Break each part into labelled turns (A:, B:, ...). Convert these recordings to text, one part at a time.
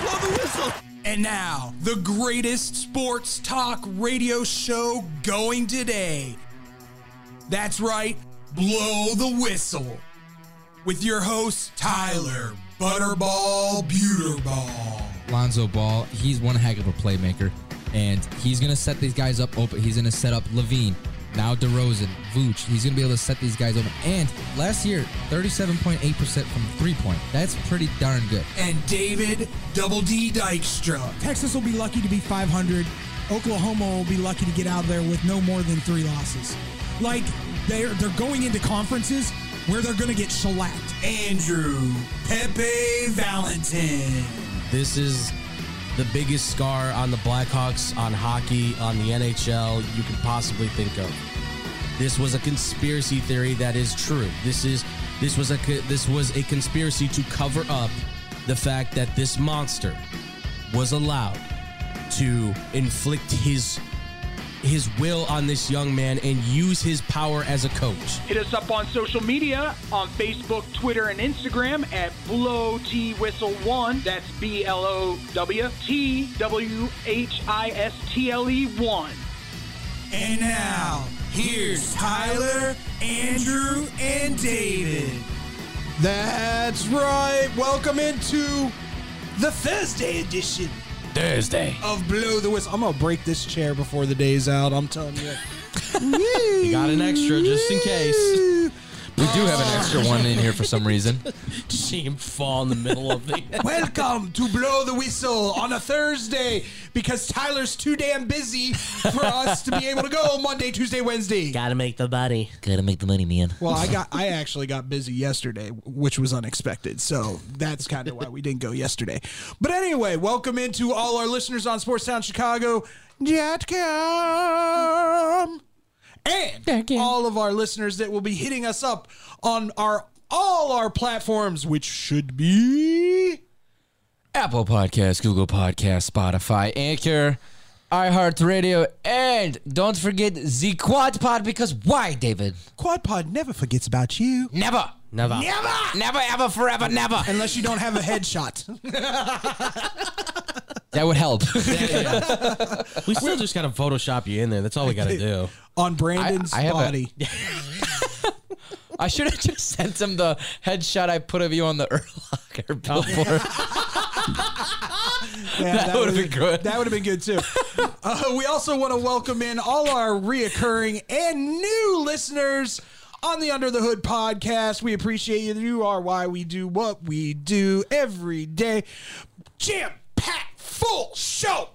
A: Absolutely. And now, the greatest sports talk radio show going today. That's right, Blow the Whistle. With your host, Tyler Butterball Buterball.
B: Lonzo Ball, he's one heck of a playmaker, and he's gonna set these guys up open. He's gonna set up Levine, now DeRozan, Vooch. He's gonna be able to set these guys open. And last year, 37.8% from three point. That's pretty darn good.
A: And David Double D Dykstra.
C: Texas will be lucky to be 500. Oklahoma will be lucky to get out of there with no more than three losses. Like they're they're going into conferences where they're going to get shellacked.
A: Andrew Pepe Valentin.
D: This is the biggest scar on the Blackhawks, on hockey, on the NHL you could possibly think of. This was a conspiracy theory that is true. This is this was a co- this was a conspiracy to cover up the fact that this monster was allowed to inflict his his will on this young man and use his power as a coach.
E: Hit us up on social media on Facebook, Twitter, and Instagram at Blow T Whistle One. That's B L O W T W H I S T L E One.
A: And now, here's Tyler, Andrew, and David.
F: That's right. Welcome into the Thursday edition
D: Thursday.
F: of Blow the Whistle. I'm gonna break this chair before the day's out. I'm telling you.
D: You got an extra just in case.
B: We do have an extra one in here for some reason.
D: See him fall in the middle of the
F: Welcome to Blow the Whistle on a Thursday because Tyler's too damn busy for us to be able to go Monday, Tuesday, Wednesday.
D: Gotta make the money.
G: Gotta make the money, man.
F: Well, I got I actually got busy yesterday, which was unexpected. So that's kind of why we didn't go yesterday. But anyway, welcome into all our listeners on Sports Town Chicago. .com. And all of our listeners that will be hitting us up on our all our platforms, which should be
B: Apple Podcasts, Google Podcasts, Spotify, Anchor, iHeartRadio, and don't forget the Quad Pod because why, David?
F: QuadPod never forgets about you.
B: Never,
D: Never.
B: never, never, ever, forever, never.
F: Unless you don't have a headshot.
B: That would help.
D: We still just gotta Photoshop you in there. That's all we gotta do.
F: on Brandon's
B: I- I have a-
F: body.
B: I should have just sent him the headshot I put of you on the Urlacher billboard.
F: Yeah, that,
B: would've
F: would've
B: been good.
F: That would have been good too. uh, we also want to welcome in all our reoccurring and new listeners on the Under the Hood podcast. We appreciate you. You are why we do what we do every day. Jam packed, full show.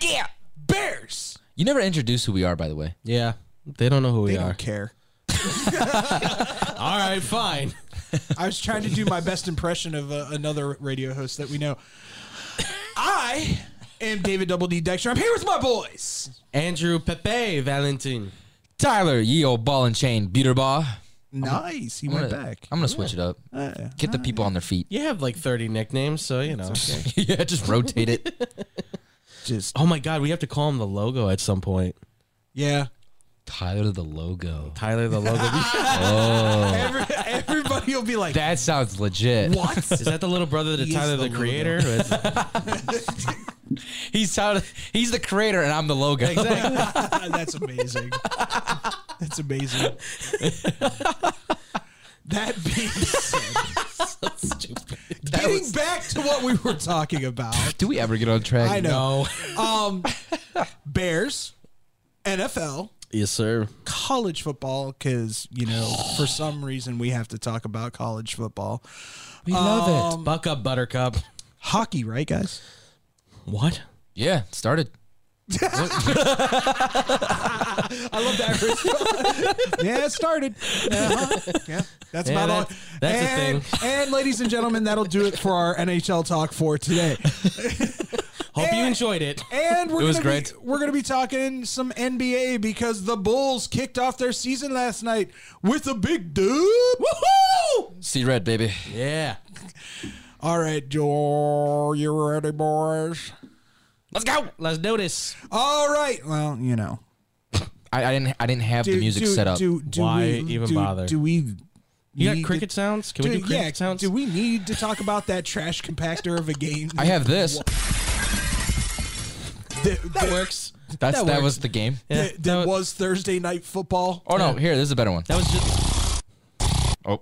F: Yeah, Bears.
B: You never introduce who we are, by the way.
D: Yeah. They don't know who we
F: They
D: are.
F: don't care.
D: All right, fine.
F: I was trying to do my best impression of uh, another radio host that we know. I am David Double D Dexter. I'm here with my boys.
D: Andrew Pepe Valentin.
B: Tyler, ye old ball and chain, Beaterbaugh.
F: Nice. He went back. Uh, Ah,
B: I'm gonna switch it up. Get the people on their feet.
D: You have like 30 nicknames, so you know.
B: yeah, just rotate it.
F: Just
D: Oh my god, we have to call him the logo at some point.
F: yeah.
B: Tyler the logo.
D: Tyler the logo.
F: Every, everybody will be like,
B: That sounds legit.
F: "What?"
D: Is that the little brother to
F: He is
D: Tyler
F: the
D: the,
F: logo.
D: creator? It's-
B: He's Tyler, he's the creator and I'm the logo.
F: That's amazing. That's amazing. that being said, getting back to what we were talking about,
B: Do we ever get on track?
F: I know. Um, Bears, NFL,
D: yes, sir.
F: college football, because you know for some reason we have to talk about college football,
B: We love
F: Um,
B: it.
D: Buck up, Buttercup.
F: hockey, right, guys?
D: What?
B: Yeah, started.
F: I love that. response. yeah, it started. Uh-huh. Yeah, that's
D: Yeah,
F: about
D: that-
F: all.
D: that's a
F: and, And ladies and gentlemen, that'll do it for our NHL talk for today.
D: Hope you
F: Eh.
D: enjoyed it.
F: And we're
B: It was
F: gonna be-
B: great.
F: we're going to be talking some NBA because the Bulls kicked off their season last night with a big dub. Woohoo!
B: See red, baby.
D: Yeah.
F: All right, Joe, you ready, boys?
D: Let's go. Let's do this.
F: All right. Well, you know,
B: I, I didn't I didn't have
F: do,
B: the music
F: do,
B: set up.
F: Do, do
D: Why
F: we,
D: even
F: do-
D: bother?
F: Do we?
D: You
F: need
D: got cricket sounds? Can
F: To,
D: we
F: do
D: do cricket
F: yeah,
D: sounds?
F: do we need to talk about that trash compactor of a game?
B: I have this.
F: that, that works.
B: That's
F: That
B: that,
F: works.
B: was the game.
D: Yeah,
F: That, that
D: wa-
F: was Thursday night football.
B: Oh no, here, this is a better one.
D: that was just
B: Oh.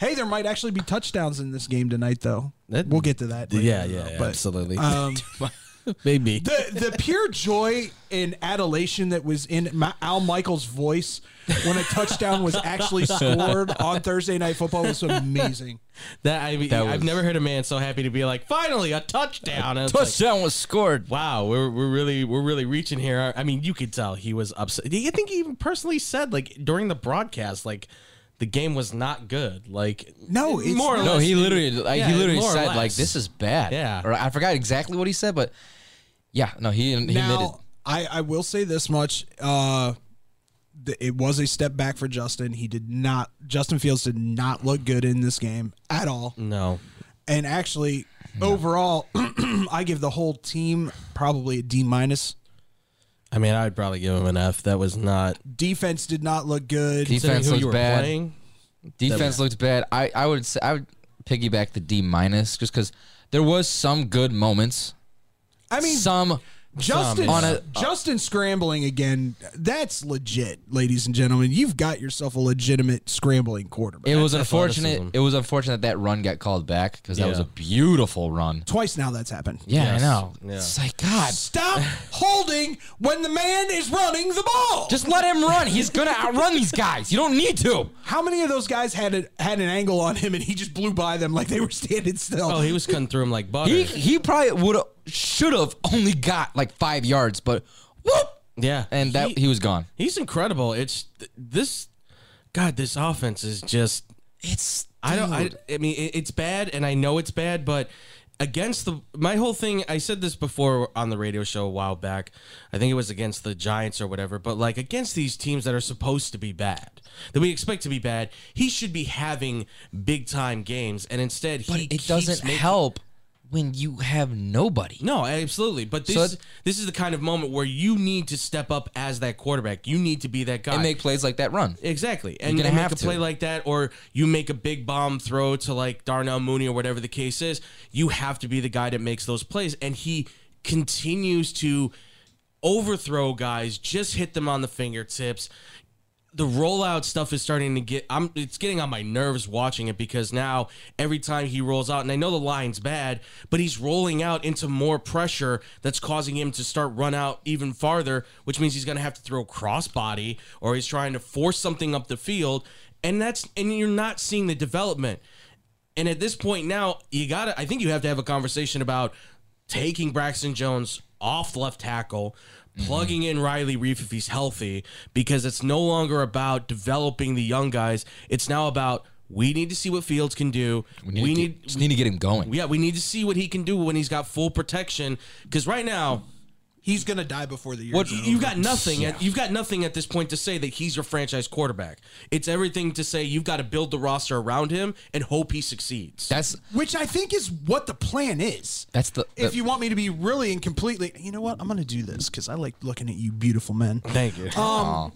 F: Hey, there might actually be touchdowns in this game tonight, though.
D: That-
F: we'll get to that. later,
D: yeah,
F: though,
D: yeah, yeah,
F: but,
D: absolutely.
F: Um,
D: maybe.
F: the the pure joy and adulation that was in Ma- Al Michaels' voice when a touchdown was actually scored on Thursday night football was amazing.
D: That I mean,
B: That
D: I've
B: was-
D: never heard a man so happy to be like, finally a touchdown. And it's like,
B: Touchdown was scored.
D: wow, we're, we're really we're really reaching here. I mean, you could tell he was upset. I think he even personally said like during the broadcast, like the game was not good. Like
F: No, it's
D: more or
F: not.
B: No,
D: less.
B: he literally like
D: yeah,
B: he literally
D: more or
B: said like
D: less.
B: this is bad.
D: Yeah.
B: Or I forgot exactly what he said, but yeah, no, he he admitted.
F: Now, I I will say this much: uh, th- it was a step back for Justin. He did not. Justin Fields did not look good in this game at all.
B: Mm.
D: no.
F: And actually, overall, I give the whole team probably a D minus.
D: I mean, I'd probably give him an F. That was not
F: Defense did not look good.
B: Defense
D: who you
B: looked
D: were
B: bad.
D: playing.
B: Defense looked bad. I, I would say I would piggyback the D minus just because there was some good moments.
F: I mean,
B: some
F: Justin uh,
B: on a-
F: Justin scrambling again. That's legit, ladies and gentlemen. You've got yourself a legitimate scrambling quarterback.
B: it was
D: That's
B: unfortunate.
D: athleticism.
B: It was unfortunate that run got called back because that was
D: Yeah.
B: a beautiful run.
F: Twice now that's happened.
B: Yeah,
D: Yes.
B: I know.
D: Yeah.
B: It's like God.
F: Stop holding when the man is running the ball.
B: Just let him run. He's gonna outrun these guys. You don't need to.
F: How many of those guys had a, had an angle on him and he just blew by them like they were standing still?
D: Oh, he was cutting through him like butter.
B: He he probably would have should have only got like five yards, but whoop,
D: yeah,
B: and that he was gone.
D: He's incredible. It's th- this God, this offense is just
B: It's
D: I don't I, I mean it, it's bad and I know it's bad, but against the my whole thing, I said this before on the radio show a while back. I think it was against the Giants or whatever, but like against these teams that are supposed to be bad, that we expect to be bad, he should be having big time games and instead
B: But
D: he
B: it
D: keeps
B: doesn't
D: making-
B: help when you have nobody.
D: No, absolutely. But this
B: So it-
D: this is the kind of moment where you need to step up as that quarterback. You need to be that guy.
B: and make plays like that run.
D: Exactly. And
B: gonna
D: you make
B: have
D: a
B: to.
D: play like that, or you make a big bomb throw to like Darnell Mooney or whatever the case is. You have to be the guy that makes those plays. And he continues to overthrow guys, just hit them on the fingertips. The rollout stuff is starting to get I'm it's getting on my nerves watching it because now every time he rolls out, and I know the line's bad, but he's rolling out into more pressure that's causing him to start run out even farther, which means he's gonna have to throw crossbody or he's trying to force something up the field. And that's and you're not seeing the development. And at this point now, you gotta I think you have to have a conversation about taking Braxton Jones off left tackle,
B: Mm-hmm.
D: plugging in Riley Reef if he's healthy, because it's no longer about developing the young guys. It's now about we need to see what Fields can do. We need,
B: to get- just need to get him going.
D: yeah, we need to see what he can do when he's got full protection. Because right now,
F: He's gonna die before the year.
D: what you've got nothing. At, you've got nothing at this point to say that he's your franchise quarterback. It's everything to say you've got to build the roster around him and hope he succeeds.
B: That's
F: Which I think is what the plan is.
B: that's the, the
F: if you want me to be really and completely, you know what? I'm going to do this because I like looking at you, beautiful men.
D: Thank you.
F: Um,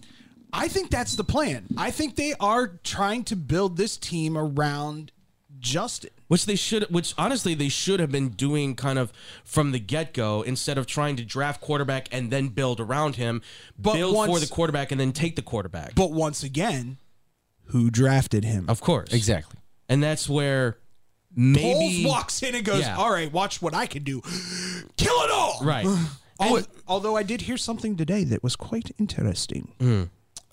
F: I think that's the plan. I think they are trying to build this team around Justin.
D: which they should which honestly they should have been doing kind of from the get-go instead of trying to draft quarterback and then build around him build for
F: once-
D: the quarterback and then take the quarterback
F: But once again, who drafted him?
D: of course
B: exactly.
D: and that's where maybe
F: Foles walks in and goes,
D: Yeah.
F: "All right, watch what I can do. Kill it all."
D: right
F: Al- although I did hear something today that was quite interesting.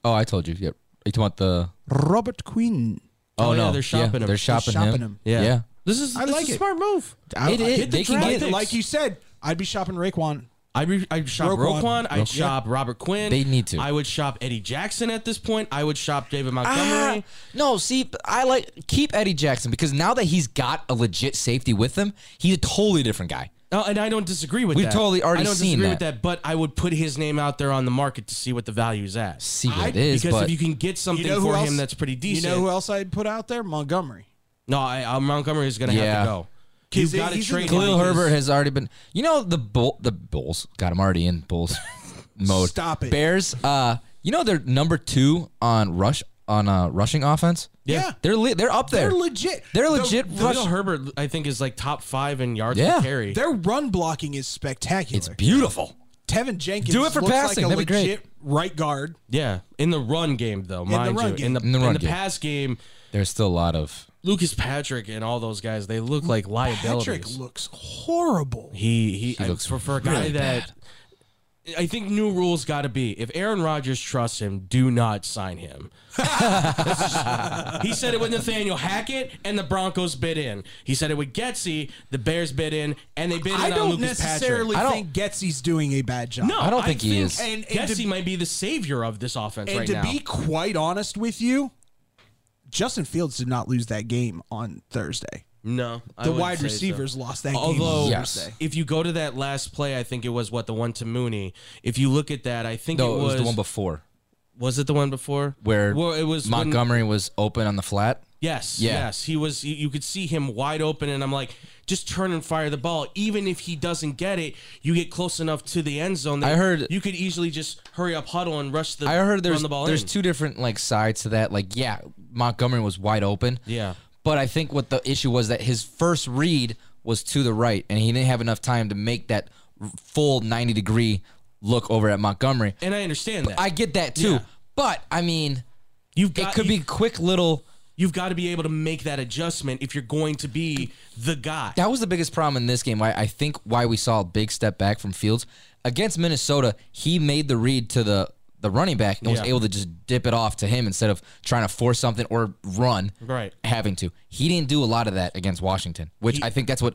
B: Oh, I told you. Yep. You talking about the?
F: Robert Quinn.
B: Oh,
D: yeah,
B: no,
D: they're shopping him.
B: They're shopping,
F: shopping
B: him.
F: him.
B: Yeah.
D: Yeah. this is
F: I
D: this
F: like
D: is a
F: it.
D: smart move
B: It is.
D: Get the
B: They can
D: draft
B: get
D: picks.
F: like you said, I'd be shopping Raekwon.
D: I re- I shop
F: Roquan.
D: Roquan. I'd shop Robert Quinn.
B: They need to.
D: I would shop Eddie Jackson at this point. I would shop David Montgomery.
B: no, see, I like keep Eddie Jackson because now that he's got a legit safety with him, he's a totally different guy.
D: Oh, and I don't disagree with
B: We've
D: that.
B: totally already
D: I don't
B: seen
D: disagree
B: that.
D: with that, but I would put his name out there on the market to see what the value's at.
B: See what it is,
D: because
B: but
D: if you can get something
F: know who
D: for
F: else-
D: him that's pretty decent.
F: You know who else I'd put out there? Montgomery.
D: no, I, I, Montgomery is going to
B: Yeah.
D: have to go. He's
F: He's-
D: got to
F: he's in
D: trade.
F: the-
D: him
B: Khalil
D: because-
B: Herbert has already been. You know the bull, the Bulls. God, I'm already in Bulls mode.
F: Stop it.
B: Bears. Uh, you know they're number two on rush on uh, rushing offense.
F: Yeah.
B: They're le- they're up there.
F: They're legit.
B: They're
F: The-
B: legit. rush-
D: Khalil Herbert, I think, is like top five in yards
B: Yeah.
D: per carry.
F: Their run blocking is spectacular.
B: it's beautiful.
F: Tevin Jenkins
B: Do it for
F: looks
B: passing.
F: like a
B: That'd be great.
F: legit right guard.
D: Yeah, in the run game though, mind
F: run
D: you,
F: game.
D: in the
B: In the run game.
D: pass game,
B: There's still a lot of
D: Lucas Patrick and all those guys, they look like
F: Patrick
D: liabilities.
F: looks horrible.
D: he he, I-
B: looks
D: for, for a guy
B: really
D: that I think new rules got to be if Aaron Rodgers trusts him, do not sign him. he said it with Nathaniel Hackett, and the Broncos bid in. He said it with Getzey, the Bears bid in, and they bid in
F: I
D: on
F: don't
D: Lucas
F: necessarily
D: Patrick.
B: I
F: think
B: don't-
F: Getsy's doing a bad job.
D: No,
B: I don't think he is.
D: And,
F: And- and to-
D: might be the savior of this offense
F: And
D: right
F: to
D: now.
F: be quite honest with you, Justin Fields did not lose that game on Thursday.
D: no, I
F: The
D: wouldn't
F: wide
D: say so.
F: receivers lost that game
D: Although,
F: on
B: Yes.
F: Thursday.
D: if you go to that last play, I think it was what the one to Mooney. If you look at that, I think
B: no.
D: it,
B: It
D: was,
B: was the one before
D: Was it the one before
B: where
D: Well, it was when-
B: Montgomery was open on the flat.
D: yes,
B: Yeah.
D: yes, he was. You you could see him wide open, and I'm like, just turn and fire the ball. Even if he doesn't get it, you get close enough to the end zone. That
B: I heard-
D: you could easily just hurry up, huddle, and rush the.
B: I heard there's
D: run the ball
B: there's
D: in.
B: two different like sides to that. Like yeah, Montgomery was wide open.
D: Yeah.
B: But I think what the issue was that his first read was to the right, and he didn't have enough time to make that r- full 90 degree look over at Montgomery.
D: and I understand that.
B: I get that too,
D: Yeah.
B: but I mean,
D: you've
B: it
D: got,
B: could
D: you-
B: be quick little.
D: You've got to be able to make that adjustment if you're going to be the guy.
B: That was the biggest problem in this game. Why I think why we saw a big step back from Fields against Minnesota. He made the read to the the running back and was
D: Yeah.
B: able to just dip it off to him instead of trying to force something or run.
D: Right.
B: having to. He didn't do a lot of that against Washington, which I think that's what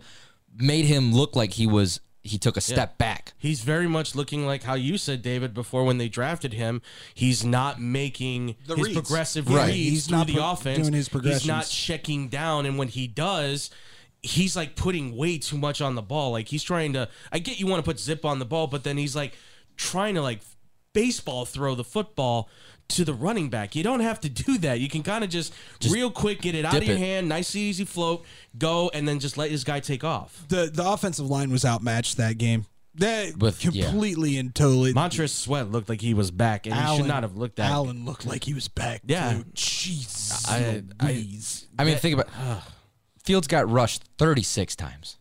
B: made him look like he was. He took a step back.
D: He's very much looking like how you said, David, before when they drafted him. He's not making his
F: reads.
D: progressive
B: Right.
D: reads
F: He's
D: through
F: not
D: the
F: pro-
D: offense.
F: doing his
D: he's not
F: progressions.
D: checking down, and when he does, he's like putting way too much on the ball. Like he's trying to. I get you want to put zip on the ball, but then he's like trying to like baseball throw the football to the running back. You don't have to do that. You can kind of just, real quick get it out of
B: dip
D: your
B: it.
D: hand, nice easy float, go, and then just let this guy take off.
F: The the offensive line was outmatched that game. That
B: With- yeah.
F: completely and totally.
D: Montrez Sweat looked like he was back, and he should not have looked that.
F: Allen looked like he was back.
D: Yeah.
F: too. jeez,
D: I- I-
F: Louise.
B: I mean, think about. Fields got rushed 36 times.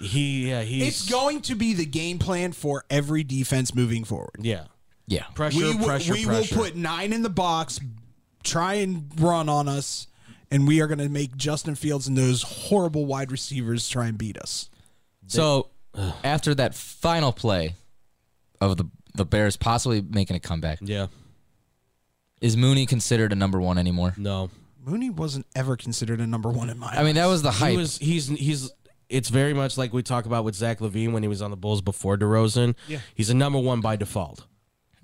D: He yeah he's
F: it's going to be the game plan for every defense moving forward.
D: yeah
B: Yeah.
D: pressure
F: we will-
D: pressure
F: we
D: pressure.
F: will put nine in the box, try and run on us, and we are going to make Justin Fields and those horrible wide receivers try and beat us.
B: So after that final play of the the Bears possibly making a comeback,
D: yeah
B: is Mooney considered a number one anymore?
D: no
F: Mooney wasn't ever considered a number one in my.
B: I mean, that was the hype.
D: he was he's he's it's very much like we talk about with Zach Levine when he was on the Bulls before DeRozan. Yeah, he's a number one by default.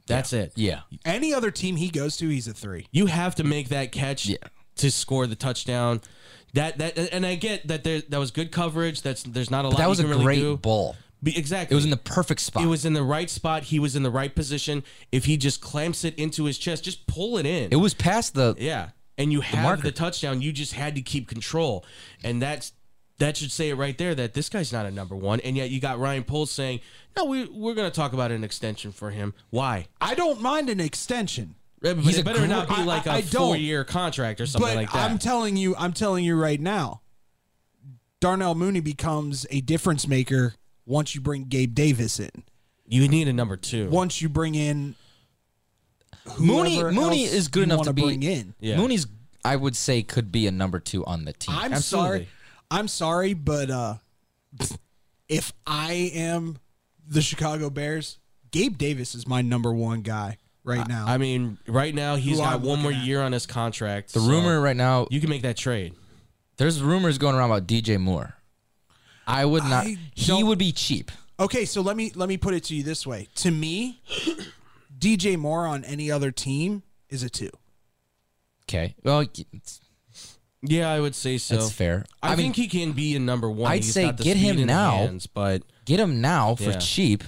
D: That's it.
B: yeah.
F: any other team he goes to, he's a three.
D: you have to make that catch to score the touchdown. That that and I get that there that was good coverage. That's there's not a lot
B: That was a
D: you can really
B: great
D: do.
B: ball.
D: Be- exactly.
B: It was in the perfect spot.
D: It was in the right spot. He was in the right position. If he just clamps it into his chest, just pull it in.
B: It was past the.
D: yeah. And you have
B: marker.
D: the, touchdown. You just had to keep control. And that's that should say it right there that this guy's not a number one. And yet you got Ryan Poles saying, No, we we're gonna talk about an extension for him. Why?
F: I don't mind an extension,
D: He's
B: a
D: it better
B: gr-
D: not be
F: I-
D: like a
F: I- I don't.
D: four year contract or something
F: but
D: like that.
F: I'm telling you, I'm telling you right now, Darnell Mooney becomes a difference maker once you bring Gabe Davis in.
D: you need a number two.
F: Once you bring in
B: Mooney
F: whoever
B: Mooney
F: else
B: is good
F: you
B: enough
F: wanna
B: to be
F: bring in.
D: Yeah.
B: Mooney's I would say could be a number two on the team.
F: I'm
D: Absolutely.
F: sorry. I'm sorry, but uh, if I am the Chicago Bears, Gabe Davis is my number one guy right now.
D: I mean, right now he's
F: Who
D: got
F: I'm
D: one more
F: looking at.
D: year on his contract.
B: the rumor right now
D: you can make that trade.
B: there's rumors going around about DJ Moore. I would not.
F: I
B: he
F: don't-
B: would be cheap.
F: okay, so let me let me put it to you this way. To me, DJ Moore on any other team is a two.
B: Okay. Well, it's,
D: Yeah, I would say so.
B: That's fair.
D: I,
B: I mean,
D: think he can be a number one.
B: I'd
D: He's
B: say
D: got the
B: get
D: speed
B: him
D: in the
B: now.
D: hands, but
B: get him now for
D: Yeah.
B: cheap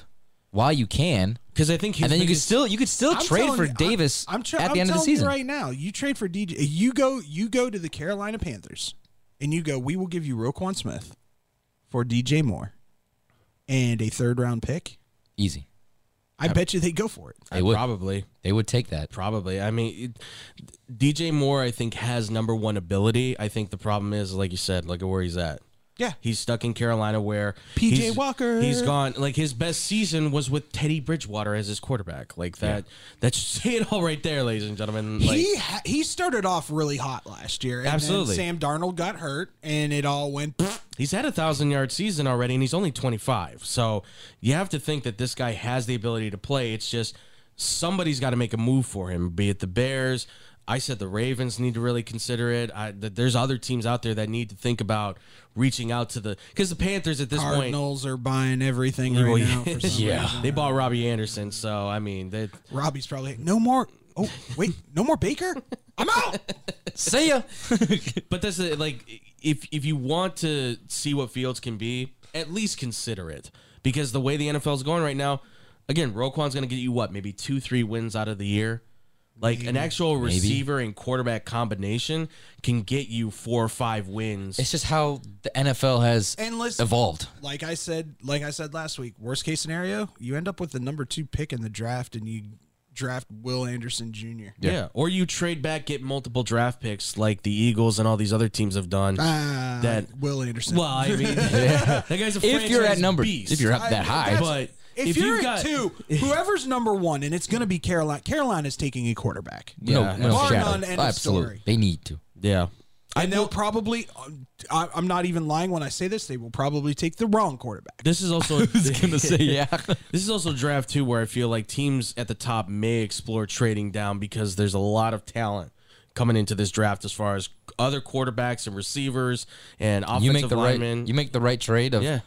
B: while you can,
D: because I think his
B: and then you could
D: biggest-
B: still you could still
F: I'm
B: trade
F: telling
B: for
F: you-
B: Davis
F: I'm, I'm tra-
B: at
F: I'm
B: the end of the
F: telling you
B: season.
F: right now. You trade for DJ. You go. You go to the Carolina Panthers, and you go. We will give you Roquan Smith for DJ Moore, and a third round pick,
B: Easy.
F: I bet you they'd go for it.
B: They would.
D: Probably.
B: They would take that.
D: Probably. I mean, it, DJ Moore, I think, has number one ability. I think the problem is, like you said, look at where he's at.
F: Yeah.
D: He's stuck in Carolina where
F: PJ
D: he's-
F: Walker.
D: He's gone. Like his best season was with Teddy Bridgewater as his quarterback. Like that. That should say it all right there, ladies and gentlemen. Like,
F: he ha- he started off really hot last year. And then
D: Absolutely.
F: Sam Darnold got hurt, and it all went.
D: he's had a thousand yard season already, and he's only twenty five. So you have to think that this guy has the ability to play. It's just somebody's got to make a move for him. Be it the Bears. I said the Ravens need to really consider it. I, th- there's other teams out there that need to think about reaching out to the because the Panthers at this point
F: Cardinals are buying everything right
D: Well,
F: now. For some
D: yeah.
F: reason.
D: They bought Robbie Anderson, so I mean, they,
F: Robbie's probably no more. Oh wait, no more Baker. I'm out.
B: See ya.
D: but that's the, like if if you want to see what Fields can be, at least consider it because the way the NFL's going right now, again, Roquan's going to get you what maybe two three wins out of the year. Like an actual receiver and quarterback combination can get you four or five wins.
B: It's just how the NFL has
F: And listen-
B: evolved.
F: Like I said, like I said last week, worst case scenario, you end up with the number two pick in the draft, and you draft Will Anderson Jr.
D: yeah. or you trade back, get multiple draft picks like the Eagles and all these other teams have done.
F: Ah,
D: That-
F: Will Anderson.
D: well, I mean, that guy's a
B: If you're at
D: franchise
B: number,
D: beast.
B: if you're up that high,
D: but
F: if,
D: if
F: you're
D: you've
F: at
D: got-
F: two, whoever's number one, and it's going to be Carolina. Carolina's taking a quarterback.
B: no, no
F: Bar
B: shadow. Oh,
F: none, end of
B: Absolutely,
F: story.
B: they need to.
D: yeah,
F: And they'll probably, uh, I, I'm not even lying when I say this, they will probably take the wrong quarterback.
D: This is also
B: gonna say, yeah.
D: This is also draft two where I feel like teams at the top may explore trading down because there's a lot of talent coming into this draft as far as other quarterbacks and receivers and offensive
B: You make the
D: linemen.
B: right. You make the right trade of
D: Yeah.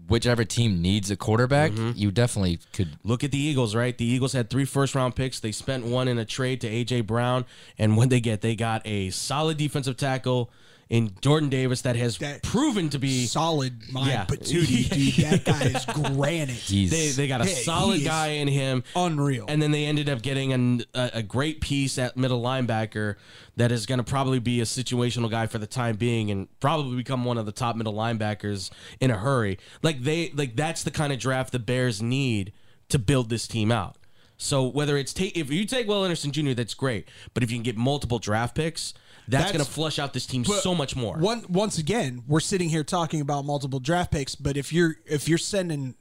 D: Mm-hmm.
B: whichever team needs a quarterback. You definitely could.
D: Look at the Eagles, right? The Eagles had three first round picks. They spent one in a trade to AJ Brown, and what they get, they got a solid defensive tackle in Jordan Davis that has
F: That-
D: proven to be
F: Solid, my
D: Yeah.
F: patootie, dude. That guy is granite.
B: Jeez.
D: They, they got a
F: Yeah, he
D: solid
F: is
D: guy in him.
F: unreal.
D: And then they ended up getting an, a, a great piece at middle linebacker that is going to probably be a situational guy for the time being and probably become one of the top middle linebackers in a hurry. Like they like that's the kind of draft the Bears need to build this team out. So whether it's take if you take Will Anderson Jr. that's great, but if you can get multiple draft picks, that's,
F: That's-
D: going to flush out this team so much more.
F: One, once again, we're sitting here talking about multiple draft picks, but if you're if you're sending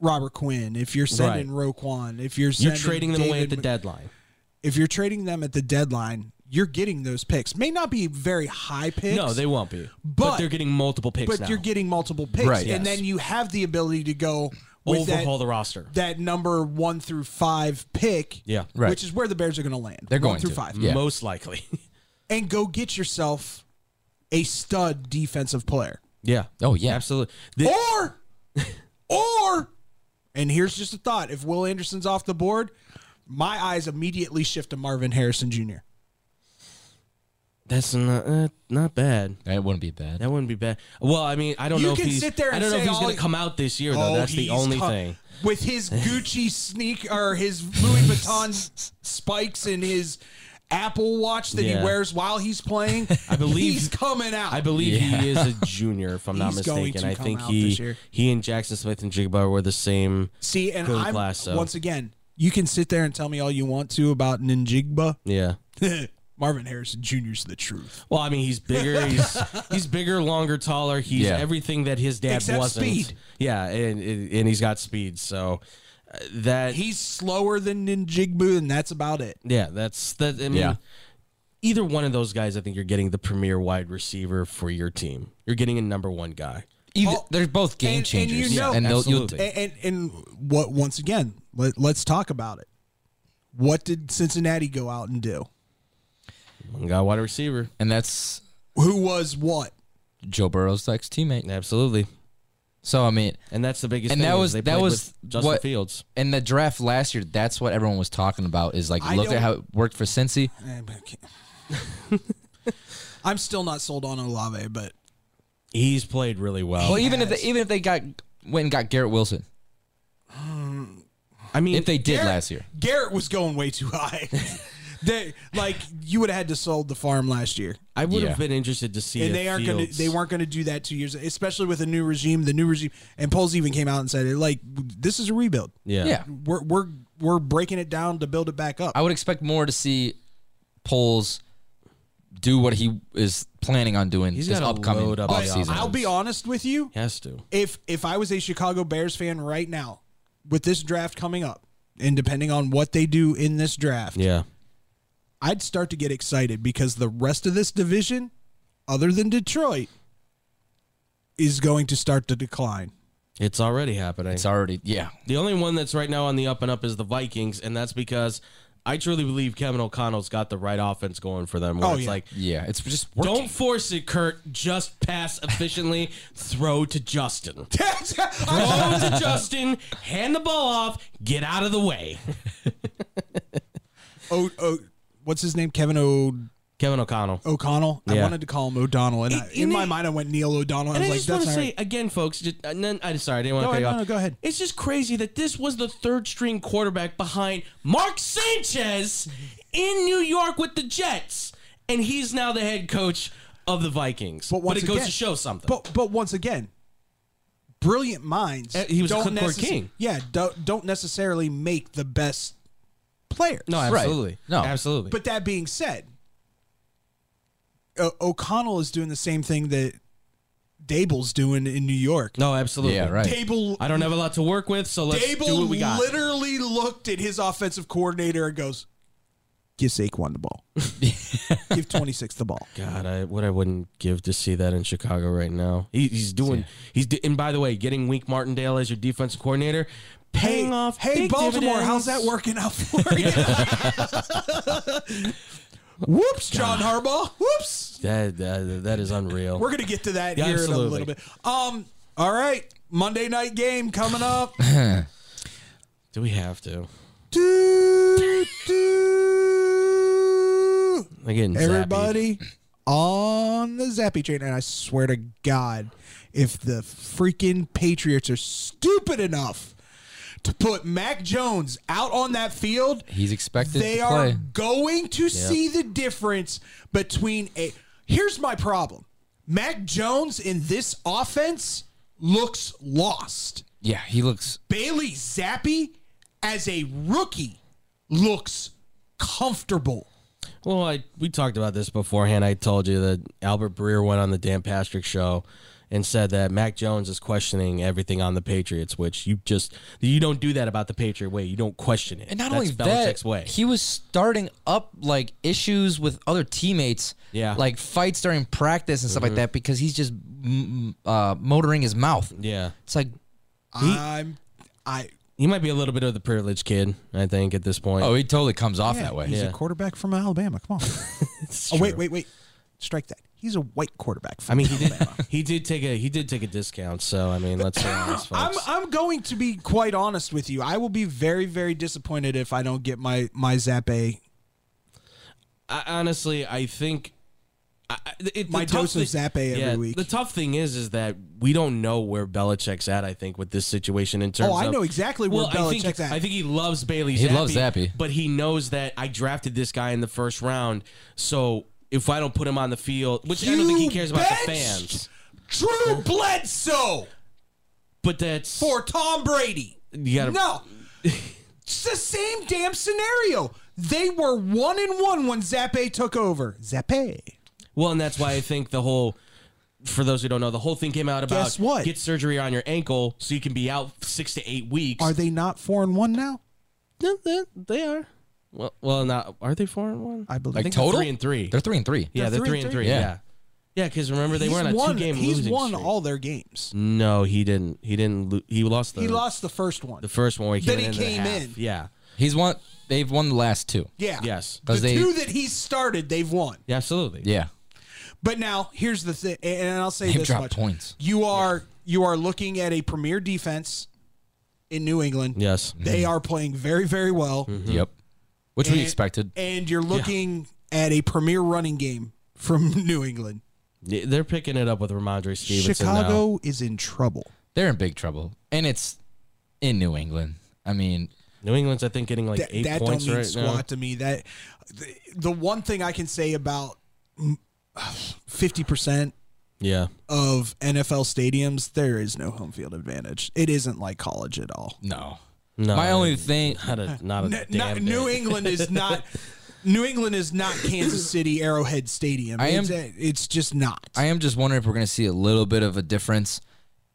F: Robert Quinn, if you're sending Roquan, if you're
D: You're
F: sending
D: trading them away
F: David
D: at the
F: Mc-
D: deadline.
F: if you're trading them at the deadline, you're getting those picks. May not be very high picks.
D: No, they won't be. But,
F: But-
D: they're getting multiple picks
F: but
D: now.
F: you're getting multiple picks,
B: Right.
F: and
D: Yes.
F: then you have the ability to go with
D: overhaul
F: that,
D: the roster.
F: that number one through five pick.
D: Yeah.
B: Right.
F: which is where the Bears are going to land.
B: They're
F: one
B: going
F: through
B: to.
F: five,
B: Yeah.
D: Most likely.
F: and go get yourself a stud defensive player,
D: yeah.
B: Oh yeah,
D: Absolutely. The-
F: or or. And here's just a thought: If Will Anderson's off the board, my eyes immediately shift to Marvin Harrison Jr.
D: That's not uh, not bad.
B: That wouldn't be bad.
D: That wouldn't be bad. Well, I mean, I don't
F: You
D: know if
F: can
D: he's.
F: sit there
D: I
F: and
D: don't know if
F: say
D: he's
F: all
D: going
F: he-
D: to come out this year, though. That's the
F: Oh, he's
D: only
F: co-
D: thing.
F: With his Gucci sneak or his Louis Vuitton s- spikes and his Apple Watch that
D: Yeah.
F: he wears while he's playing,
D: I believe-
F: he's coming out.
D: I believe he is a junior, if I'm not
F: He's going
D: mistaken.
F: to
D: I
F: come
D: think
F: out this
D: he
F: year.
D: he and Jackson Smith and Jigba were the same.
F: See, and
D: Good
F: I'm
D: class, so.
F: once again, you can sit there and tell me all you want to about Ninjigba.
D: Yeah.
F: Marvin Harrison Jr.'s the truth.
D: Well, I mean, he's bigger. He's he's bigger, longer, taller. He's
B: Yeah.
D: everything that his dad
F: Except
D: wasn't.
F: speed.
D: Yeah, and and and he's got speed. So uh, that
F: He's slower than Ninjigba, and that's about it.
D: Yeah, that's that. I mean,
B: Yeah.
D: either one of those guys, I think you're getting the premier wide receiver for your team. You're getting a number one guy.
B: Either,
F: Oh,
B: they're both game
F: and- and you
B: changers,
F: know-
B: and they'll- you'll-
D: Absolutely.
F: And and, and what? Once again, let, let's talk about it. What did Cincinnati go out and do?
D: One guy, wide receiver.
B: and that's
F: Who was what?
B: Joe Burrow's ex teammate.
D: Absolutely,
B: So I mean,
D: and that's the biggest.
B: And
D: thing
B: that
D: is
B: was-
D: they
B: that
D: played
B: was
D: with Justin
B: what-
D: Fields.
B: in the draft last year, that's what everyone was talking about. Is like
F: I
B: look
F: don't-
B: at how it worked for Cincy.
F: Eh, but I can't- I'm still not sold on Olave, but
D: He's played really well.
B: Well, even if they, even if they got went and got Garrett Wilson,
D: I mean,
B: if they did
F: Garrett-
B: last year,
F: Garrett was going way too high. They like you would have had to sold the farm last year,
D: I would
B: Yeah.
D: have been interested to see.
F: and
D: if
F: they aren't going to.
D: Fields-
F: They weren't going to do that two years, especially with a new regime. The new regime, and polls even came out and said, like, this is a rebuild.
D: Yeah.
B: Yeah.
F: We're we're we're breaking it down to build it back up.
B: I would expect more to see Poles do what he is planning on doing
D: He's
B: this
D: gotta
B: upcoming
D: load up the
B: offseason.
D: offense.
F: I'll be honest with you.
D: Has to.
F: if if I was a Chicago Bears fan right now, with this draft coming up, and depending on what they do in this draft,
D: Yeah.
F: I'd start to get excited because the rest of this division, other than Detroit, is going to start to decline.
D: It's already happening.
B: It's already yeah.
D: The only one that's right now on the up and up is the Vikings, and that's because I truly believe Kevin O'Connell's got the right offense going for them. Where
F: Oh,
D: it's
F: yeah.
D: like,
B: Yeah, it's just working.
D: don't force it, Kurt. Just pass efficiently. throw to Justin. throw to Justin. Hand the ball off. Get out of the way.
F: Oh, oh what's his name? Kevin O.
D: Kevin O'Connell.
F: O'Connell. I
D: Yeah.
F: wanted to call him O'Donnell, and I,
D: And-
F: in
D: and
F: my
D: it-
F: mind, I went Neil O'Donnell. I
D: And
F: was
D: I
F: like,
D: just want
F: "That's
D: to
F: not
D: say
F: right.
D: again, folks. Just, and then, I'm sorry, I didn't want
F: No,
D: to cut you
F: no,
D: off.
F: no, go ahead.
D: It's just crazy that this was the third string quarterback behind Mark Sanchez in New York with the Jets, and he's now the head coach of the Vikings.
F: But once
D: it goes
F: again-
D: to show something.
F: But but once again, brilliant minds.
D: Uh, he was a
F: don't
D: clipboard king.
F: Yeah, don't, don't necessarily make the best players.
D: no,
B: Right.
D: absolutely,
B: No.
D: absolutely.
F: But that being said, o- O'Connell is doing the same thing that Dable's doing in New York.
D: no, absolutely.
B: Yeah, right.
F: Dable
D: I don't have a lot to work with, so let's do
F: Dable
D: what we got.
F: literally looked at his offensive coordinator and goes, "Give Saquon the ball. Give twenty six the ball."
D: God, I, what I wouldn't give to see that in Chicago right now. He, he's doing. He's do- and by the way, getting Wink Martindale as your defensive coordinator, paying
F: hey,
D: off.
F: Hey,
D: big
F: Baltimore,
D: dividends.
F: how's that working out for you? Whoops, John Harbaugh. Whoops.
D: That that, that is unreal.
F: We're gonna get to that
D: Yeah,
F: here in a
D: absolutely.
F: little bit. Um, all right, Monday night game coming up.
D: do we have to?
F: do, do.
D: They're getting zappy.
F: Everybody on the Zappy train, and I swear to God, if the freaking Patriots are stupid enough to put Mac Jones out on that field,
B: He's expected
F: they
B: to
F: are
B: play.
F: going to see the difference between a. Here's my problem: Mac Jones in this offense looks lost.
B: Yeah, he looks
F: Bailey Zappi, as a rookie, looks comfortable.
D: Well, I we talked about this beforehand. I told you that Albert Breer went on the Dan Patrick show and said that Mac Jones is questioning everything on the Patriots, which you just you don't do that about the Patriot way. You don't question it.
B: And not
D: That's
B: only
D: Belichick's
B: that,
D: way.
B: he was starting up like issues with other teammates,
D: Yeah.
B: like fights during practice and stuff like that because he's just mm, uh, motoring his mouth.
D: yeah,
B: It's like,
F: I'm, I
D: he might be a little bit of the privileged kid. I think at this point.
B: Oh, he totally comes off
F: Yeah, He's
D: Yeah.
F: a quarterback from Alabama. Come on. oh wait, wait, wait. Strike that. He's a white quarterback. From
D: I mean, he did. he did take a he did take a discount. So I mean, let's. Be honest,
F: I'm
D: folks.
F: I'm going to be quite honest with you. I will be very very disappointed if I don't get my my Zappe
D: I, honestly, I think I, I- it, the
F: My
D: tough
F: dose of
D: thi-
F: Zappe every week.
D: The tough thing is, is that we don't know where Belichick's at. I think with this situation in terms.
F: Oh, I
D: of-
F: know exactly where
D: well, I think-
F: Belichick's at.
D: I think he loves Bailey.
B: He
D: Zappi,
B: loves Zappe.
D: but he knows that I drafted this guy in the first round, so. If I don't put him on the field, which I don't think he
F: You
D: cares about the
F: benched
D: fans,
F: Drew Bledsoe
D: but that's
F: for Tom Brady.
D: you gotta
F: No. It's the same damn scenario. They were one and one when Zappe took over. Zappe.
D: Well, and that's why I think the whole, for those who don't know, the whole thing came out about
F: Guess what?
D: get surgery on your ankle so you can be out six to eight weeks.
F: Are they not four and one now?
D: No, they, they are. Well, well, not are they four and one?
F: I believe.
D: I
B: like
D: think they're
B: total
D: three and three.
B: They're three and three.
D: yeah, they're, three, and three. Yeah, yeah, because remember they
F: He's
D: were on a
F: won-
D: two-game
F: He's
D: losing
F: won
D: streak.
F: all their games.
D: No, he didn't. He didn't. Lo- he lost the.
B: Mm.
F: He lost the first one.
D: the first one. Where he
F: Then he
D: came in. and a
F: came
D: half.
F: in.
D: Yeah.
B: He's won. They've won the last two.
F: yeah.
D: Yes.
F: The
B: 'Cause they-
F: two that he started, they've won.
D: Yeah, absolutely.
B: Yeah,
F: But now here's the thing, and I'll say
B: They've
F: this
B: dropped
F: much:
B: points.
F: You are you are looking at a premier defense in New England.
D: Yes.
F: They are playing very very well,
B: yep. Which we
F: Mm-hmm. And-
B: Mm-hmm. expected.
F: and you're looking at a premier running game from New England.
D: Yeah, They're picking it up with Ramondre Stevenson now.
F: Chicago is in trouble.
B: They're in big trouble, and it's in New England. I mean,
D: New England's, I think, getting like
F: that,
D: eight
F: that
D: points
F: don't mean
D: right
F: squat
D: now.
F: to me. That the, the one thing I can say about fifty percent
D: Yeah,
F: of NFL stadiums, there is no home field advantage. It isn't like college at all.
H: No.
D: no,
B: My only thing,
D: not a not a
F: N-
D: damn
F: not-
D: bit.
F: New England is not. New England is not Kansas City Arrowhead Stadium.
B: I am-
F: it's, uh, it's just not.
B: I am just wondering if we're going to see a little bit of a difference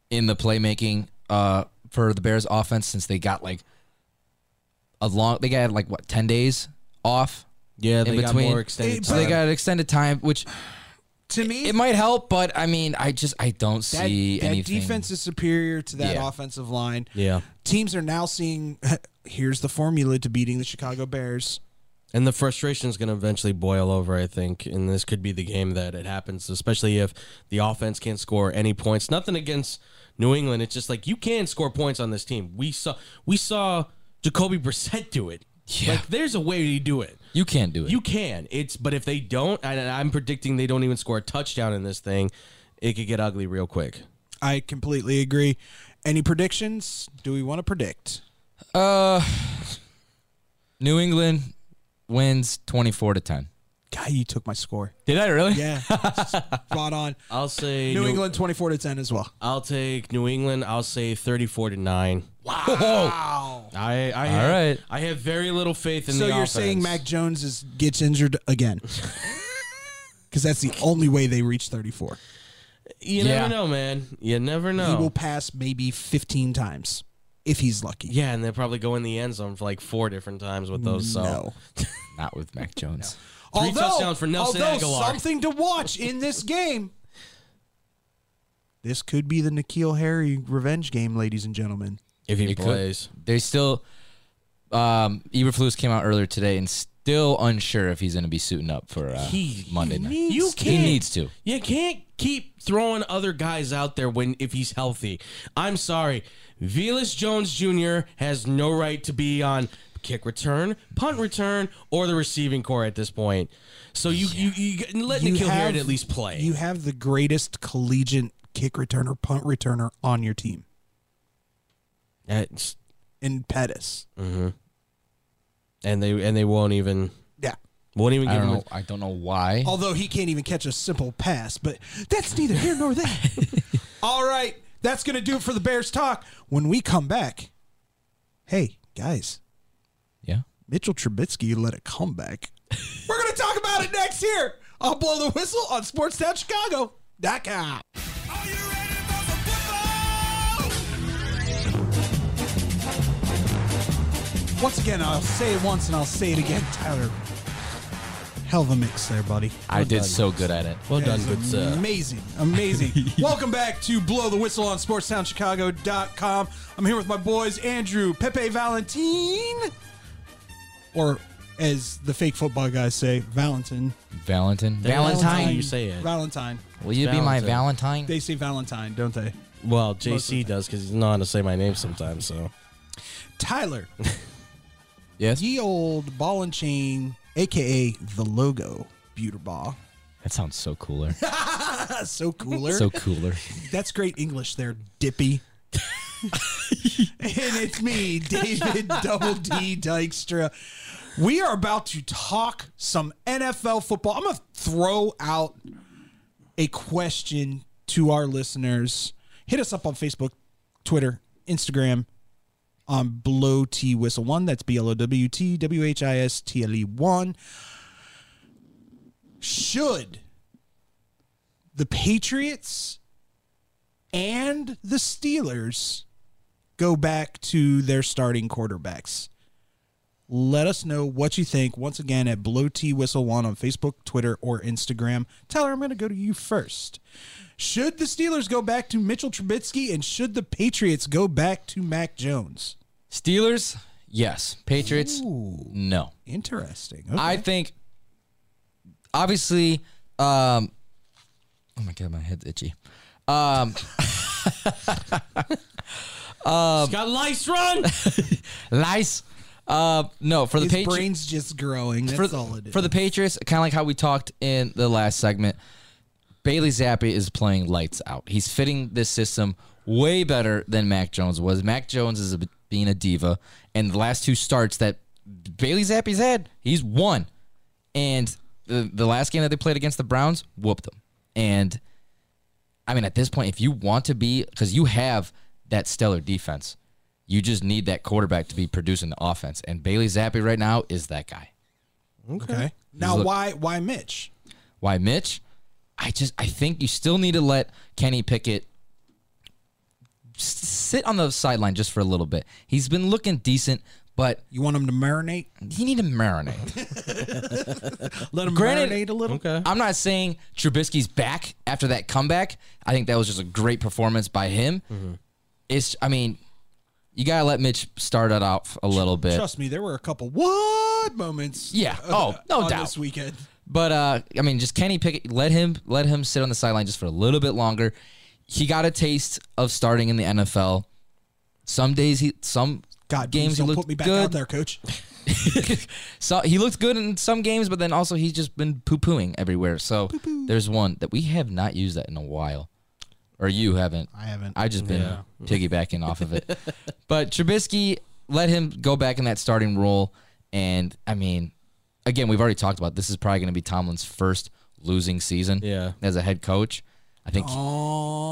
B: in the playmaking uh, for the Bears offense since they got like a long, they got like what, 10 days off?
D: Yeah, they got
B: between.
D: more extended.
B: So they
D: time.
B: got extended time, which
F: to me,
B: it might help, but I mean, I just, I don't
F: that,
B: see
F: that
B: anything.
F: defense is superior to that
B: Yeah.
F: offensive line.
D: yeah,
F: Teams are now seeing. Here's the formula to beating the Chicago Bears.
D: and the frustration is going to eventually boil over. I think, and this could be the game that it happens, especially if the offense can't score any points. Nothing against New England. It's just like you can score points on this team. We saw we saw Jacoby Brissett do it.
B: Yeah.
D: Like there's a way to do it.
B: You can't do it.
D: You can. It's but if they don't, and I'm predicting they don't even score a touchdown in this thing, it could get ugly real quick.
F: I completely agree. Any predictions? Do we want to predict?
B: uh, New England wins 24 to 10.
F: Guy, you took my score.
B: Did I really?
F: Yeah, spot on.
D: I'll say
F: New England twenty-four to ten as well.
D: I'll take New England. I'll say 34 to 9.
F: Wow.
D: I I
B: All
D: have,
B: right.
D: I have very little faith in
F: So
D: the
F: you're
D: offense.
F: saying Mac Jones is gets injured again? Because that's the only way they reach thirty-four.
D: You
B: Yeah.
D: never know, man. You never know.
F: He will pass maybe fifteen times if he's lucky.
D: yeah, and they'll probably go in the end zone for like four different times with those. So
F: No.
B: Not with Mac Jones.
D: Three touchdowns for Nelson
F: although
D: Aguilar.
F: something to watch in this game. This could be the Nikhil Harry revenge game, ladies and gentlemen.
D: if he
B: It could.
D: plays.
B: They still, um, Eberflus came out earlier today and still unsure if he's going to be suiting up for uh,
D: He-
B: Monday night.
D: You
B: he
D: can't.
B: needs to.
D: You can't keep throwing other guys out there when if he's healthy. I'm sorry, Velas Jones Jr. has no right to be on kick return, punt return, or the receiving core at this point. So you you, you let
F: You
D: Nikhil
F: have-
D: Harrod at least play.
F: You have the greatest collegiate kick returner, punt returner on your team
D: That's-
F: in Pettis.
D: and they and they won't even
F: Yeah.
D: won't even
B: I
D: give
B: don't
D: him.
B: know.
D: a-
B: I don't know why.
F: Although he can't even catch a simple pass, but that's neither here nor there. All right. That's going to do it for the Bears talk. When we come back, hey, guys,
B: Yeah.
F: Mitchell Trubisky let it come back. We're going to talk about it next here. I'll blow the whistle on SportsTownChicago.com.
A: Are you ready for some football?
F: Once again, I'll say it once and I'll say it again, Tyler. Hell of a mix there, buddy.
B: I did so good at it.
D: well done, good sir.
F: Amazing, amazing. Welcome back to Blow the Whistle on SportsTownChicago.com. I'm here with my boys, Andrew, Pepe Valentin, or as the fake football guys say, Valentin.
B: Valentine.
D: Valentine. you say it.
F: Valentine.
B: Will you be my Valentine?
F: They say Valentine, don't they?
D: Well, JC does because he's not how to say my name sometimes. So
F: Tyler,
B: yes.
F: ye old ball and chain, aka the logo, Buterbaugh.
B: That sounds so cooler.
F: That's so cooler.
B: so cooler.
F: That's great English there, Dippy. and it's me, David Double D Dykstra. We are about to talk some NFL football. I'm going to throw out a question to our listeners. Hit us up on Facebook, Twitter, Instagram, on Blow T Whistle One. That's B L O W T W H I S T L E One. Should the Patriots and the Steelers go back to their starting quarterbacks. Let us know what you think once again at Blow T Whistle One on Facebook, Twitter, or Instagram. Tyler, I'm going to go to you first. Should the Steelers go back to Mitchell Trubisky and should the Patriots go back to Mac Jones?
B: Steelers. Yes. Patriots. No.
F: Interesting. Okay.
B: I think obviously um oh my god my head's itchy. Um
F: Uh,
D: He's got lice run.
B: lice. Uh, no, for the
F: His
B: Patriots
F: brain's just growing. That's
B: for,
F: all it is.
B: for the Patriots, kind of like how we talked in the last segment, Bailey Zappi is playing lights out. He's fitting this system way better than Mac Jones was. Mac Jones is a being a diva. And the last two starts that Bailey Zappi's had, he's won. And the, the last game that they played against the Browns, whooped them. And I mean, at this point, if you want to be, because you have that stellar defense, you just need that quarterback to be producing the offense. And Bailey Zappi right now is that guy.
F: Okay. Now,
B: look-
F: why why Mitch?
B: Why, Mitch? I just I think you still need to let Kenny Pickett s- sit on the sideline just for a little bit. He's been looking decent, but
F: You want him to marinate?
B: he need to marinate.
F: Let him
B: Granted-
F: marinate a little.
D: Okay.
B: I'm not saying Trubisky's back after that comeback. I think that was just a great performance by him. It's I mean, you gotta let Mitch start it off a little bit.
F: Trust me, there were a couple what moments.
B: Yeah.
F: uh,
B: Oh, no
F: on
B: doubt.
F: This weekend.
B: But uh, I mean, just Kenny Pickett, let him let him sit on the sideline just for a little bit longer. He got a taste of starting in the NFL. Some days he some
F: God,
B: games
F: games
B: he
F: don't
B: looked
F: put me back
B: good.
F: out there, Coach.
B: So he looked good in some games, but then also he's just been poo pooing everywhere. So there's one that we have not used that in a while, or you haven't. I
F: haven't.
B: I just been piggybacking off of it. But Trubisky, let him go back in that starting role, and I mean, again, we've already talked about this is probably going to be Tomlin's first losing season.
D: Yeah.
B: as a head coach, I think.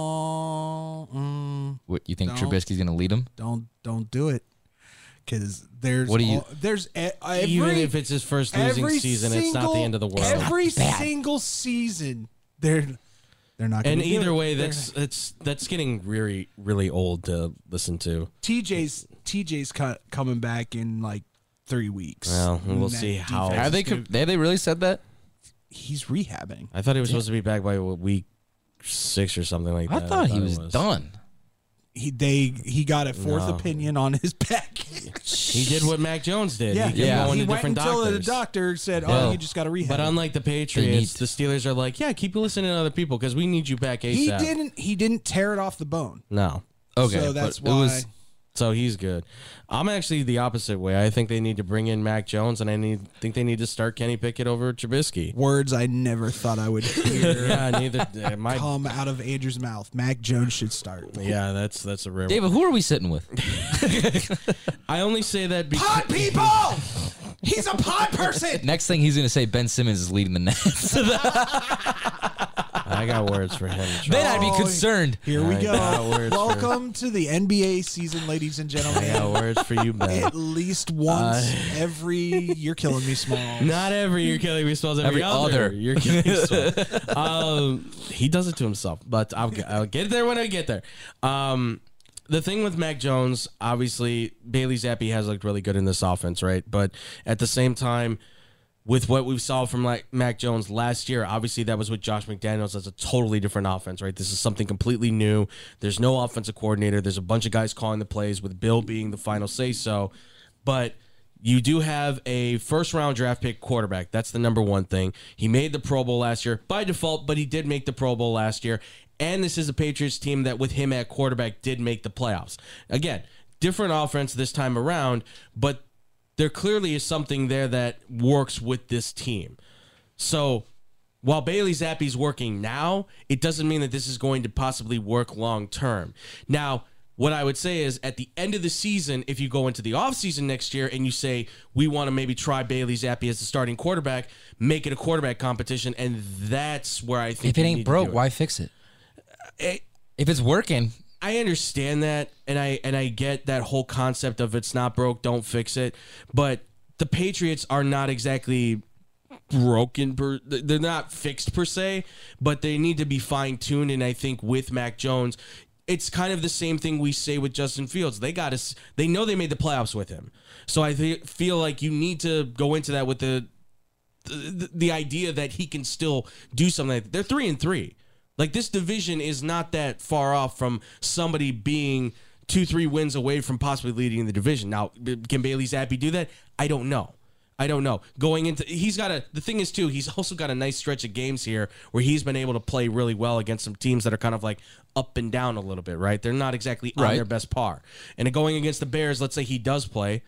F: Oh, mm,
B: what, you think
F: don't.
B: Trubisky's going to lead him?
F: don't don't do it, because there's
B: What do you-
F: all- there's e- every,
D: Even if it's his first losing
F: every
D: season, it's not the
F: single-
D: end of the world.
F: Every single season, they're they're not. Gonna
D: and
F: do
D: either
F: it.
D: way,
F: They're-
D: that's it's that's getting really really old to listen to.
F: TJ's TJ's co- coming back in like three weeks.
D: Well, we'll
F: And that
D: see how-
F: defense
B: Have
D: Have
B: they
F: is gonna-
B: have they really said that?
F: He's rehabbing.
D: I thought he was supposed to be back by what, week six or something like
B: I
D: that.
B: thought he
D: it
B: was done.
F: He they he got a fourth
D: No.
F: opinion on his back.
D: He did what Mac Jones did.
F: yeah,
D: he kept
B: Yeah.
D: going
F: He
D: to
F: went
D: different
F: until
D: doctors.
F: the doctor said, "Oh,
B: Well,
F: you just got to rehab."
D: But unlike the Patriots,
B: need-
D: the Steelers are like, yeah, keep listening to other people because we need you back ASAP.
F: he didn't he didn't tear it off the bone.
D: No.
B: Okay,
F: so
B: but
F: that's
B: it
F: why.
B: was
D: So he's good. I'm actually the opposite way. I think they need to bring in Mac Jones, and I need think they need to start Kenny Pickett over Trubisky.
F: words I never thought I would hear
D: yeah, neither. uh, My,
F: come out of Andrew's mouth. Mac Jones should start.
D: yeah, that's that's a rare. one.
B: David. Who are we sitting with?
D: I only say that because
F: Pod people! He's a pod person!
B: Next thing he's gonna say, Ben Simmons is leading the Nets.
D: I got words for him. Charles.
B: then I'd be
F: Oh,
B: concerned.
F: Here we
D: I
F: go.
D: got words for-
F: Welcome to the NBA season, ladies and
D: I got
F: gentlemen.
D: words for you, Ben.
F: At least once every. You're killing me, small.
D: Not every you're killing me smells
B: Every
D: every, other.
B: other.
D: You're killing me smells. um, he does it to himself, but I'll, get- I'll get there when I get there. Um, the thing with Mac Jones, obviously, Bailey Zappi has looked really good in this offense, right? But at the same time, with what we saw from like Mac Jones last year, obviously that was with Josh McDaniels. That's a totally different offense, right? This is something completely new. There's no offensive coordinator. There's a bunch of guys calling the plays, with Bill being the final say so. But you do have a first round draft pick quarterback. That's the number one thing. He made the Pro Bowl last year by default, but he did make the Pro Bowl last year. And this is a Patriots team that, with him at quarterback, did make the playoffs. Again, different offense this time around, but there clearly is something there that works with this team. So while Bailey Zappi's working now, it doesn't mean that this is going to possibly work long term. Now, what I would say is at the end of the season, if you go into the offseason next year and you say, we want to maybe try Bailey Zappi as the starting quarterback, make it a quarterback competition. And that's where I think
B: If it
D: you
B: ain't
D: need to
B: broke,
D: do it.
B: why fix it? If it's working,
D: I understand that, and I and I get that whole concept of it's not broke, don't fix it. But the Patriots are not exactly broken per they're not fixed per se but they need to be fine-tuned and i think with mac jones it's kind of the same thing we say with justin fields they got us they know they made the playoffs with him so i thi- feel like you need to go into that with the the, the idea that he can still do something like that. they're three and three like this division is not that far off from somebody being two three wins away from possibly leading the division now b- can bailey zappi do that i don't know I don't know. Going into he's got a the thing is too, he's also got a nice stretch of games here where he's been able to play really well against some teams that are kind of like up and down a little bit, right? They're not exactly on
B: Right.
D: their best par. And going against the Bears, let's say he does play,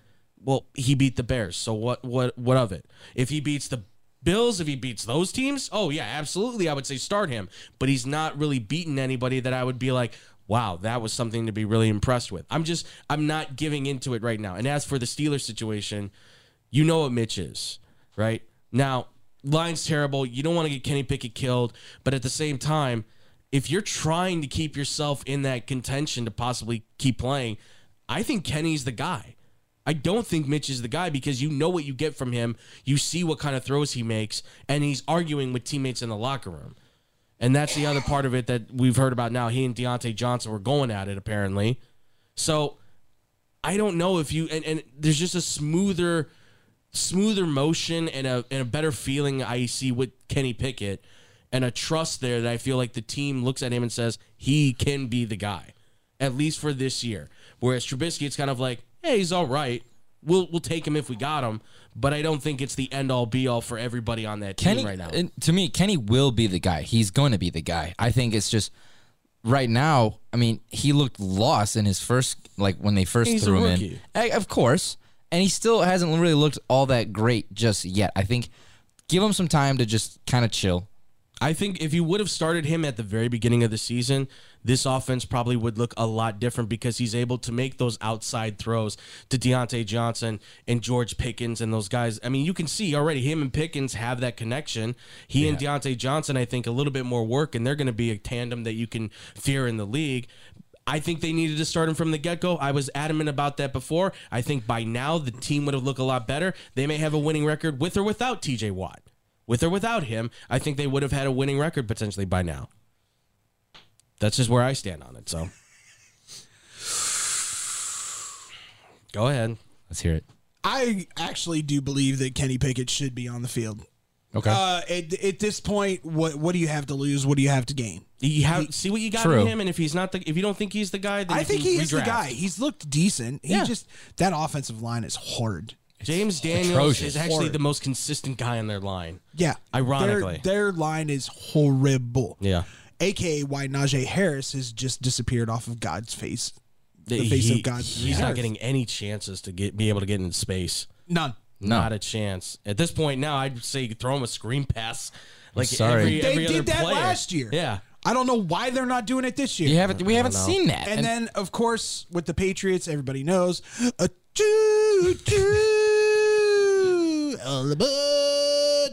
D: well, he beat the Bears. So what what what of it? If he beats the Bills, if he beats those teams, oh yeah, absolutely I would say start him. But he's not really beaten anybody that I would be like, wow, that was something to be really impressed with. I'm just, I'm not giving into it right now. And as for the Steelers situation, you know what Mitch is, right? Now, line's terrible. You don't want to get Kenny Pickett killed. But at the same time, if you're trying to keep yourself in that contention to possibly keep playing, I think Kenny's the guy. I don't think Mitch is the guy because you know what you get from him. You see what kind of throws he makes, and he's arguing with teammates in the locker room. And that's the other part of it that we've heard about now. He and Deontay Johnson were going at it apparently. So I don't know if you and, and there's just a smoother smoother motion and a and a better feeling I see with Kenny Pickett and a trust there that I feel like the team looks at him and says he can be the guy. At least for this year. Whereas Trubisky it's kind of like, hey, he's all right. We'll we'll take him if we got him, but I don't think it's the end all be all for everybody on that team
B: Kenny,
D: right now.
B: and to me, Kenny will be the guy. He's going to be the guy. I think it's just right now. I mean, he looked lost in his first, like when they first
D: He's a
B: threw him in.
D: rookie.
B: Eh, of course, and he still hasn't really looked all that great just yet. I think give him some time to just kind of chill.
D: I think if you would have started him at the very beginning of the season, this offense probably would look a lot different because he's able to make those outside throws to Deontay Johnson and George Pickens and those guys. I mean, you can see already him and Pickens have that connection. He and Deontay Johnson, I think, a little bit more work, and they're going to be a tandem that you can fear in the league. I think they needed to start him from the get go. I was adamant about that before. I think by now the team would have looked a lot better. They may have a winning record with or without TJ Watt with or without him, I think they would have had a winning record potentially by now. That's just where I stand on it. So go ahead.
B: Let's hear it.
F: I actually do believe that Kenny Pickett should be on the field.
B: Okay.
F: Uh, at, at this point, what what do you have to lose? What do you have to gain?
D: You have see what you got
B: True.
D: in him, and if he's not the, if you don't think he's the guy, then
F: I
D: you
F: think
D: can
F: he is the
D: redraft.
F: guy. He's looked decent. He
D: Yeah.
F: just that offensive line is hard.
D: James Daniels
B: atrocious.
D: is actually the most consistent guy on their line.
F: Yeah,
D: Ironically.
F: their, their line is horrible.
D: Yeah.
F: aka why Najee Harris has just disappeared off of God's face. The face
D: He-
F: of God.
D: He's not getting any chances to get be able to get in space.
F: none.
B: No.
D: Not a chance. At this point now, I'd say throw him a screen pass. Like
B: sorry.
D: every,
F: They
D: every other
F: did that
D: player.
F: last year.
D: Yeah.
F: I don't know why they're not doing it this year.
B: You haven't. We haven't seen that.
F: And, then, of course, with the Patriots, everybody knows a choo choo all aboard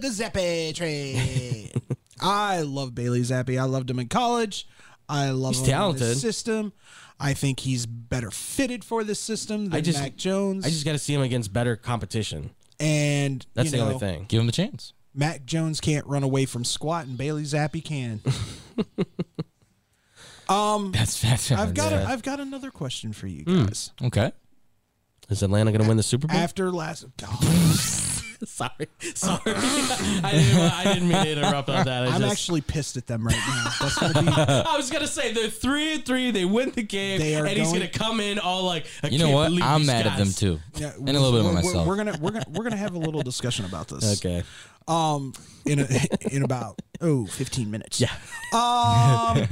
F: the Zappe train. I love Bailey Zappi. I loved him in college. I love
D: He's
F: him in
D: talented.
F: this system. I think he's better fitted for this system than
D: just-
F: Mac Jones.
D: I just got to see him against better competition.
F: and you
D: That's the
F: know,
D: only thing.
B: give him a chance.
F: Mac Jones can't run away from squat, and Bailey Zappi can.
B: That's that's.
F: I've got a, I've got another question for you
D: Hmm.
F: guys.
B: okay.
D: Is Atlanta going to win the Super Bowl?
F: After last, God,
D: sorry, sorry. I, didn't, I didn't mean to interrupt on that. I,
F: I'm
D: just-
F: actually pissed at them right now. That's gonna be
D: I was gonna say they're three and three. They win the game,
F: They are
D: and he's
F: going-
D: gonna come in all like, I
B: You know
D: can't
B: what?
D: believe
B: I'm
D: these
B: mad at them
D: guys.
B: too,
F: Yeah,
B: and a little bit
F: we're-
B: of
F: we're-
B: myself.
F: We're, gonna we're gonna we're gonna have a little discussion about this.
D: Okay,
F: Um, in a, in about oh 15 minutes. Yeah. Um,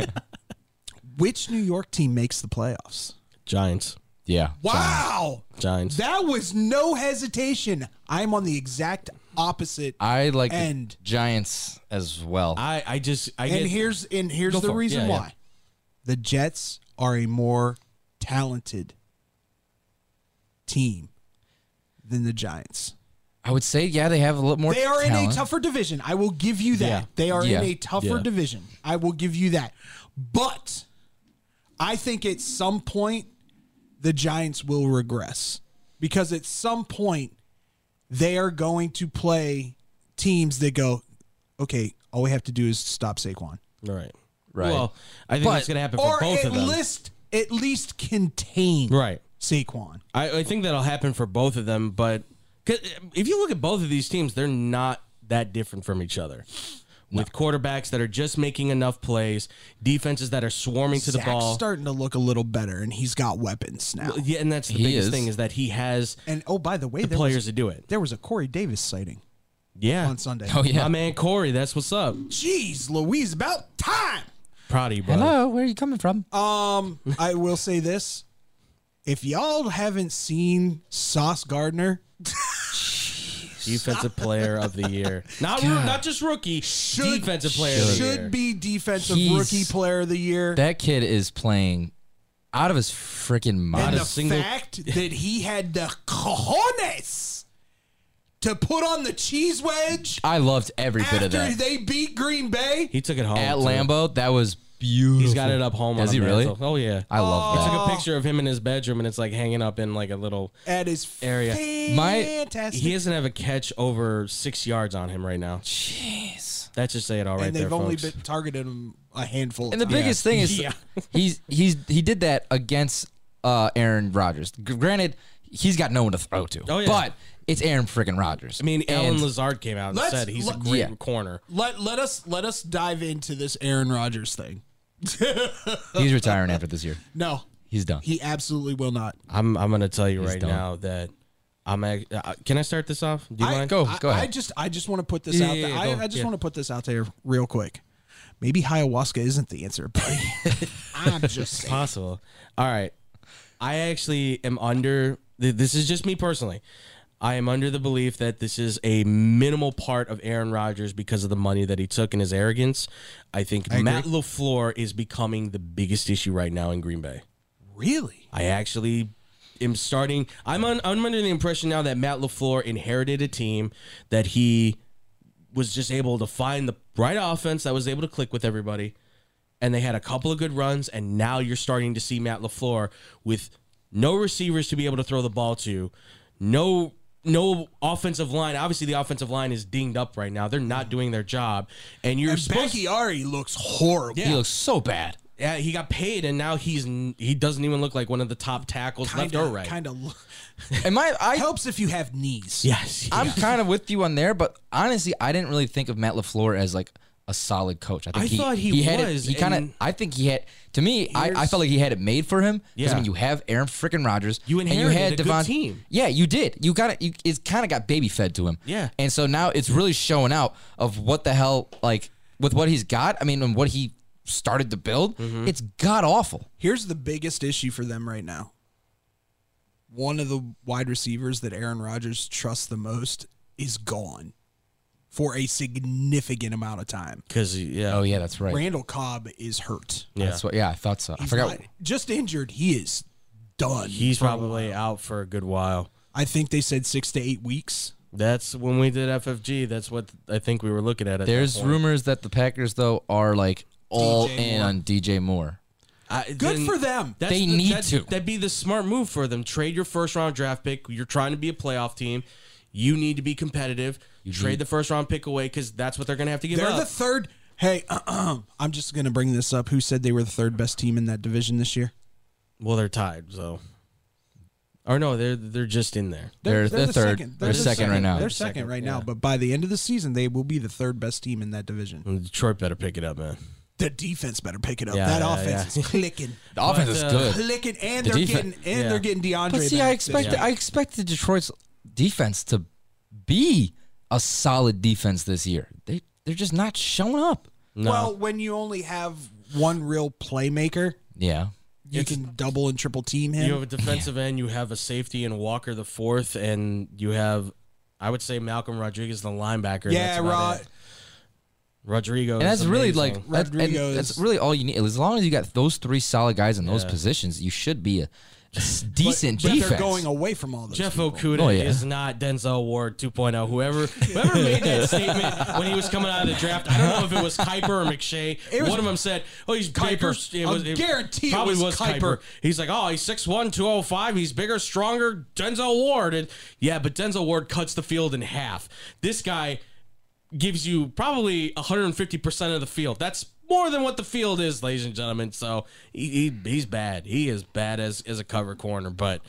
F: which New York team makes the playoffs?
D: Giants,
B: yeah.
F: Wow,
D: Giants.
F: that was no hesitation. I'm on the exact opposite.
B: I like the
F: And-
B: Giants as well.
D: I, I just, I
F: and
D: get
F: here's and here's
D: Go
F: the
D: for it.
F: reason
D: Yeah, yeah.
F: why. The Jets are a more talented team than the Giants.
B: I would say, yeah, they have a little more.
F: They are in
B: talent.
F: a tougher division. I will give you that.
D: Yeah.
F: They are
B: Yeah.
F: in a tougher
D: Yeah.
F: division. I will give you that. But I think at some point the Giants will regress because at some point they are going to play teams that go, okay, all we have to do is stop Saquon.
D: all right,
B: Right.
D: Well, I think
B: But-
D: that's gonna happen for
F: Or
D: both
F: at
D: of them.
F: least at least contain
D: right.
F: Saquon.
D: I, I think that'll happen for both of them, but 'cause if you look at both of these teams, they're not that different from each other. With quarterbacks that are just making enough plays, defenses that are swarming to the
F: Zach's
D: ball.
F: starting to look a little better and he's got weapons now.
D: yeah, and that's the
B: He
D: biggest
B: is.
D: thing is that he has
F: And oh by the way,
D: the
F: there
D: players
F: was,
D: to do it.
F: there was a Corey Davis sighting
D: Yeah.
F: on Sunday.
B: Oh yeah.
D: My man Corey, that's what's up.
F: Jeez, Louise, about time.
D: Proud of you, brother.
B: Hello, Uh, where are you coming from?
F: Um, I will say this: if y'all haven't seen Sauce Gardner,
D: Defensive player of the year. Not ro- not just rookie, defensive player of the year.
F: should be defensive
B: He's-
F: rookie player of the year.
B: that kid is playing out of his freaking mind.
F: and
D: a
F: the
D: single-
F: fact that he had the cojones to put on the cheese wedge
B: I loved every bit
F: after
B: of that
F: they beat Green Bay.
D: He took it home
B: at
D: too.
B: Lambeau. That was beautiful.
D: He's got it up home.
B: Does
D: on
B: he
D: a
B: really?
D: mantle. Oh yeah.
B: I love
D: I
B: that.
D: took a picture of him in his bedroom, and it's like hanging up in like a little
F: That is
D: area.
B: My-
F: fantastic.
D: He doesn't have a catch over six yards on him right now. Jeez, that just say it all right
F: and
D: there,
F: they've only
D: folks.
F: been targeted him a handful.
B: And the
F: of times.
B: biggest thing is he's he's he did that against uh, Aaron Rodgers. G- granted, he's got no one to throw to.
D: Oh, yeah.
B: But it's Aaron freaking Rodgers.
D: I mean, Alan
B: And-
D: Lazard came out and
F: Let's-
D: said he's a
F: let-
D: great
B: yeah.
D: corner.
F: let let us let us dive into this Aaron Rodgers thing.
B: he's retiring after this year.
F: No,
B: He's done.
F: he absolutely will not.
D: I'm I'm gonna tell you right
B: dumb.
D: now that I'm. ac- Uh, can I start this off? Do you
F: I,
D: mind?
B: Go,
F: I-
B: go ahead.
F: I just I just want to put this
D: Yeah,
F: out
D: yeah,
F: there.
D: yeah,
F: I,
D: go,
F: I just
D: yeah.
F: want to put this out there real quick. Maybe ayahuasca isn't the answer, but I'm just saying.
D: possible. All right. I actually am under th- this is just me personally. I am under the belief that this is a minimal part of Aaron Rodgers because of the money that he took and his arrogance. I think Matt LaFleur is becoming the biggest issue right now in Green Bay.
F: Really?
D: I actually am starting. I'm on. I'm under the impression now that Matt Lafleur inherited a team that he was just able to find the right offense that was able to click with everybody, and they had a couple of good runs. And now you're starting to see Matt Lafleur with no receivers to be able to throw the ball to, no. No offensive line. Obviously, the offensive line is dinged up right now. They're not doing their job, and you're supposed to
F: Becchiari looks horrible.
B: He looks so bad.
D: yeah, he got paid, and now he's n- he doesn't even look like one of the top tackles
F: Kind
D: left or
F: of,
D: right.
F: kind of.
B: Am I I
F: Helps if you have knees.
D: Yes,
B: I'm kind of with you on there, but honestly, I didn't really think of Matt Lafleur as like a solid coach. I think
D: I
B: he,
D: thought he
B: had it-
D: was,
B: he kind
D: and-
B: of. I think he had. To me, I, I felt like he had it made for him. Because
D: Yeah.
B: I mean, you have Aaron freaking Rodgers.
D: You
B: and
D: inherited a good
B: Devon-
D: team.
B: Yeah, you did. You got it. You, it's kind of got baby fed to him.
D: Yeah.
B: And so now it's really showing out of what the hell like with what he's got. I mean, and what he started to build.
D: Mm-hmm.
B: It's god awful.
F: Here's the biggest issue for them right now. One of the wide receivers that Aaron Rodgers trusts the most is gone for a significant amount of time.
D: because yeah,
B: Oh yeah, that's right.
F: Randall Cobb is hurt.
D: yeah.
B: That's what. Yeah, I thought so. I
F: He's
B: forgot.
F: not- just injured. He is done.
D: he's probably out for a good while.
F: I think they said six to eight weeks.
D: That's when we did FFG. That's what I think we were looking at. at that
B: There's
D: point.
B: rumors that the Packers though are like all
F: DJ
B: in
F: Moore.
B: on DJ Moore.
D: I-
F: Good
D: then-
F: for them.
D: That's
B: They
D: the-
B: need
D: that's-
B: to.
D: That'd be the smart move for them. Trade your first round draft pick. You're trying to be a playoff team. You need to be competitive. Trade the first round pick away because that's what they're gonna have to give
F: They're
D: up.
F: the third. Hey, I'm just gonna bring this up. Who said they were the third best team in that division this year?
D: well, they're tied. So, or no, they're they're just in there.
B: They're- they're
F: the
B: third.
F: the
B: They're second right now.
F: They're
B: They're
F: second,
D: second,
F: right
D: yeah.
F: now. But by the end of the season, they will be the third best team in that division.
D: Detroit better pick it up, man.
F: The defense better pick it up.
D: Yeah,
F: that
D: yeah,
F: offense
D: yeah.
F: is clicking,
B: The offense is
D: uh,
B: good.
F: clicking, and
B: The
F: they're
B: defen-
F: getting and
D: yeah.
F: they're getting DeAndre.
B: But see,
F: back
B: I
F: this
B: expected
F: year.
B: I expected Detroit's defense to be a solid defense this year. They they're just not showing up.
F: Well, when you only have one real playmaker,
B: Yeah.
F: you can double and triple team
D: You
F: him.
D: have a defensive end, you have a safety in Walker the fourth, and you have, I would say, Malcolm Rodriguez, the linebacker. and
F: yeah,
D: that's about
F: Rod.
D: it. Rodrigo.
B: And
D: is
B: that's really
D: amazing.
B: like that, and
F: Rodrigo
B: that's
F: is-
B: really all you need. As long as you got those three solid guys in those
D: Yeah.
B: positions, you should be a, a s- decent
F: But
B: defense.
F: they're going away from all those.
D: Jeff
F: people.
D: Okuda
B: Oh, yeah.
D: is not Denzel Ward 2.0. Whoever whoever made that statement when he was coming out of the draft, I don't know if it was Kuiper or McShay.
F: was-
D: One of them said, "Oh, he's bigger."
F: Kuiper. I'll guarantee it
D: probably
F: was Kuiper.
D: He's like, "Oh, he's 6'1", 205. He's bigger, stronger. Denzel Ward." And yeah, but Denzel Ward cuts the field in half. This guy gives you probably 150 percent of the field. That's more than what the field is, ladies and gentlemen. So he, he he's bad. He is bad as as a cover corner, but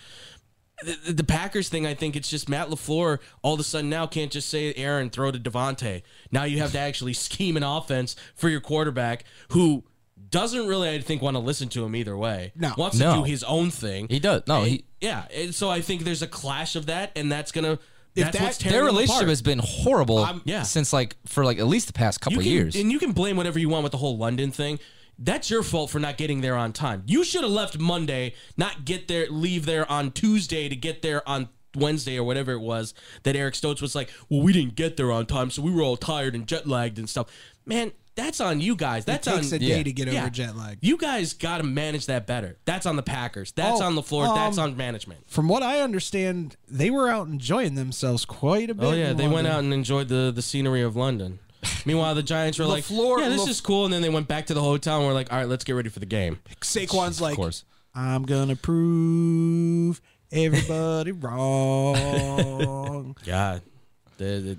D: the, the Packers thing, I think it's just Matt LaFleur all of a sudden now can't just say Aaron, throw to Devontae. Now you have to actually scheme an offense for your quarterback who doesn't really, I think, want to listen to him either way.
F: No.
D: Wants
B: No.
D: to do his own thing.
B: He does. No,
D: And-
B: he-
D: yeah. And so I think there's a clash of that, and that's gonna that's
F: that-
D: what's tearing
B: Their
D: them
B: relationship
D: apart.
B: has been horrible
D: I'm- yeah.
B: since like for like at least the past couple
D: you can,
B: years.
D: And you can blame whatever you want with the whole London thing. That's your fault for not getting there on time. You should have left Monday, not get there, leave there on Tuesday to get there on Wednesday or whatever it was that Eric Stokes was like, well, we didn't get there on time, so we were all tired and jet lagged and stuff. Man, That's on you guys. That's
F: takes
D: on
F: a day to get over
D: yeah.
F: jet lag.
D: You guys got to manage that better. That's on the Packers. That's
F: Oh,
D: on the floor. that's
F: um,
D: on management.
F: From what I understand, they were out enjoying themselves quite a bit.
D: Oh yeah,
F: in
D: they went
F: London.
D: out and enjoyed the the scenery of London. Meanwhile, the Giants were like,
F: LaFleur-
D: "Yeah, this
F: La-
D: is cool," and then they went back to the hotel and were like, "All right, let's get ready for the game."
F: Saquon's like,
D: of course.
F: I'm gonna prove everybody wrong.
D: God, The- the-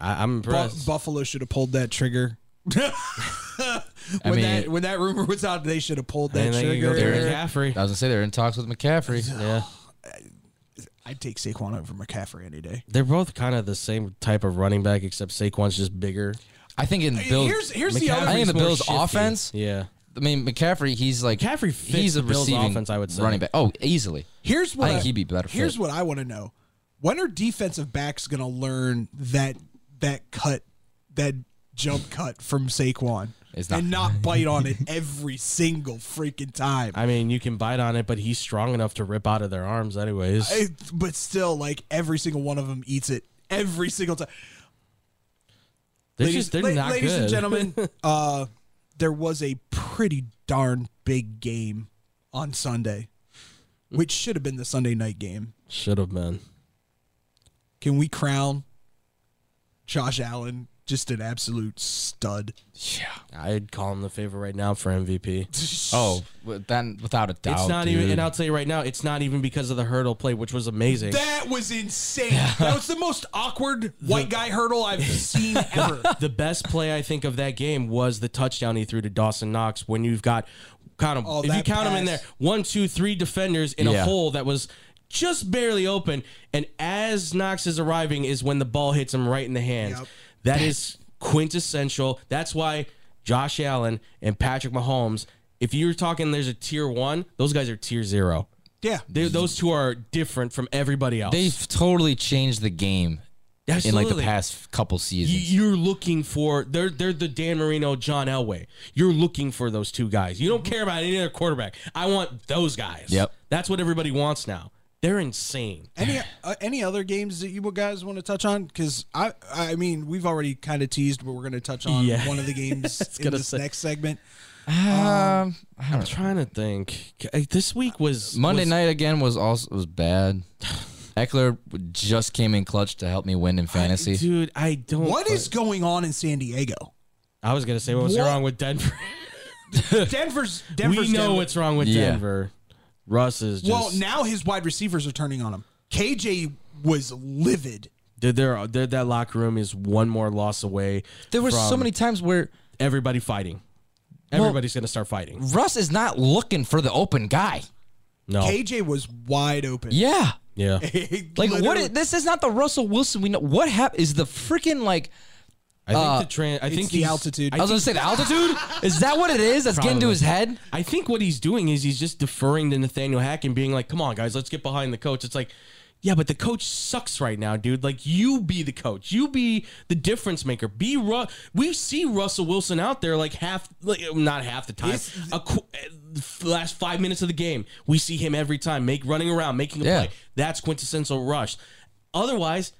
D: I, I'm
F: Bu-
D: impressed.
F: Buffalo should have pulled that trigger. when
B: mean-
F: that when that rumor was out, they should have pulled
D: and
F: that
D: then you go
F: trigger.
D: to McCaffrey.
B: I was gonna say they're in talks with McCaffrey.
D: Yeah,
F: I'd take Saquon over McCaffrey any day.
D: they're both kind of the same type of running back, except Saquon's just bigger.
B: I think in Bills,
F: here's- here's the other
B: I think in the
D: He's more
B: Bills'
D: shifty.
B: offense.
D: Yeah,
B: I mean McCaffrey, he's like
D: McCaffrey fits
B: he's a
D: the Bills'
B: receiving
D: offense, I would say.
B: running back. Oh, easily.
F: Here's what
B: I think he'd be better fit.
F: Here's what I want to know: When are defensive backs going to learn that that cut, that jump cut from Saquon,
B: It's not-
F: and not bite on it every single freaking time?
D: I mean, you can bite on it, but he's strong enough to rip out of their arms, anyways.
F: I- but still, like every single one of them eats it every single time.
D: they're
F: ladies
D: just they're
F: la-
D: not
F: ladies
D: good.
F: and gentlemen, uh, there was a pretty darn big game on Sunday, which should have been the Sunday night game.
D: should have been.
F: Can we crown Josh Allen just an absolute stud?
D: I'd call him the favorite right now for MVP.
B: Oh, w- then without a doubt.
D: It's not even,
B: dude.
D: and I'll tell you right now, it's not even because of the hurdle play, which was amazing.
F: That was insane. That was the most awkward white guy hurdle I've seen ever.
D: the best play I think of that game was the touchdown he threw to Dawson Knox. When you've got count him,
F: Oh,
D: if you
F: that
D: count him in there,
F: pass.
D: one, two, three defenders in a
B: Yeah.
D: hole that was just barely open, and as Knox is arriving, is when the ball hits him right in the hands.
F: Yep.
D: That is quintessential. That's why Josh Allen and Patrick Mahomes. If you're talking, there's a tier one. Those guys are tier zero.
F: Yeah.
D: They, those two are different from everybody else.
B: They've totally changed the game in like
D: Absolutely.
B: the past couple seasons.
D: You- You're looking for they're they're the Dan Marino, John Elway. You're looking for those two guys. You don't
F: Mm-hmm.
D: care about any other quarterback. I want those guys.
B: Yep.
D: that's what everybody wants now. They're insane.
F: Any uh, any other games that you guys want to touch on? Because I I mean we've already kind of teased, but we're going to touch on
D: Yeah.
F: one of the games in
D: gonna
F: this
D: say-
F: next segment.
B: um, I don't
D: I'm trying to think. K- This week was
B: Monday
D: was-
B: night again was also was bad. Eckler just came in clutch to help me win in fantasy.
D: dude. I don't.
F: What is going on in San Diego?
D: I was gonna say what was
F: What?
D: wrong with Denver.
F: Denver's Denver's
D: we know
F: Denver.
D: what's wrong with
B: Yeah.
D: Denver. Russ is just
F: well now his wide receivers are turning on him. KJ was livid.
D: dude, they're, they're, that locker room is one more loss away.
B: there were so
D: from
B: many times where
D: everybody fighting. Everybody's gonna start fighting.
B: Russ is not looking for the open guy.
D: No,
F: KJ was wide open.
B: Yeah.
D: Oh. yeah.
B: Like what?
F: Literally-
B: Is, this is not the Russell Wilson we know. What happened is the freaking like.
D: I think
B: Uh,
D: the tran- I think
F: the
D: he's-
F: altitude.
B: I,
D: I
B: was gonna say the altitude. is that what it is? That's getting to
D: Probably.
B: his head.
D: I think what he's doing is he's just deferring to Nathaniel Hack and being like, "Come on, guys, let's get behind the coach." It's like, yeah, but the coach sucks right now, dude. Like, you be the coach, you be the difference maker. Be Ru- We see Russell Wilson out there like half, like not half the time. A qu- uh, the last five minutes of the game, we see him every time, make running around, making a
B: Yeah.
D: play. That's quintessential rush. Otherwise,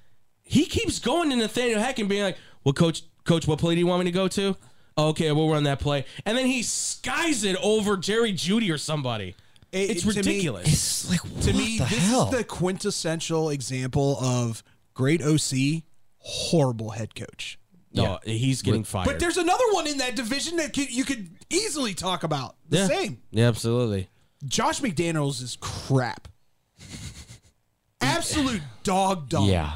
D: he keeps going to Nathaniel Hack and being like, "Well, coach, coach, what play do you want me to go to?" Oh, Okay, we'll run that play, and then he skies it over Jerry Judy or somebody.
F: It-
D: it's
F: to me-
D: ridiculous.
B: It's like what
F: to me,
B: the
F: this
B: hell?
F: is the quintessential example of great OC, horrible head coach.
D: no, he's getting fired.
F: But there's another one in that division that could, you could easily talk about. The
D: yeah.
F: same.
D: Yeah, absolutely.
F: Josh McDaniels is crap. Absolute dog dog.
B: yeah.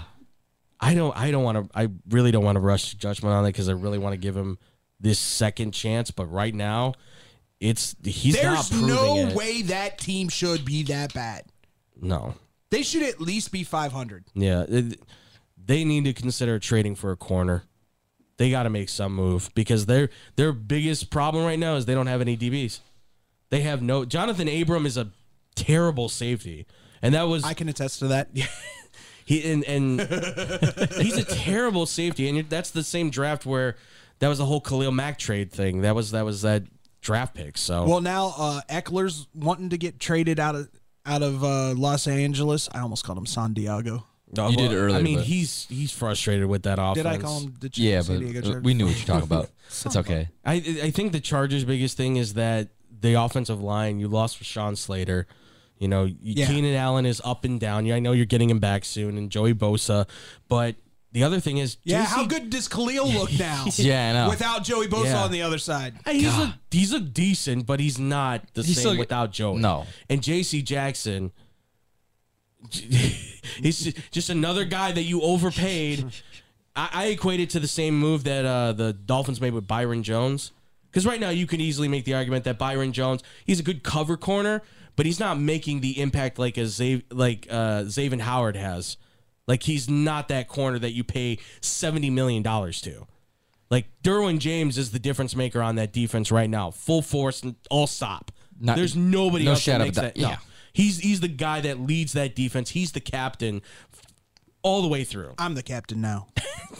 D: I don't. I don't want to. I really don't want to rush to judgment on it because I really want to give him this second chance. But right now, it's he's not
F: There's
D: proving
F: no
D: it.
F: way that team should be that bad.
D: No.
F: They should at least be 500.
D: Yeah, it- they need to consider trading for a corner. They got to make some move because their their biggest problem right now is they don't have any DBs. They have no Jonathan Abram is a terrible safety, and that was
F: I can attest to that.
D: he and, and he's a terrible safety, and that's the same draft where that was the whole Khalil Mack trade thing. That was that was that draft pick. So
F: Well, now uh, Eckler's wanting to get traded out of out of uh, Los Angeles. I almost called him San Diego.
B: You did it earlier,
D: I mean,
B: but-
D: he's he's frustrated with that offense.
F: Did I call him the Ch-
B: Yeah,
F: San Diego
B: but uh,
F: Chargers?
B: we knew what you're talking about. It's okay.
D: I I think the Chargers' biggest thing is that the offensive line. You lost Rashawn Slater. You know, you- Keenan Allen is up and down. Yeah, I know you're getting him back soon, and Joey Bosa. But the other thing is,
F: Yeah,
D: JC
F: how good does Khalil look now?
B: Yeah, I know.
F: Without Joey Bosa
D: Yeah.
F: on the other side.
D: Hey, He's look, he's look decent, but he's not the
B: He's
D: same
B: still-
D: without Joey.
B: No.
D: and J.C. Jackson, he's ju- just another guy that you overpaid. I, I equate it to the same move that uh, the Dolphins made with Byron Jones, because right now you could easily make the argument that Byron Jones he's a good cover corner, but he's not making the impact like a Zav, like uh, Zaven Howard has. Like he's not that corner that you pay seventy million dollars to. Like Derwin James is the difference maker on that defense right now. Full force and all stop.
B: Not-
D: There's nobody
B: no
D: else that
B: shadow of
D: makes
B: a
D: that.
B: doubt.
D: no.
B: Yeah.
D: He's he's the guy that leads that defense. He's the captain all the way through.
F: I'm the captain now.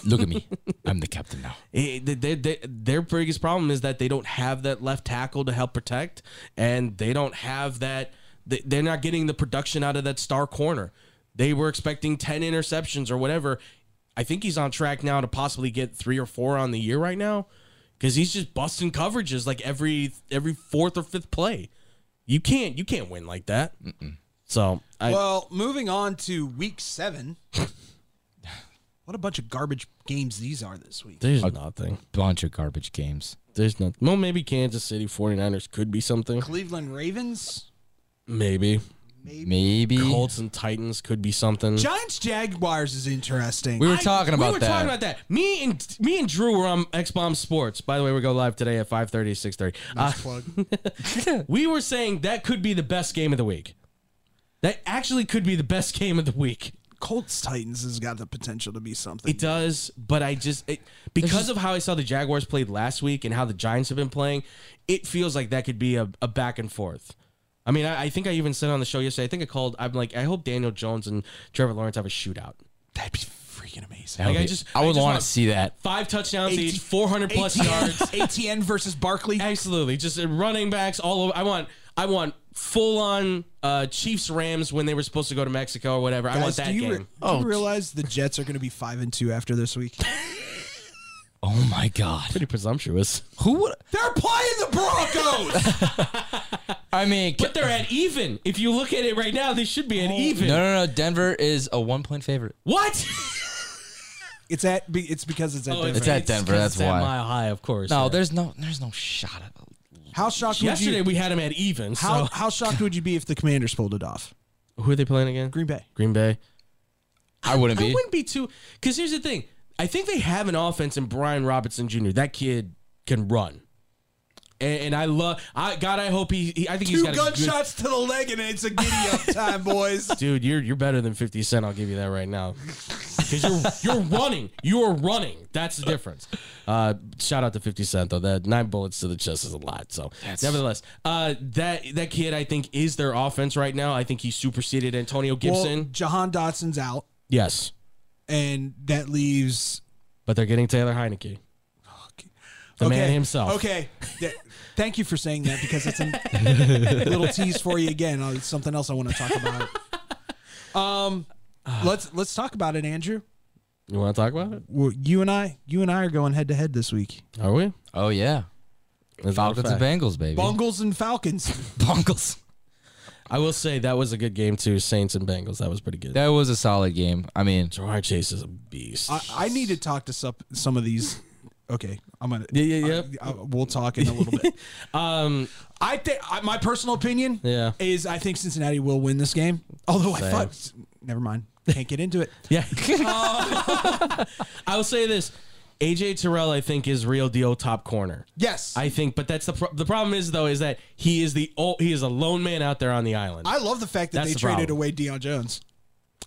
B: Look at me. I'm the captain now.
D: It- Eh, they- they- they- their biggest problem is that they don't have that left tackle to help protect, and they don't have that. they- They're not getting the production out of that star corner. They were expecting ten interceptions or whatever. I think he's on track now to possibly get three or four on the year right now, because he's just busting coverages like every every fourth or fifth play. You can't you can't win like that. So I,
F: well, moving on to week seven. what a bunch of garbage games these are this week.
D: there's nothing.
B: Bunch of garbage games.
D: There's nothing. Well, maybe Kansas City 49ers could be something.
F: Cleveland Ravens,
D: Maybe.
B: Maybe.
D: Colts and Titans could be something.
F: Giants, Jaguars is interesting.
B: We were
D: I-
B: talking about
D: we were
B: that.
D: talking about that. Me and me and Drew were on X Bomb Sports. By the way, we go live today at 5:30 6:30. Uh, we were saying that could be the best game of the week. That actually could be the best game of the week.
F: Colts Titans has got the potential to be something.
D: It does, but I just it, because of how I saw the Jaguars played last week and how the Giants have been playing, it feels like that could be a, a back and forth. I mean, I, I think I even said on the show yesterday. I think I called. I'm like, I hope Daniel Jones and Trevor Lawrence have a shootout.
F: That'd be freaking amazing.
B: That would
D: Like, I
B: be-
D: just-
B: I
D: I
B: would
D: just
B: want
D: want-
B: to see that.
D: Five touchdowns
F: AT
D: each, 400 plus yards.
F: ATN versus Barkley.
D: Absolutely, just uh, running backs all over. I want, I want full on uh, Chiefs Rams when they were supposed to go to Mexico or whatever. I want
F: Guys,
D: that
F: do you,
D: game.
F: re- do you realize the Jets are going to be five and two after this week?
B: Oh my god.
D: Pretty presumptuous.
B: Who would?
F: They're playing the Broncos.
B: I mean,
D: But they're at even. If you look at it right now, they should be at even.
B: no, no, no. Denver is a one point favorite.
D: What?
F: it's at. be- It's because it's at. Denver.
B: It's at Denver,
D: 'cause
B: that's
D: Oh, it's at
B: why.
D: Mile High, of course.
B: No,
D: Yeah.
B: there's no, there's no shot at
F: How shocked would
D: Yesterday
F: you?
D: we had them at even. So
F: How how shocked would you be if the Commanders pulled it off?
D: who are they playing again?
F: Green Bay.
D: Green Bay.
B: I wouldn't
D: I
B: be.
D: wouldn't be too. Because here's the thing. I think they have an offense in Brian Robinson Jr. That kid can run. And, and I love. I God, I hope he. he I think he's got a good-
F: to the leg, and it's a giddy up time, boys.
D: dude. You're you're better than Fifty Cent. I'll give you that right now. Because you're you're running. You're running. That's the difference. Uh, shout out to Fifty Cent though. That nine bullets to the chest is a lot. So nevertheless, uh, that that kid I think is their offense right now. I think he superseded Antonio Gibson.
F: Well, Jahan Dotson's out,
D: yes,
F: and that leaves
D: but they're getting Taylor Heineke. The man himself.
F: Okay. Th- Thank you for saying that because it's a little tease for you again. Uh, It's something else I want to talk about. Um, let's let's talk about it, Andrew.
D: You want to talk about it?
F: Well, you and I, you and I are going head to head this week.
D: Are we?
B: Oh yeah,
D: As a matter of
B: Falcons and
D: fact.
B: Bengals, baby.
F: Bungles and Falcons.
B: Bungles.
D: I will say that was a good game too. Saints and Bengals. That was pretty good.
B: That was a solid game. I mean,
D: Jamar Chase is a beast.
F: I, I need to talk to some some of these. Okay, I'm gonna.
D: Yeah, yeah, yeah.
F: I- I- we'll talk in a little bit.
D: um,
F: I think I- my personal opinion
D: Yeah.
F: is I think Cincinnati will win this game. Although I
D: Same.
F: thought, never mind, can't get into it.
D: Yeah. I will say this. AJ Terrell, I think, is real deal top corner.
F: Yes,
D: I think, but that's the pro- the problem is though is that he is the o- he is a lone man out there on the island.
F: I love the fact that
D: That's
F: they
D: the
F: traded
D: problem.
F: away Deion Jones.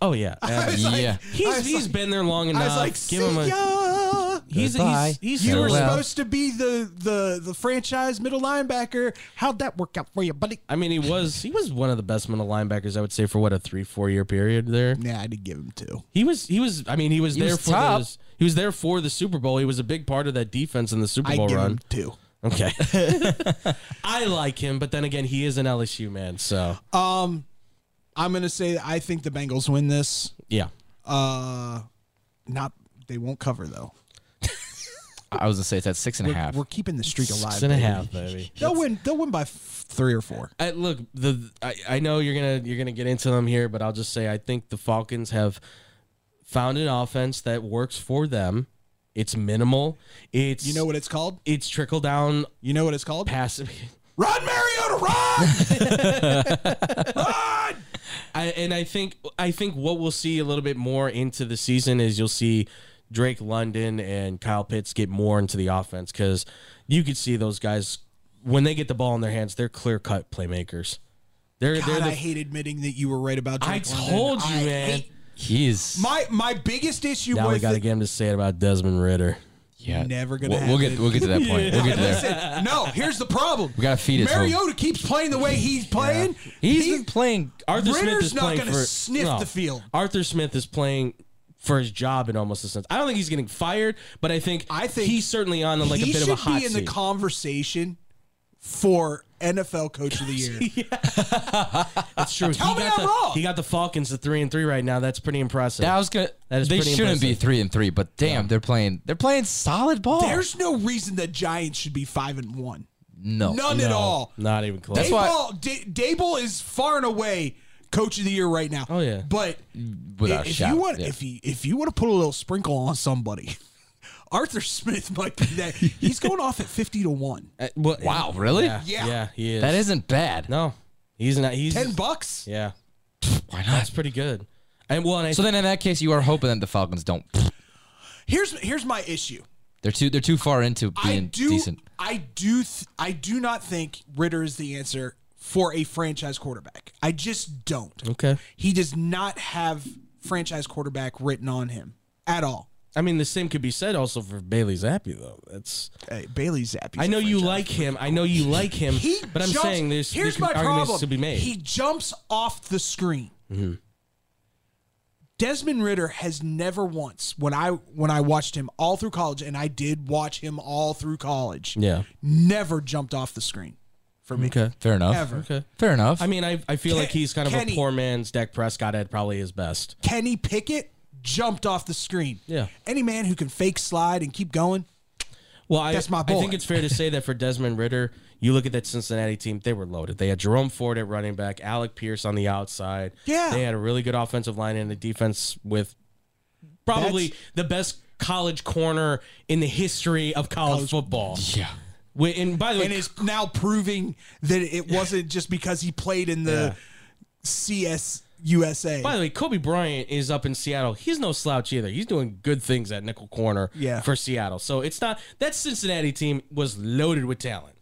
D: oh yeah,
F: was like-
B: yeah.
F: I
D: he's
F: was
D: he's
F: like-
D: been there long enough.
F: I was like,
D: Give him
F: "See
D: a
F: ya."
D: he's
B: Goodbye.
D: he's he's
B: You
F: You were
B: Farewell.
F: supposed to be the the the franchise middle linebacker. How'd that work out for you, buddy?
D: I mean, he was he was one of the best middle linebackers I would say for what a three four year period there.
F: Nah, I didn't give him two.
D: He was he was I mean he was there
B: was
D: for
B: top.
D: those, he was there for the Super Bowl. He was a big part of that defense in the Super
F: I
D: Bowl
F: give
D: run.
F: him two.
D: Okay, I like him, but then again, he is an LSU man, so
F: I'm gonna say I think the Bengals win this.
D: yeah.
F: Uh, not they won't cover though.
B: I was gonna say it's at six and a half.
F: We're keeping the streak alive.
D: Six and a
F: baby.
D: half, baby.
F: They'll win. They'll win by f- three or four.
D: I, look, the I, I know you're gonna you're gonna get into them here, but I'll just say I think the Falcons have found an offense that works for them. It's minimal. It's
F: You know what it's called?
D: it's trickle down
F: You know what it's called?
D: passive.
F: Run, Mariota, run!
D: I, and I think I think what we'll see a little bit more into the season is you'll see Drake London and Kyle Pitts get more into the offense because you could see those guys when they get the ball in their hands, they're clear cut playmakers. They're they're
F: God, I
D: the
F: hate admitting that you were right about.
D: I
F: Drake London.
D: told you,
F: I
D: man.
F: hate-
B: he is.
F: my my biggest issue
D: now we
F: was
D: got to
F: that
D: get him to say it about Desmond Ritter.
B: yeah,
F: never gonna
B: We'll, we'll get
F: happen.
B: we'll get to that point. We'll get to there.
F: Listen, no, here's the problem. We
B: gotta feed it to him.
F: Mariota keeps playing the way he's playing.
B: He's
F: He-
B: been playing.
D: Arthur Smith
F: Ritter's
D: is
F: not
D: playing
F: gonna
D: for
F: sniff the field.
D: Arthur Smith is playing for his job in almost a sense. I don't think he's getting fired, but I think
F: I think
D: he's certainly on like a
F: he
D: bit
F: should
D: of a hot
F: be in
D: seat.
F: the conversation for NFL Coach of the Year.
D: That's true.
F: Tell
D: he
F: me
D: got
F: I'm
D: the,
F: wrong.
D: He got the Falcons to three and three right now. That's pretty impressive.
B: I was gonna.
D: That is
B: they
D: pretty
B: shouldn't be
D: impressive.
B: three and three, but damn, they're playing. They're playing solid ball.
F: There's no reason the Giants should be five and one.
B: no.
F: None at
D: No,
F: all.
D: Not even close.
B: That's why-
F: Dayball, D- Dable is far and away Coach of the Year right now.
D: Oh, yeah.
F: but
B: Without a
F: if
B: shout,
F: you want,
B: yeah.
F: if you if you want to put a little sprinkle on somebody, Arthur Smith might be that. He's going off at fifty to one.
D: Uh, well,
B: Wow, really?
D: Yeah,
F: Yeah.
D: yeah, he is.
B: That isn't bad.
D: no. He's not. He's
F: Ten bucks.
D: Yeah,
B: Why
D: that's
B: not?
D: pretty good. And well, and I,
B: So then, in that case, you are hoping that the Falcons don't.
F: Here's here's my issue.
B: They're too. They're too far into
F: I
B: being
F: do
B: decent.
F: I do th- I do not think Ritter is the answer for a franchise quarterback. I just don't.
D: okay.
F: He does not have franchise quarterback written on him at all.
D: I mean, the same could be said also for Bailey Zappi though. That's.
F: Hey, Bailey Zappi.
D: I know you like him. I know you like him.
F: He
D: but I'm
F: jumps-
D: saying there's
F: here's my
D: there's arguments
F: problem.
D: to be made. Mm-hmm.
F: He jumps off the screen. Desmond Ritter has never once when I when I watched him all through college, and I did watch him all through college.
D: yeah.
F: never jumped off the screen for me.
D: Okay.
B: Fair enough.
F: Ever.
D: Okay.
B: Fair enough.
D: I mean, I I feel like he's kind of
F: Kenny-
D: a poor man's Dak Prescott at probably his best.
F: Kenny Pickett jumped off the screen.
D: Yeah.
F: Any man who can fake slide and keep going.
D: Well, I,
F: That's my
D: I think
F: boy.
D: it's fair to say that for Desmond Ritter, you look at that Cincinnati team, they were loaded. They had Jerome Ford at running back, Alec Pierce on the outside.
F: Yeah.
D: They had a really good offensive line and a defense with probably the best college corner in the history of college, football.
B: yeah.
D: Wi- And by the
F: And
D: way,
F: is now proving that it wasn't just because he played in the CS USA.
D: by the way, Kobe Bryant is up in Seattle. He's no slouch either. He's doing good things at nickel corner
F: Yeah.
D: for Seattle. So it's not that Cincinnati team was loaded with talent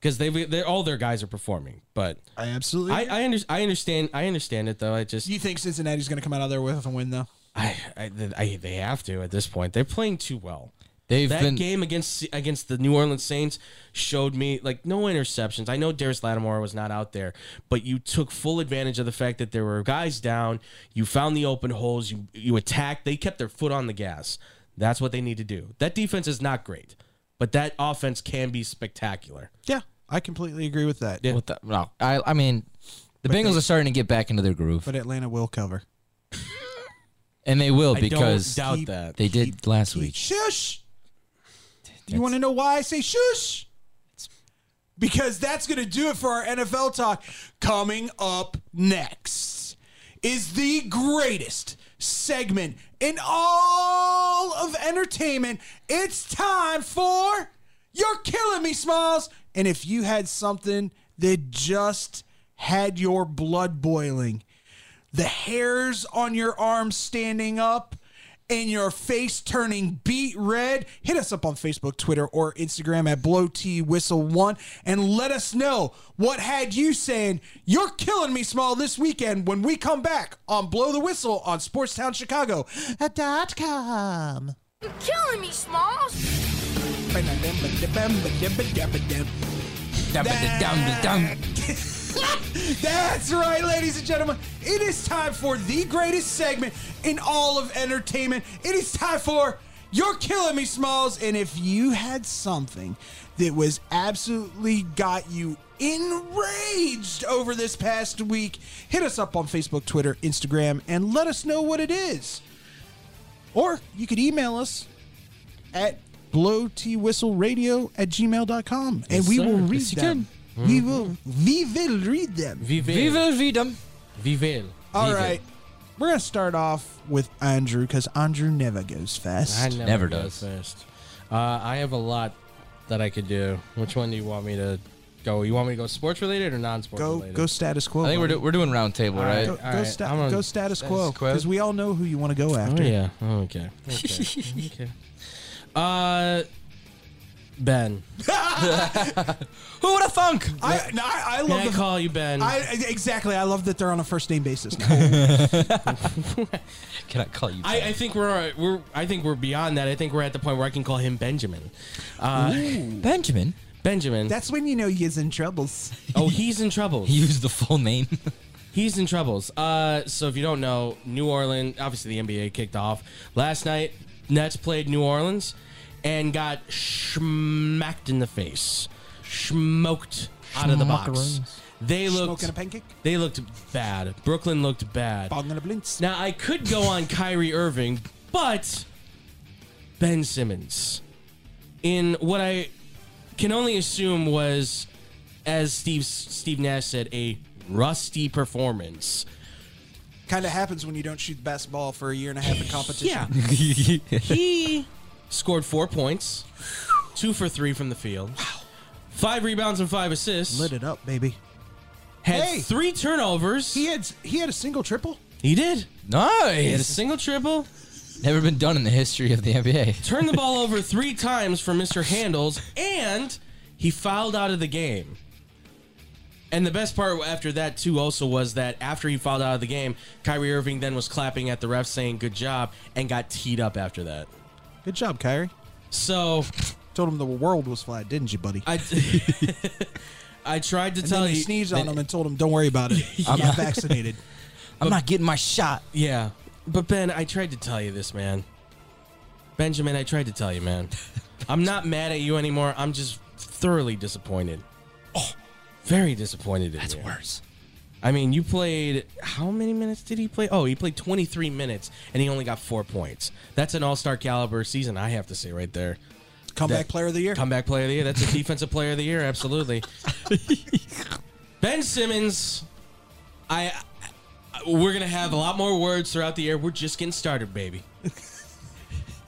D: because they they all their guys are performing, but.
F: I absolutely.
D: I I, under, I understand I understand it though. I just
F: you think Cincinnati's going to come out of there with a win, though?
D: I, I, I they have to at this point. They're playing too well.
B: They've
D: that
B: been.
D: game against against the New Orleans Saints showed me like no interceptions. I know Darius Lattimore was not out there, but you took full advantage of the fact that there were guys down. You found the open holes. You you attacked. They kept their foot on the gas. That's what they need to do. That defense is not great, but that offense can be spectacular.
F: Yeah, I completely agree with that.
B: what the, no. I. I mean, the Bengals are starting to get back into their groove,
F: But Atlanta will cover.
B: and they will
D: I
B: because
D: don't doubt
F: keep-
D: that.
B: they did last week.
F: Shush. You want to know why I say shush? Because that's going to do it for our NFL talk. Coming up next is the greatest segment in all of entertainment. It's time for You're Killing Me Smiles. And if you had something that just had your blood boiling, the hairs on your arms standing up and your face turning beet red, hit us up on Facebook, Twitter, or Instagram at Blow T Whistle One and let us know what had you saying, You're killing me, small, this weekend when we come back on Blow the Whistle on Sportstown Chicago. Dot com.
I: You're killing me, Smalls.
F: That's right, ladies and gentlemen. It is time for the greatest segment in all of entertainment. It is time for You're Killing Me, Smalls. And if you had something that was absolutely got you enraged over this past week, hit us up on Facebook, Twitter, Instagram, and let us know what it is. Or you could email us at blowtwhistleradio at gmail.com and we
D: sir.
F: will read
D: Yes, you Mm-hmm.
F: them. We will we will read them.
D: Vive.
B: Viva Vidum.
D: Vive.
F: All
D: Vive.
F: right. We're going to start off with Andrew because Andrew never goes fast.
D: I never,
B: Never
D: go
B: does.
D: first. Uh, I have a lot that I could do. Which one do you want me to go? You want me to go sports related or non-sports
F: go
D: related?
F: go status quo.
B: I think we're,
F: buddy.
B: do- we're doing round table, right?
F: Go,
D: All
F: go
D: right,
F: sta-
D: I'm on
F: go status
D: status
F: quo
D: quo.
F: because we all know who you want to go
D: Oh
F: after.
D: yeah. Oh, okay. Okay. okay. Uh, Ben.
B: Who would have thunk?
F: I, no, I, I
D: Can I
F: love the.
D: call you Ben?
F: I, exactly. I love that they're on a first name basis. now.
B: Can I call you?
D: I, I think we're uh, we're I think we're beyond that. I think we're at the point where I can call him Benjamin. Uh,
B: Benjamin.
D: Benjamin.
F: That's when you know he is in troubles.
D: oh, he's in trouble.
B: He used the full name.
D: He's in troubles. Uh, so if you don't know, New Orleans, obviously the NBA kicked off last night. Nets played New Orleans and got smacked in the face, smoked out of the box.
H: Schmuckaroos.
D: They looked
F: Smoking a pancake,
D: they looked bad. Brooklyn looked bad.
F: bong and a blintz.
D: Now I could go on Kyrie Irving, but Ben Simmons in what I can only assume was, as Steve Steve Nash said, a rusty performance.
F: Kind of happens when you don't shoot the basketball for a year and a half in competition.
D: Yeah. he scored four points, two for three from the field, five rebounds and five assists,
F: Lit it up, baby.
D: had
F: Hey.
D: three turnovers.
F: He had he had a single triple.
D: He did. He had a
B: nice.
D: single triple,
B: Never been done in the history of the NBA.
D: turned the ball over three times for Mr. Handles, and he fouled out of the game. And the best part after that too also was that after he fouled out of the game, Kyrie Irving then was clapping at the ref saying good job and got teed up after that.
F: Good job, Kyrie.
D: So
F: Told him the world was flat, didn't you, buddy?
D: I I tried to
F: and
D: tell
F: then he
D: you
F: sneezed on him and told him, "Don't worry about it. I'm not vaccinated."
B: I'm not getting my shot.
D: Yeah. But Ben, I tried to tell you this, man. Benjamin, I tried to tell you, man. I'm not mad at you anymore. I'm just thoroughly disappointed. Oh, very disappointed in That's you.
B: Worse.
D: I mean, you played how many minutes did he play? Oh, he played 23 minutes and he only got 4 points. That's an all-star caliber season, I have to say right there.
F: Comeback
D: That-
F: player of the year.
D: Comeback player of the year. That's a defensive player of the year. Absolutely. ben Simmons, I, I- we're gonna have a lot more words throughout the year. We're just getting started, baby.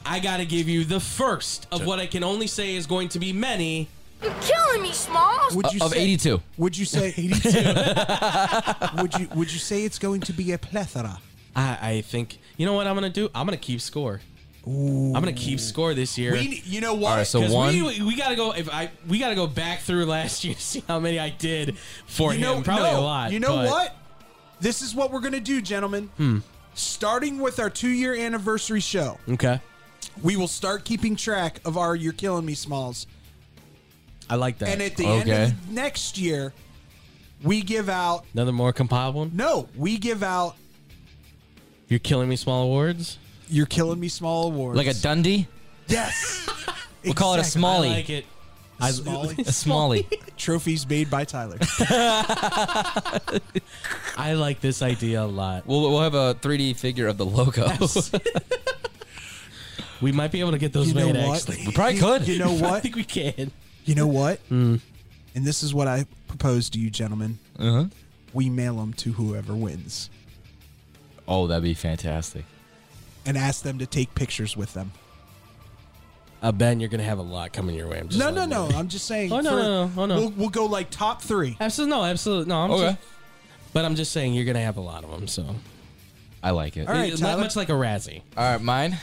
D: I gotta give you the first of what I can only say is going to be many.
I: You're killing me, Smalls.
F: would
B: of 82.
F: Would you say would you would you say it's going to be a plethora?
D: I, I think you know what I'm gonna do. I'm gonna keep score. I'm gonna keep score this year.
F: you know
B: All right, so
D: 'Cause
B: one.
D: we, we gotta go. If I we gotta go back through last year to see how many I did for
F: you
D: him.
F: know
D: Probably
F: no,
D: a lot.
F: You know
D: but- Hmm.
F: what? This is what we're gonna do, gentlemen. Starting with our two year anniversary show,
D: Okay,
F: we will start keeping track of our "You're Killing Me" smalls,
D: I like that.
F: and at the
B: Okay.
F: end of next year, we give out.
D: Another more compiled one.
F: No, we give out
D: You're killing me, small awards.
F: "You're Killing Me" small awards.
B: Like a Dundee?
F: yes,
B: We'll call it a
F: Exactly.
B: Smalley.
D: I like it.
F: Smalley.
B: a Smalley.
F: trophies made by Tyler.
D: I like this idea a lot.
B: we'll, we'll have a 3D figure of the logo.
D: We might be able to get those
F: You know
D: made.
F: what?
D: Actually,
B: we probably could.
F: You know
D: I
F: what?
D: think we can.
F: You know what?
B: Mm.
F: And this is what I propose to you, gentlemen.
B: Uh-huh.
F: We mail them to whoever wins
B: Oh, that'd be fantastic.
F: and ask them to take pictures with them.
D: Uh, ben, you're gonna have a lot coming your way. I'm just
F: No, no,
D: letting
F: no.
D: you know.
F: I'm just saying.
D: Oh, no,
F: for-
D: no, no, oh, no.
F: We'll, we'll go like top three.
D: Absolutely, no, absolutely, no. I'm
B: Okay.
D: just, but I'm just saying you're gonna have a lot of them. So,
B: I like it.
F: All right,
D: It- mu-
F: Tyler.
D: much like a Razzie.
B: All right, mine.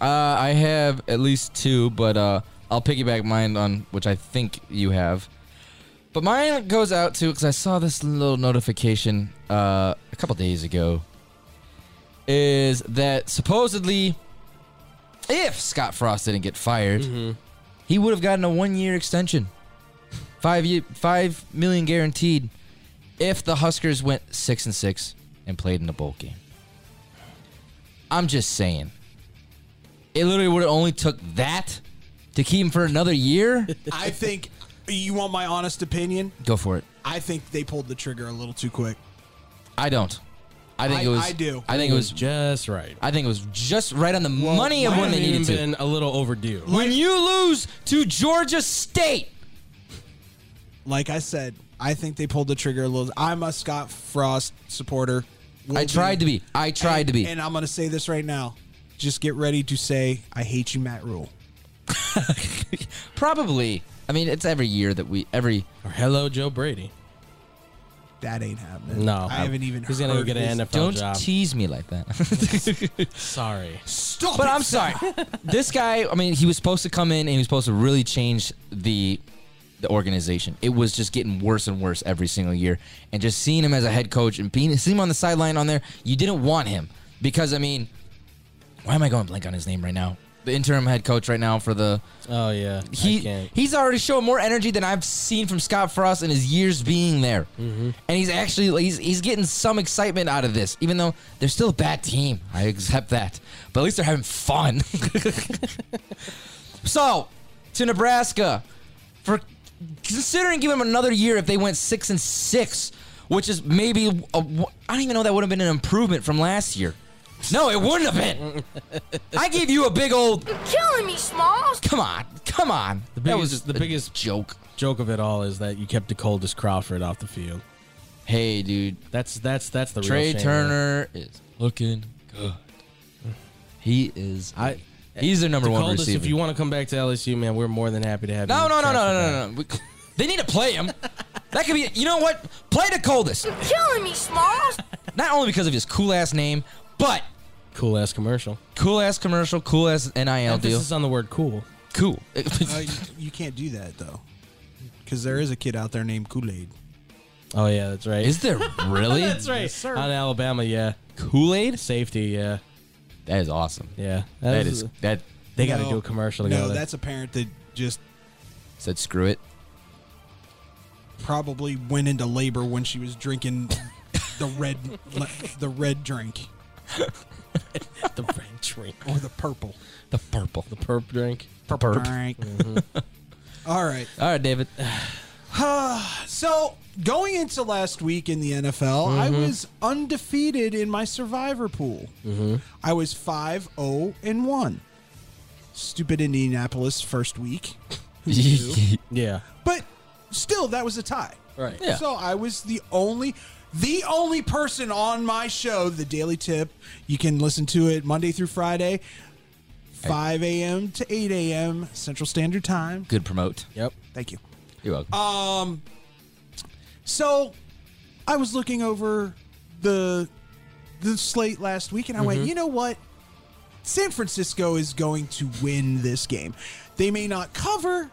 B: Uh, I have at least two, but uh, I'll piggyback mine on which I think you have. But mine goes out to because I saw this little notification uh, a couple days ago. Is that supposedly if Scott Frost didn't get fired, he would have gotten a one-year extension, five year, five million guaranteed, if the Huskers went six and six and played in a bowl game. I'm just saying. It literally would have only took that to keep him for another year.
F: I think you want my honest opinion.
B: Go for it.
F: I think they pulled the trigger a little too quick.
B: I don't. I think
J: I-
B: it was.
J: I do.
B: I think it was.
D: just right.
B: I think it was just right on the money of
D: Might
B: when they
D: have
B: needed
D: even
B: to.
D: been a little overdue.
B: When you lose to Georgia State,
F: Like I said, I think they pulled the trigger a little. I'm a Scott Frost supporter. Will
B: I tried to be. I tried to be.
F: And I'm gonna say this right now. Just get ready to say, I hate you, Matt Rule.
B: Probably. I mean, it's every year that we every.
D: Or hello, Joe Brady.
F: That ain't happening.
D: No,
F: I haven't even
D: He's gonna go
F: heard
D: get
F: his-
D: an NFL
B: Don't
D: job.
B: tease me like that.
D: Sorry.
F: Stop
B: but
F: it.
B: I'm sorry. this guy, I mean, he was supposed to come in and he was supposed to really change the the organization. It was just getting worse and worse every single year. And just seeing him as a head coach and being seeing him on the sideline on there, you didn't want him because I mean, why am I going blank on his name right now? The interim head coach right now for the
D: Oh yeah. I
B: he
D: can't.
B: he's already showing more energy than I've seen from Scott Frost in his years being there,
D: Mm-hmm.
B: and he's actually like, he's he's getting some excitement out of this, even though they're still a bad team. I accept that, but at least they're having fun. so, to Nebraska for considering giving them another year if they went six and six, which is maybe I I don't even know that would have been an improvement from last year. No, it wouldn't have been. I gave you a big old
I: You're killing me, Smalls.
B: Come on, come on. The
D: biggest- the biggest-
B: joke.
D: Joke of it all is that you kept DeColdis Crawford off the field.
B: Hey, dude,
D: That's that's that's the real
B: Trey
D: shame.
B: Turner is looking good. He is.
D: I-
B: he's their number one
D: DeColdis,
B: receiver.
D: if you want to come back to LSU, man, we're more than happy to have
B: no,
D: you.
B: no, no, no,
D: transfer
B: no, no,
D: back.
B: no. We- They need to play him. That could be. You know what? Play the coldest.
I: You're killing me, Smalls.
B: Not only because of his cool ass name, but
D: Cool ass commercial.
B: cool ass commercial, cool ass nil deal.
D: Emphasis on the word cool.
B: Cool.
F: Uh, you, you can't do that though, because there is a kid out there named Kool Aid.
D: Oh yeah, that's right.
B: is there really?
D: that's right. On Alabama, yeah.
B: Kool Aid.
D: Safety, yeah,
B: That is awesome.
D: yeah.
B: That
D: was-
B: is that
D: They got to
F: No.
D: do a commercial
F: No,
D: together.
F: that's a parent that just
B: said. Screw it.
F: probably went into labor when she was drinking the red le- the red drink
D: the red drink,
F: or the purple
B: The purple.
D: the perp drink. Mm-hmm.
F: purple drink. All right.
B: All right, David.
F: So going into last week in the NFL, I
D: Mm-hmm.
F: was undefeated in my survivor pool.
D: Mm-hmm.
F: I was 5 0 and 1. Stupid Indianapolis first week.
D: Yeah,
F: But still, that was a tie.
D: right.
B: Yeah.
F: So I was the only the only person on my show, The Daily Tip. You can listen to it Monday through Friday, 5 a.m. to 8 a.m. Central Standard Time.
B: Good promote.
D: Yep.
F: Thank you.
B: You're
D: Uh,
B: welcome.
F: So I was looking over the the slate last week and I went, you know what? San Francisco is going to win this game. They may not cover,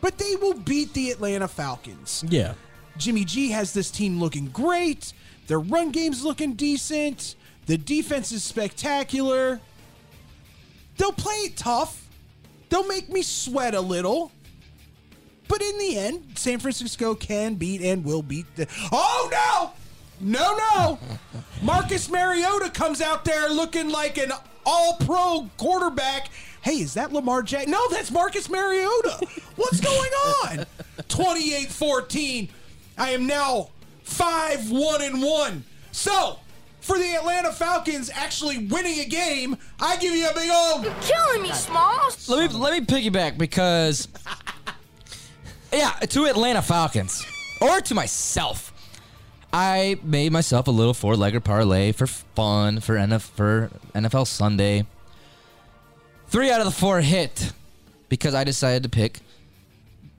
F: but they will beat the Atlanta Falcons.
D: Yeah.
F: Jimmy G has this team looking great. Their run game's looking decent. The defense is spectacular. They'll play it tough. They'll make me sweat a little. But in the end, San Francisco can beat and will beat the. Oh no! No, no! Marcus Mariota comes out there looking like an all pro quarterback. Hey, is that Lamar Jack? No, that's Marcus Mariota. What's going on? 28 14. I am now 5 1 and 1. So, for the Atlanta Falcons actually winning a game, I give you a big old.
I: You're killing me, Smalls.
B: Let me let me piggyback because yeah, to Atlanta Falcons or to myself. I made myself a little four-legger parlay for fun for NF, for NFL Sunday. Three out of the four hit because I decided to pick.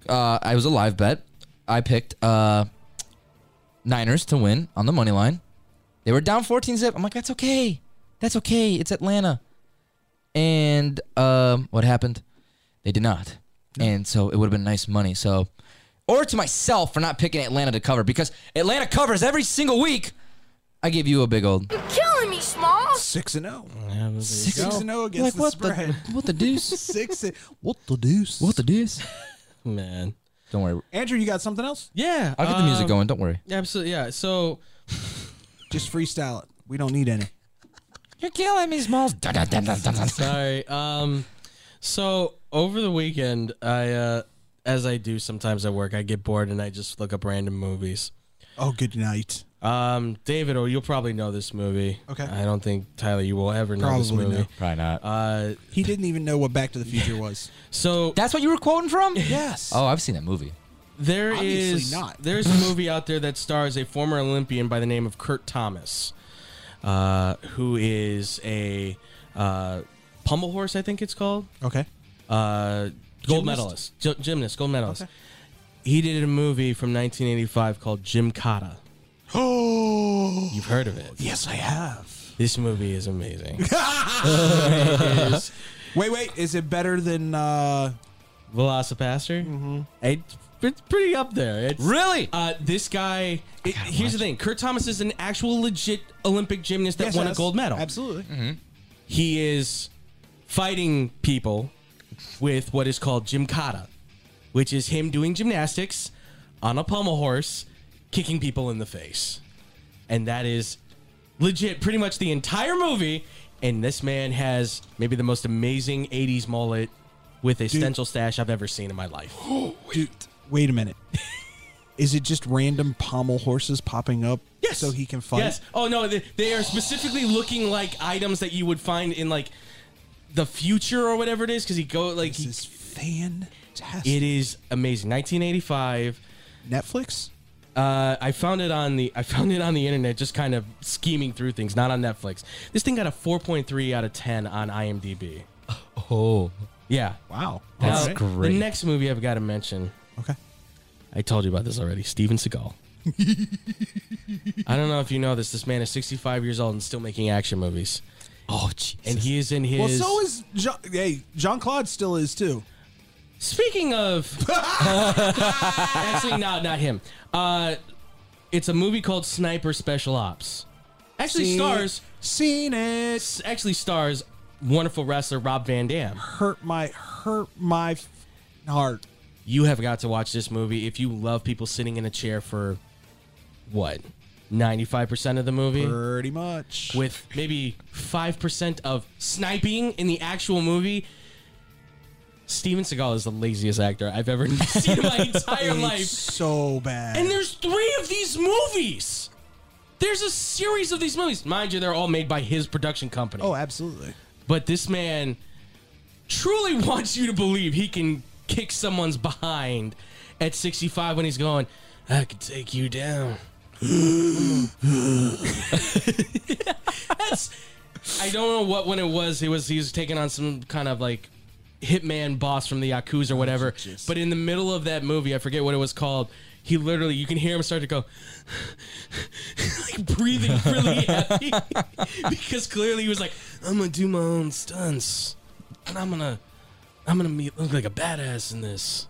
B: Uh, I was a live bet. I picked uh, Niners to win on the money line. They were down 14 zip. I'm like, that's okay. That's okay. It's Atlanta. And um, what happened? They did not. And so it would have been nice money. So, or to myself for not picking Atlanta to cover because Atlanta covers every single week. I give you a big old
I: You're killing me, Smalls.
F: 6 and
B: oh.
F: 0.
B: six,
F: Six and 0 against
B: Like,
F: the
B: what
F: spread.
B: The, what the deuce?
F: 6 and. What the deuce?
B: what the deuce?
D: Man.
B: Don't worry.
F: Andrew, you got something else?
D: Yeah.
B: I'll get the music
D: um,
B: going. Don't worry.
D: Absolutely. Yeah. So
F: Just freestyle it. We don't need any.
B: You're killing me, Smalls.
D: Sorry. Um, so over the weekend, I uh, as I do sometimes at work, I get bored and I just look up random movies.
F: Oh, good night.
D: Um, David, or you'll probably know this movie.
F: Okay.
D: I don't think Tyler, you will ever know this
F: Probably
D: movie.
F: no.
B: Probably not.
D: Uh,
F: He didn't even know what Back to the Future was.
D: so
B: That's what you were quoting from?
F: Yes.
B: Oh, I've seen that movie.
D: There is
F: Obviously not.
D: There's a movie out there that stars a former Olympian by the name of Kurt Thomas, uh, who is a uh, pummel horse, I think it's called,
F: Okay.
D: uh, gold medalist, Gy- gymnast, gold medalist. He did a movie from 1985 called Jim Cotta.
F: Oh.
D: You've heard of it.
F: Yes, I have.
D: This movie is amazing.
F: Wait, wait. Is it better than? uh
D: Velocipaster. Mm-hmm. It's, it's pretty up there. It's,
B: Really?
D: Uh, this guy. It, here's the thing: Kurt Thomas is an actual legit Olympic gymnast that
F: Yes,
D: won
F: yes.
D: a gold medal.
F: Absolutely.
D: He is fighting people with what is called gymkata, which is him doing gymnastics on a pommel horse, kicking people in the face, and that is legit. Pretty much the entire movie. And this man has maybe the most amazing '80s mullet with a stencil stash I've ever seen in my life.
F: Dude, wait a minute. Is it just random pommel horses popping up?
D: Yes.
F: So he can fight.
D: Yes. Oh no, they, they are specifically looking like items that you would find in like the future or whatever it is. Because he go like
F: This
D: he,
F: is fantastic.
D: it is amazing. 1985.
F: Netflix.
D: Uh, I found it on the I found it on the internet, just kind of scheming through things, not on Netflix. This thing got a 4.3 out of 10 on IMDb.
B: Oh.
D: Yeah.
F: Wow.
D: That's
B: great.
D: The next movie I've got to mention.
F: Okay.
D: I told you about this already. Steven Seagal. I don't know if you know this. This man is 65 years old and still making action movies.
B: Oh, jeez.
D: and he is in his.
F: Well, so is Jean- hey Jean Claude still is too.
D: Speaking of, actually, no, not him. Uh, it's a movie called Sniper Special Ops. Actually,
F: Seen
D: stars.
F: Seen it.
D: It's actually stars wonderful wrestler Rob Van Dam.
F: Hurt my hurt my f- heart.
D: You have got to watch this movie if you love people sitting in a chair for what ninety five percent of the movie.
F: Pretty much.
D: with maybe 5% of sniping in the actual movie. Steven Seagal is the laziest actor I've ever seen in my entire
F: it's
D: life.
F: so bad.
D: And there's three of these movies. There's a series of these movies. Mind you, they're all made by his production company.
F: oh, absolutely.
D: But this man truly wants you to believe he can kick someone's behind at 65 when he's going, I could take you down. That's I don't know what when it was. It was he was taking on some kind of like hitman boss from the Yakuza or whatever. But in the middle of that movie, I forget what it was called. He literally, you can hear him start to go, like breathing really heavy, because clearly he was like, "I'm gonna do my own stunts, and I'm gonna, I'm gonna meet, look like a badass in this."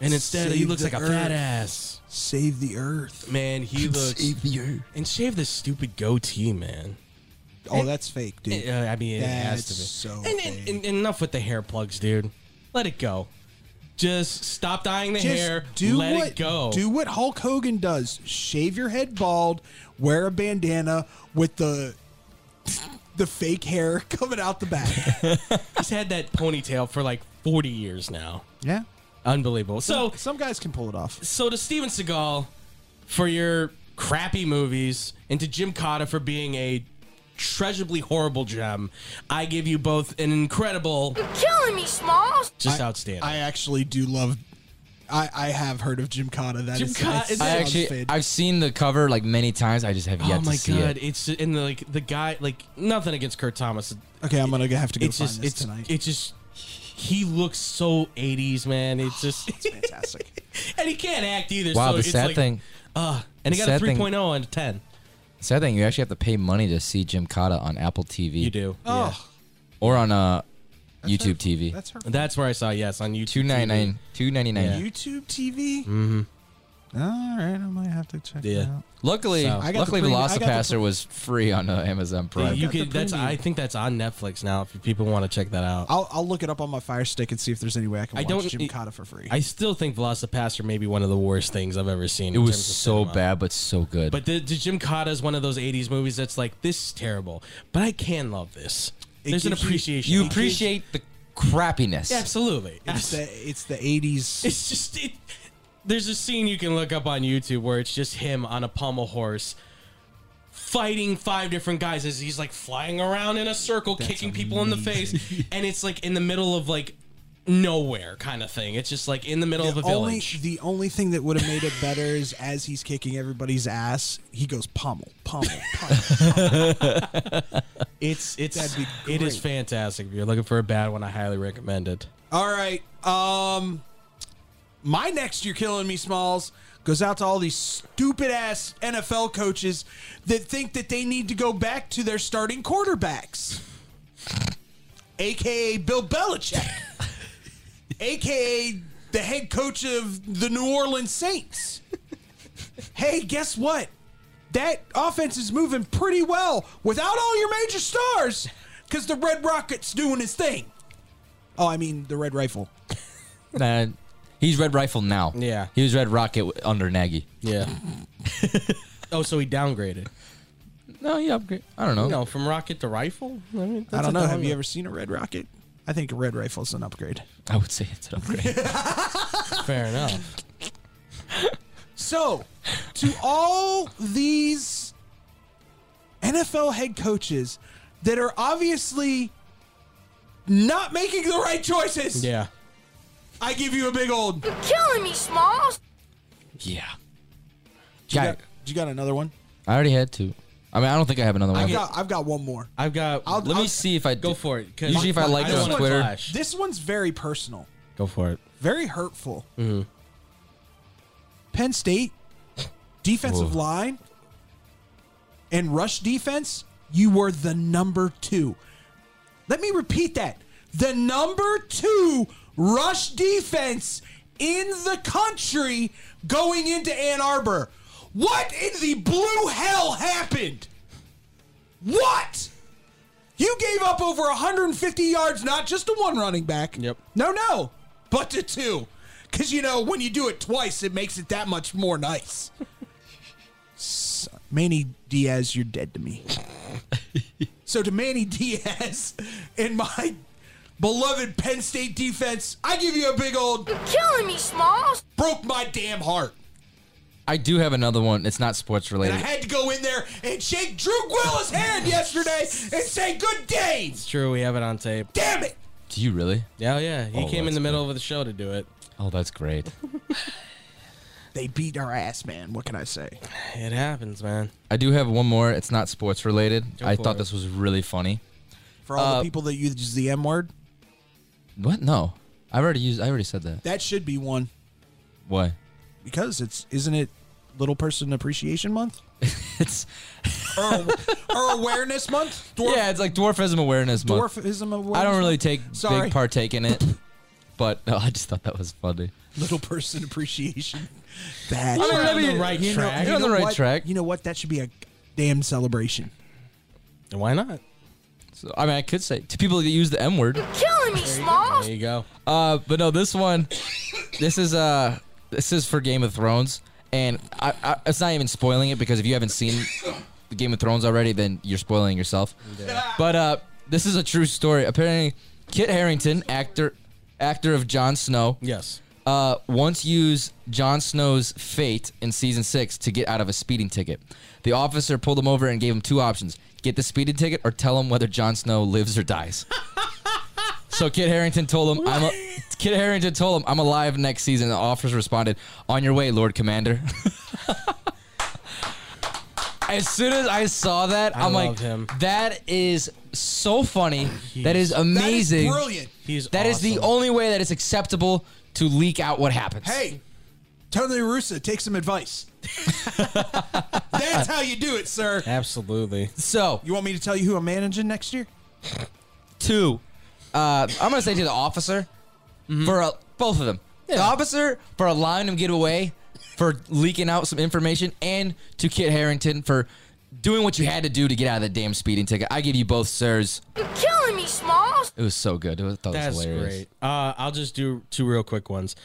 D: And instead, he
F: Save
D: looks
F: the
D: like a
F: earth.
D: fat ass.
F: Save the earth.
D: Man, he looks and shave this stupid goatee, man.
F: Oh, that's fake, dude.
D: Uh, I mean, it has
F: That's
D: to
F: so
D: be. And, and, and enough with the hair plugs, dude. Let it go. Just stop dyeing the
F: Just
D: hair.
F: do
D: let
F: what
D: it go.
F: do what Hulk Hogan does: shave your head bald, wear a bandana with the the fake hair coming out the back.
D: He's had that ponytail for like 40 years now.
F: yeah.
D: Unbelievable. So,
F: some guys can pull it off.
D: so to Steven Seagal for your crappy movies, and to Jim Cotta for being a treasurably horrible gem, I give you both an incredible,
I: You're killing me, Smalls.
D: just outstanding.
F: I actually do love. I I have heard of Jim Cotta. That is
D: Gymkhana
F: that
D: is-
B: I
F: sounds
B: actually,
F: fake.
B: I've seen the cover like many times. I just have yet
D: oh
B: to
D: my
B: see
D: god!
B: it.
D: It's and like the guy, like nothing against Kurt Thomas.
F: okay, I'm gonna have to go
D: it's
F: find
D: just
F: this
D: it's
F: tonight.
D: it's just he looks so 80s man it's just
F: it's fantastic.
D: and he can't act either
B: Wow,
D: so
B: the
D: it's
B: sad
D: like,
B: thing,
D: uh and he
B: the
D: got a
B: sad thing-
D: 3.0 and a 10
B: sad thing, you actually have to pay money to see Jim Cotta on Apple TV.
D: you do
F: Oh,
B: or on uh, YouTube TV.
F: that's her.
D: Yeah. that's where i saw yes on youtube
B: Two ninety nine. Two ninety nine.
F: YouTube TV. Mm-hmm. All right, I might have to check.
D: Yeah.
F: That out.
B: Luckily,
D: So- I
F: got
B: luckily,
F: the premium- I got the
B: Velocipaster
F: pre-
B: was free on uh, Amazon Prime.
D: you
F: got the
D: could that's
F: premium.
D: i think that's on netflix now if people want to check that out
F: I'll I'll look it up on my Fire Stick and see if there's any way I can
D: I
F: watch
D: don't-
F: Jim Cotta for free.
D: i still think velocipaster may be one of the worst things i've ever seen
B: it was so bad, but so good.
D: but the, the jim Cotta is one of those 80s movies that's like this is terrible but i can love this
F: It
D: there's an
F: gives you-
D: appreciation
B: you
D: It gives-
B: appreciate the crappiness.
D: absolutely
F: it's the it's the eighties.
D: It's just it. there's a scene you can look up on YouTube where it's just him on a pommel horse fighting five different guys as he's like flying around in a circle, kicking people in the face, and it's like in the middle of like nowhere kind of thing. It's just like in the middle of a
F: only,
D: village.
F: the only thing that would have made it better is as he's kicking everybody's ass, he goes pommel, pommel, pommel.
D: It's it's
F: That'd be
D: it is
F: great.
D: fantastic. If you're looking for a bad one, I highly recommend it.
F: All right. Um my next you're killing me smalls goes out to all these stupid ass NFL coaches that think that they need to go back to their starting quarterbacks. AKA Bill Belichick. AKA the head coach of the New Orleans Saints. hey, guess what? That offense is moving pretty well without all your major stars cuz the Red Rocket's doing his thing. Oh, I mean the Red Rifle.
B: Nah, he's Red Rifle now.
D: Yeah.
B: He was Red Rocket w- under Nagy.
D: Yeah. oh, so he downgraded.
B: No, he upgrade. I don't know.
D: No, from rocket to rifle. I, mean,
F: I
D: that's
F: don't know.
D: a
F: Have you
D: downgrade.
F: ever seen a red rocket? I think a red rifle's an upgrade.
B: I would say it's an upgrade.
D: Fair enough.
F: So, to all these NFL head coaches that are obviously not making the right choices,
D: Yeah.
F: I give you a big old. You
I: You're killing me, Smalls.
B: yeah. Guy,
F: got, you got another one?
B: I already had two. I mean, I don't think I have another
F: I've
B: one.
F: got, I've got one more.
D: I've got.
F: I'll-
B: Let me see if I
D: go
B: do-
D: for it. 'cause
B: Usually, if I like
D: don't
B: it on
D: wanna
B: Twitter,
D: clash.
F: This one's very personal,
D: go for it.
F: very hurtful. Penn State defensive line and rush defense, you were the number two. Let me repeat that. The number two rush defense in the country going into Ann Arbor. What in the blue hell happened? What? You gave up over 150 yards, not just to one running back.
D: Yep.
F: No, no, but to two. Because, you know, when you do it twice, it makes it that much more nice. Son- Manny Diaz, you're dead to me. So to Manny Diaz and my beloved Penn State defense, I give you a big old
I: You're killing me, Smalls.
F: broke my damn heart.
B: I do have another one. It's not sports
F: And I
B: related.
F: had to go in there and shake Drew Gwilla's hand yesterday and say good day.
D: It's true. We have it on tape.
F: Damn it.
B: do you really?
D: Yeah, yeah. He
B: Oh,
D: came in
B: that's
D: the middle of the show to do it.
B: Oh, that's great.
F: They beat our ass, man. What can I say?
D: It happens, man.
B: I do have one more. It's not sports related. I
D: for
B: thought
D: it.
B: this was really funny.
F: For all
B: Uh,
F: the people that use the M word,
B: What? No. I've already used. I already said that.
F: that should be one
B: Why?
F: because it's isn't it Little Person Appreciation Month
B: It's
F: or, or Awareness Month? Dwarf,
B: yeah. It's like dwarfism awareness month.
F: dwarfism awareness.
B: I don't really
F: Month?
B: take
F: Sorry.
B: big partake in it, but no, I just thought that was funny.
F: Little Person Appreciation. That
D: You're
B: maybe
D: on the right
F: You know-
D: track.
B: You're on the right
F: what?
B: track.
F: You know what? That should be a damn celebration.
D: Why not?
B: So, I mean, I could say to people that use the M word.
I: You're killing me, Smalls.
D: There you go.
B: Uh, but no, this one, this is uh, this is for Game of Thrones, and I, I, it's not even spoiling it because if you haven't seen the Game of Thrones already, then you're spoiling yourself. But uh, this is a true story. Apparently, Kit Harrington, actor, actor of Jon Snow,
D: Yes.
B: uh, once used Jon Snow's fate in season six to get out of a speeding ticket. The officer pulled him over and gave him two options: get the speeding ticket or tell him whether Jon Snow lives or dies. so Kit Harrington told him, "I'm." A- Kit Harrington told him, "I'm alive next season." The officer responded, "On your way, Lord Commander." As soon as I saw that,
D: I
B: I'm like,
D: love him.
B: "That is so funny. that is amazing.
F: brilliant.
D: He's
B: That is the
D: awesome.
B: only way that it's acceptable to leak out what happens.
F: Hey, Tony Russa, take some advice. That's how you do it, sir.
D: Absolutely.
B: So
F: You want me to tell you who I'm managing next year?
B: two, uh, I'm gonna say to the officer
D: Mm-hmm.
B: for uh both of them. The officer for allowing him to get away, for leaking out some information, and to Kit Harrington for doing what you had to do to get out of the damn speeding ticket. I give you both sirs.
I: You're killing me, Smalls.
B: It was so good. It was, I thought it was
D: That's
B: hilarious.
D: great. Uh, I'll just do two real quick ones.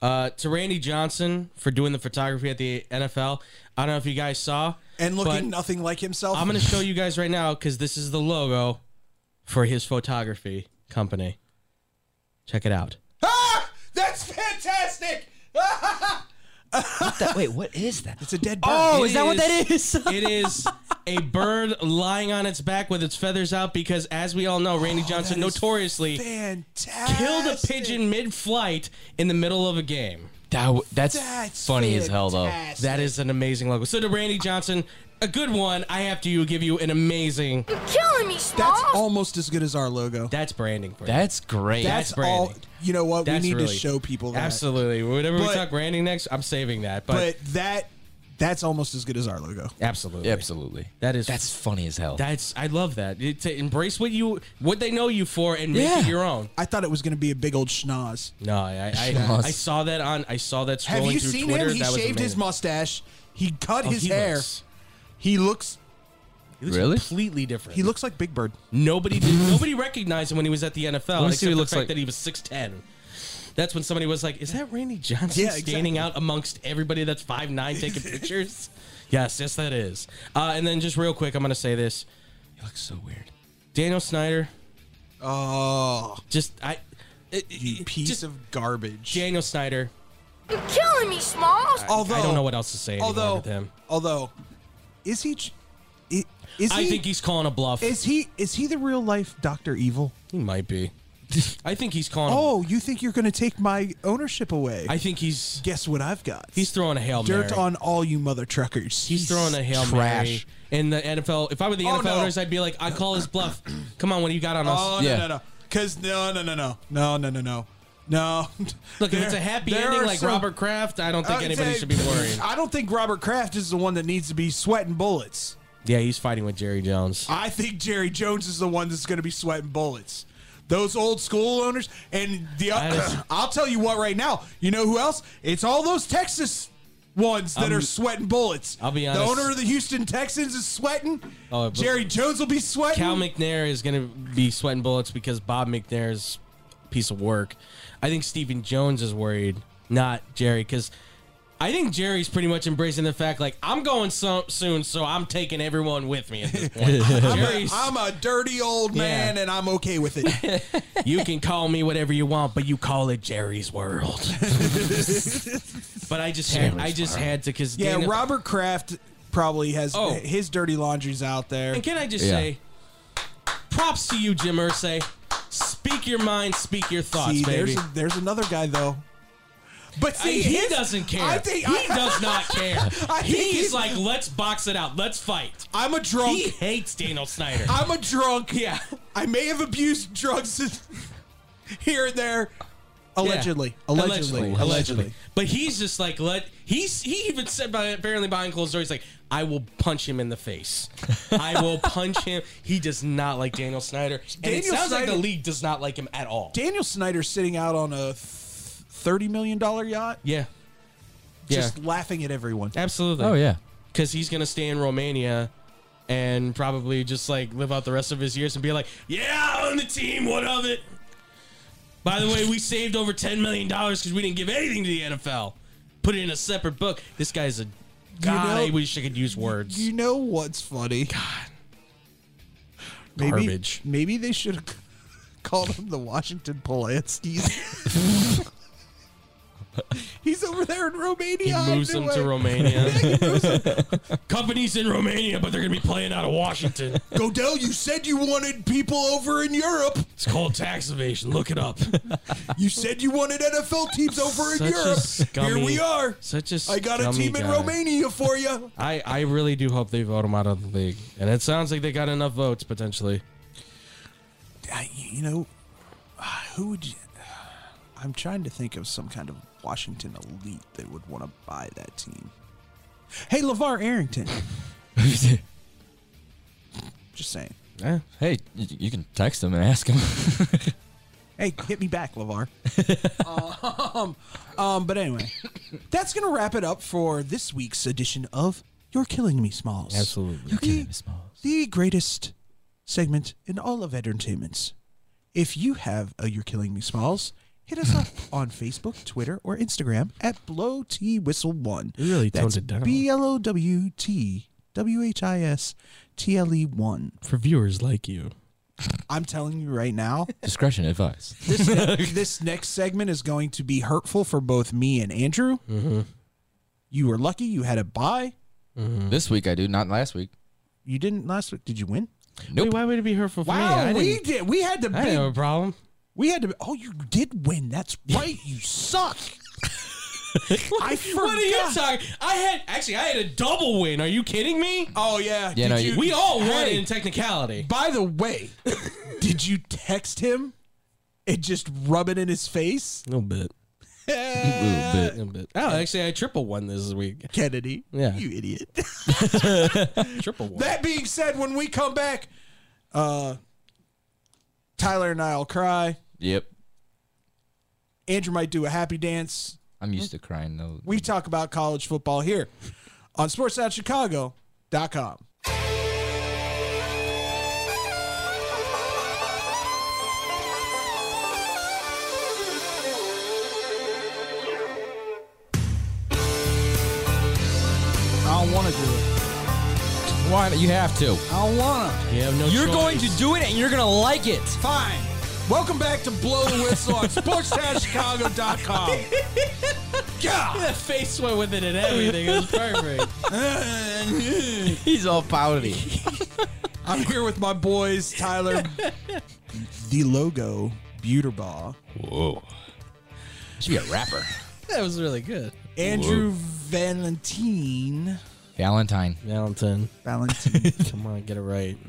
D: Uh, to Randy Johnson for doing the photography at the NFL. I don't know if you guys saw.
F: And looking
D: but
F: nothing like himself.
D: I'm going to show you guys right now because this is the logo for his photography company. Check it out.
F: Ah, that's fantastic.
B: What the- wait, what is that?
F: It's a dead bird.
B: Oh,
D: It
B: is that what that
D: is-
B: is?
D: it is a bird lying on its back with its feathers out because, as we all know, Randy
B: Oh,
D: Johnson notoriously
F: fantastic.
D: killed a pigeon mid-flight in the middle of a game.
B: That w- that's,
F: That's
B: funny as hell, though.
F: fantastic.
D: That is an amazing logo. So to Randy Johnson, a good one. I have to give you an amazing.
I: You're killing me,
F: That's
I: Smalls.
F: almost as good as our logo.
D: That's branding for you.
B: That's great.
F: That's,
D: that's
F: all.
D: branding.
F: You know what?
D: That's
F: we need
D: really-
F: to show people that.
D: Absolutely. Whenever we
F: But-
D: talk branding next, I'm saving that. But,
F: But that that's almost as good as our logo.
D: absolutely,
B: absolutely.
D: That is
B: That's funny as hell.
D: that's I love that. It- to embrace what you what they know you for and make
B: Yeah.
D: it your own.
F: I thought it was going to be a big old schnoz.
D: No, I I, I,
B: Yes.
D: I saw that on I saw that scrolling
F: Have you
D: through
F: seen
D: Twitter.
F: him? He
D: that was
F: shaved his
D: amazing.
F: mustache. He cut
D: Oh,
F: his
D: he
F: hair.
D: looks-
F: he looks
D: he looks
B: Really?
D: completely different.
F: he looks like Big Bird.
D: nobody did, nobody recognized him when he was at the NFL.
B: wanna
D: Except
B: see what he
D: the
B: looks
D: fact
B: like.
D: that he was six ten. That's when somebody was like, "Is that Randy Johnson
F: Yeah,
D: standing out amongst everybody that's five nine taking pictures?" Yes, yes, that is. Uh, and then just real quick, I'm gonna say this.
B: It looks so weird.
D: Daniel Snyder,
F: Oh,
D: just I, it,
F: you
D: it-
F: piece
D: just
F: of garbage.
D: Daniel Snyder.
I: You're killing me, Smalls.
F: although
D: I don't know what else to say anymore
F: although
D: with him.
F: although is he j- i- is he
D: I think he's calling a bluff.
F: is he is he the real life Doctor Evil?
D: He might be. I think he's calling. Oh,
F: Oh, you think you're going to take my ownership away?
D: I think he's
F: Guess what I've got?
D: he's throwing a hail
F: dirt
D: mary.
F: on all you mother truckers.
D: He's throwing a hail
B: trash.
D: mary in the NFL. If I were the
F: Oh,
D: NFL
F: no.
D: owners, I'd be like, I call his bluff. Come on, what do you got on us?
F: Oh
B: Yeah.
F: no no no! Because no no no no no no no no no.
D: Look, if
F: There-
D: it's a happy
F: there
D: ending
F: are
D: like
F: some-
D: Robert Kraft, I don't think
F: I'd
D: anybody
F: say-
D: should be worried.
F: I don't think Robert Kraft is the one that needs to be sweating bullets.
D: Yeah, he's fighting with Jerry Jones.
F: I think Jerry Jones is the one that's going to be sweating bullets. Those old school owners and the.
D: That is-
F: I'll tell you what, right now, you know who else? It's all those Texas ones that
D: I'm-
F: are sweating bullets.
D: I'll be
F: The
D: honest.
F: owner of the Houston Texans is sweating.
D: Oh, but-
F: Jerry Jones will be sweating.
D: Cal McNair is going to be sweating bullets because Bob McNair's a piece of work. I think Stephen Jones is worried, not Jerry, because I think Jerry's pretty much embracing the fact like I'm going so- soon, so I'm taking everyone with me at this point. Jerry's,
F: I'm a dirty old
D: Yeah.
F: man, and I'm okay with it.
D: you can call me whatever you want, but you call it Jerry's World. but I just had, I just had to because
F: Yeah, Robert Kraft probably has
D: Oh.
F: his dirty laundry's out there.
D: And can I just
B: Yeah.
D: say, props to you, Jim Irsay. Speak your mind, speak your thoughts,
F: See,
D: baby.
F: there's there's another guy though. But
D: I-
F: see,
D: he
F: his-
D: doesn't care.
F: I think
D: he
F: I,
D: does not care.
F: I think
D: he's,
F: he's-
D: like, let's box it out. Let's fight.
F: I'm a drunk.
D: He hates Daniel Snyder.
F: I'm a drunk.
D: yeah.
F: I may have abused drugs here and there. Allegedly.
D: Yeah.
F: Allegedly.
D: allegedly, allegedly. But he's just like let he's he even said by apparently behind closed doors like I will punch him in the face. I will punch him. He does not like Daniel Snyder. And it
F: Daniel
D: sounds like
F: Snyder-
D: the league does not like him at all.
F: Daniel Snyder's sitting out on a th- thirty million dollar yacht,
D: yeah.
F: just laughing at everyone.
D: Absolutely.
B: Oh yeah.
D: Because he's gonna stay in Romania and probably just like live out the rest of his years and be like, yeah, I own the team. What of it? By the way, we saved over ten million dollars because we didn't give anything to the NFL. Put it in a separate book. This guy's a God.
F: know-
D: I wish I could use words.
F: You know what's funny? God. Maybe,
D: Garbage.
F: Maybe they should have called him the Washington Polanskis. He's over there in
D: he
F: Romania.
D: moves
F: I knew
D: them to
F: it.
D: Romania. Companies in Romania, but they're gonna be playing out of Washington.
F: Godell, you said you wanted people over in Europe.
D: It's called tax evasion. Look it up.
F: You said you wanted NFL teams over in
D: Such a
F: Europe. Here
D: scummy-
F: we are.
D: Such a
F: I got a
D: scummy
F: team in
D: guy.
F: Romania for you.
D: I, I really do hope they vote him out of the league. And it sounds like they got enough votes potentially.
F: I, you know, ah, who would you? I'm trying to think of some kind of Washington elite that would want to buy that team. Hey, LeVar Arrington. Just saying.
D: Yeah.
B: Hey, you, you can text him and ask him.
F: Hey, hit me back, LeVar. um, um, but anyway, that's going to wrap it up for this week's edition of You're Killing Me, Smalls.
D: Absolutely.
F: The- The greatest segment in all of entertainments. If you have a You're Killing Me Smalls, hit us up on Facebook, Twitter, or Instagram at Blow T Whistle One.
D: You really
F: That's
D: toned it down.
F: B L O W T W H I S T L E One.
D: For viewers like you.
F: I'm telling you right now,
B: Discretion advised.
D: Mm-hmm.
F: this, this next segment is going to be hurtful for both me and Andrew. You were lucky you had a bye.
B: This week I do, not last week.
F: You didn't last week. Did you win?
B: Nope.
D: Wait, why would it be hurtful for me?
F: Wow,
D: I
F: we
D: didn't-
F: did. We had the
D: I didn't have a
F: big.
D: problem.
F: We had to. Oh, you did win. That's right. You suck. I forgot.
D: What are you talking? I had actually, I had a double win. Are you kidding me?
F: Oh yeah.
B: Yeah,
F: Did
B: no,
F: you-
B: you-
D: We all won
F: Hey,
D: in technicality.
F: By the way, did you text him and just rub it in his face?
D: A little bit.
B: Ooh, but-
D: little bit. Oh, actually, I triple won this week.
F: Kennedy,
D: Yeah.
F: you idiot.
D: Triple won.
F: that being said, when we come back, uh, Tyler and I'll cry.
B: Yep.
F: Andrew might do a happy dance.
B: I'm used to crying though.
F: We talk about college football here on sports.chicago.com. I don't want to do it.
B: Why? You have to.
F: I don't want to.
D: You have no
B: You're
D: choice.
B: going to do it, and you're gonna like it.
F: Fine. Welcome back to Blow the Whistle on sports.chicago.com.
D: The face went with it and everything. It was perfect.
B: He's all pouty.
F: I'm here with my boys, Tyler, the logo, Buterbaugh,
B: Should be a rapper.
D: that was really good.
F: Andrew Valentine.
B: Valentine.
D: Valentin,
F: Valentine.
D: come on, get it right.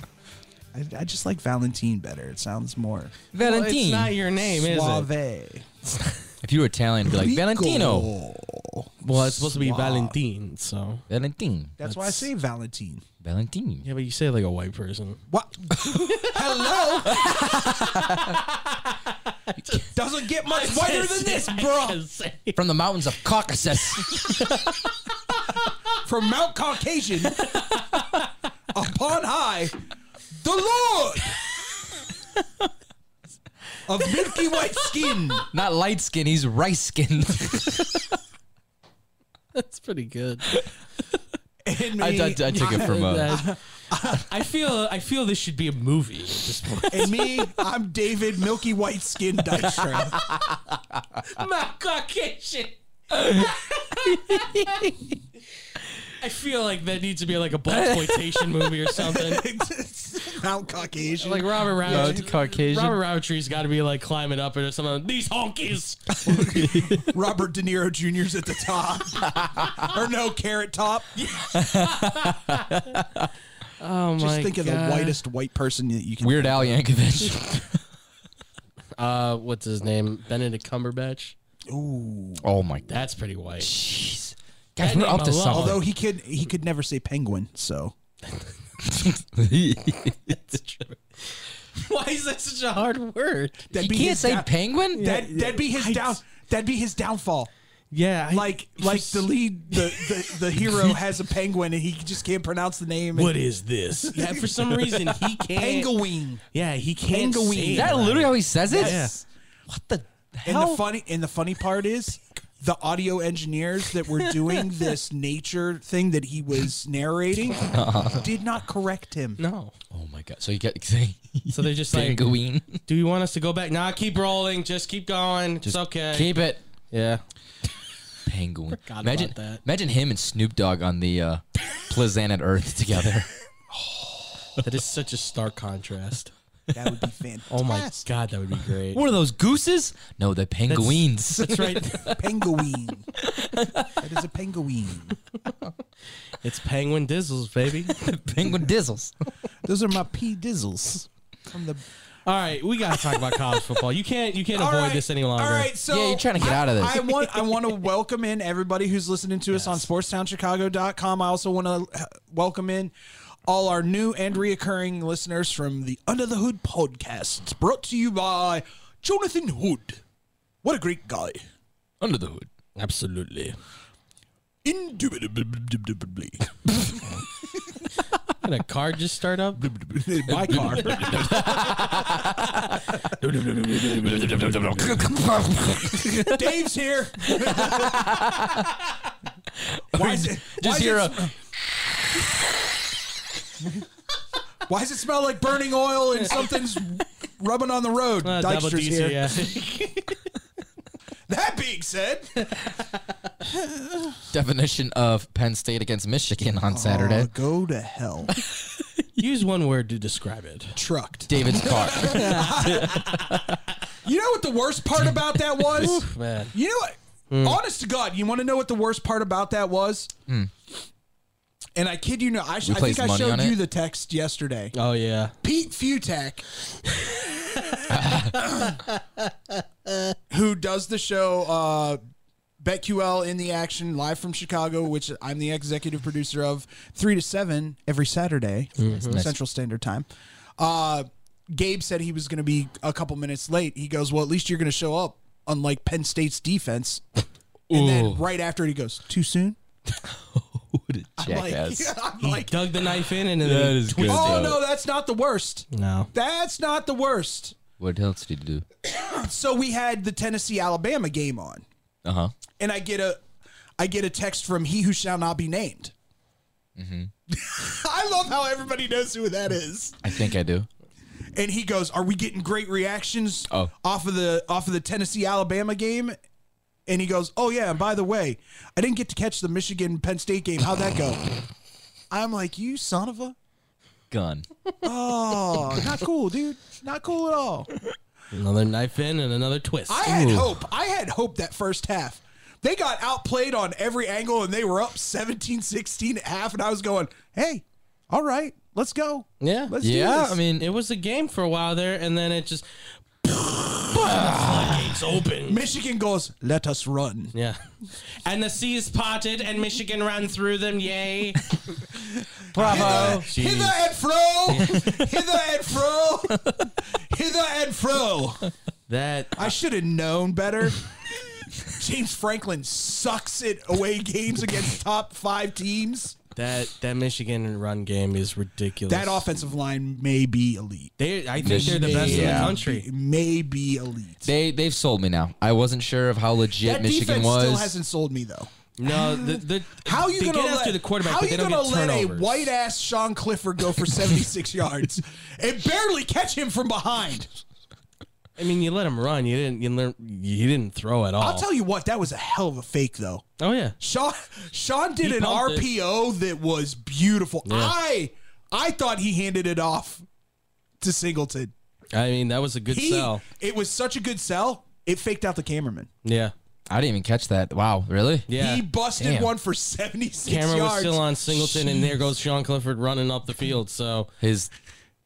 F: I, I just like Valentine better. It sounds more
B: Valentine.
D: it's not your name, is
F: suave.
D: it?
B: if you were Italian, it'd be like Valentino.
F: Rico.
D: Well, it's supposed to be
F: Suave.
D: Valentine, so.
B: Valentine.
F: That's why I say Valentine.
B: Valentine.
D: Yeah, but you say it like a white person.
F: What? Hello? Doesn't get much whiter than this, bro.
B: From the mountains of Caucasus.
F: From Mount Caucasian, upon high, the Lord of milky white skin.
B: not light skin. He's rice skin.
D: That's pretty good.
F: And me,
B: I, I, I took it from. Uh,
D: That- I feel I feel this should be a movie. at this point.
F: and me, I'm David Milky White Skin Dykstra.
D: My Caucasian. I feel like that needs to be like a black exploitation movie or something.
F: Mount Caucasian.
D: Like Robert Roundtree.
B: Caucasian.
D: Robert Roundtree's got to be like climbing up it or something. These honkies.
F: Robert De Niro Jr.'s at the top. or no, Carrot Top.
D: Oh my
F: Just think of the whitest white person that you can.
B: Weird Al Yankovic.
D: Uh, what's his name? Benedict Cumberbatch.
B: oh my god.
D: That's pretty white.
B: Jeez. Guys,
D: That
B: we're
D: name
B: up to
D: alone.
B: something.
F: Although he could, he could never say penguin. So
D: That's true. Why is that such a hard word?
F: that'd
B: he
F: be
B: can't
F: his
B: say
F: down-
B: penguin.
F: That that'd be his down. That'd be his downfall.
D: Yeah, I-
F: Like like the lead, the the, the hero has a penguin and he just can't pronounce the name. and-
D: What is this? Yeah, for some reason he can't.
F: Penguin.
D: Yeah, he can't.
F: Penguin.
D: Say
B: Is
D: it
B: that
D: right.
B: literally how he says it?
F: Yes.
B: What the
F: And
B: hell?
F: the funny and the funny part is the audio engineers that were doing this nature thing that he was narrating did not correct him.
D: No.
B: oh my god. So you got saying
D: So they're just like,
B: penguin.
D: do you want us to go back? Nah, keep rolling. Just keep going. it's okay.
B: Keep it.
D: yeah.
B: Penguin.
D: about
B: imagine
D: that.
B: Imagine him and Snoop Dogg on the uh, planet Earth together.
D: That is such a stark contrast.
F: That would be fantastic.
D: Oh my god, that would be great.
B: what are those gooses? No, the penguins.
D: That's right.
F: Penguin. that is a penguin.
D: It's penguin dizzles, baby.
B: penguin dizzles.
F: Those are my pea dizzles. From the
D: All right, we gotta talk about college football. You can't you can't
F: All
D: avoid
F: right,
D: this any longer.
F: All right, so
B: Yeah, you're trying to get
F: I-
B: out of this.
F: I want I want to welcome in everybody who's listening to us on sportstownchicago.com. I also want to welcome in all our new and reoccurring listeners from the Under the Hood podcasts, brought to you by Jonathan Hood. What a great guy.
B: Under the hood.
D: Absolutely.
F: Indubitably.
D: Did a car just start up?
F: My car. Dave's here. why is it, why is
B: Just hear
F: it-
B: a
F: Why does it smell like burning oil and something's rubbing on the road?
D: Uh, double
F: Dykstra's
D: D's,
F: here.
D: yeah.
F: That being said,
B: definition of Penn State against Michigan on Saturday.
F: go to hell.
D: Use one word to describe it.
F: Trucked.
B: David's car.
F: You know what the worst part about that was?
D: Man.
F: You know what?
B: Mm.
F: Honest to God, you want to know what the worst part about that was? And I kid you not, I, sh- I
B: placed
F: think I
B: Mm. money
F: showed
B: on
F: you
B: it.
F: the text yesterday.
D: Oh yeah.
F: Pete Futek, who does the show uh, BetQL in the Action live from Chicago, which I'm the executive producer of, three to seven every Saturday, Central Standard Time. Uh, Gabe said he was going to be a couple minutes late. He goes, "Well, at least you're going to show up." Unlike Penn State's defense, and then right after it, he goes, "Too soon." Like,
B: Jackass.
F: I'm
D: He
F: like,
D: dug the knife in and then that is twisted.
F: oh no, that's not the worst.
D: No.
F: That's not the worst.
B: What else did you do?
F: so we had the Tennessee Alabama game on,
B: Uh huh.
F: and I get a, I get a text from he who shall not be named. I love how everybody knows who that is,
B: I think I do.
F: and he goes, "Are we getting great reactions
B: Oh.
F: off of the off of the Tennessee Alabama game?" And he goes, "Oh yeah, and by the way, I didn't get to catch the Michigan Penn State game. How'd that go?" I'm like, "You son of a."
B: Gun.
F: Oh, not cool, dude. Not cool at all.
D: Another knife in and another twist.
F: I had hope. I had hope that first half. They got outplayed on every angle and they were up 17 16 at half. And I was going, hey, all right, let's go.
D: Yeah.
F: Let's do
B: Yeah,
F: this.
B: I mean,
D: It was a game for a while there, and then it just floodgates open.
F: Michigan goes, let us run.
D: Yeah. And the seas parted, and Michigan ran through them. Yay! Bravo!
F: Hither and fro. Hither and fro. Hither and fro.
D: That
F: I should have known better. James Franklin sucks at away games against top five teams.
D: that that Michigan run game is ridiculous.
F: That offensive line may be elite.
D: They, I think they're the best in
B: Yeah.
D: the country.
F: May be elite.
B: they they've sold me now. I wasn't sure of how legit
F: that
B: Michigan
F: defense
B: was.
F: still hasn't sold me though.
D: No, the, the
F: How you
D: they
F: gonna
D: get
F: let,
D: after the quarterback?
F: How
D: but
F: you
D: they don't
F: gonna
D: get
F: let a
D: turnovers.
F: white ass Sean Clifford go for seventy six yards and barely catch him from behind?
D: I mean, you let him run. You didn't. You, learn, you didn't throw at all.
B: Oh.
F: I'll tell you what, that was a hell of a fake though.
D: oh yeah.
F: Sean Sean did
D: He
F: an
D: pumped it.
F: RPO that was beautiful. I I thought he handed it off to Singleton.
D: I mean, that was a good
F: He
D: sell.
F: it was such a good sell. It faked out the cameraman.
D: Yeah.
B: I didn't even catch that. Wow, really?
D: Yeah.
F: He busted
B: Damn.
F: one for seventy six yards.
D: Camera was still on Singleton, and there goes Sean Clifford running up the field. So
B: His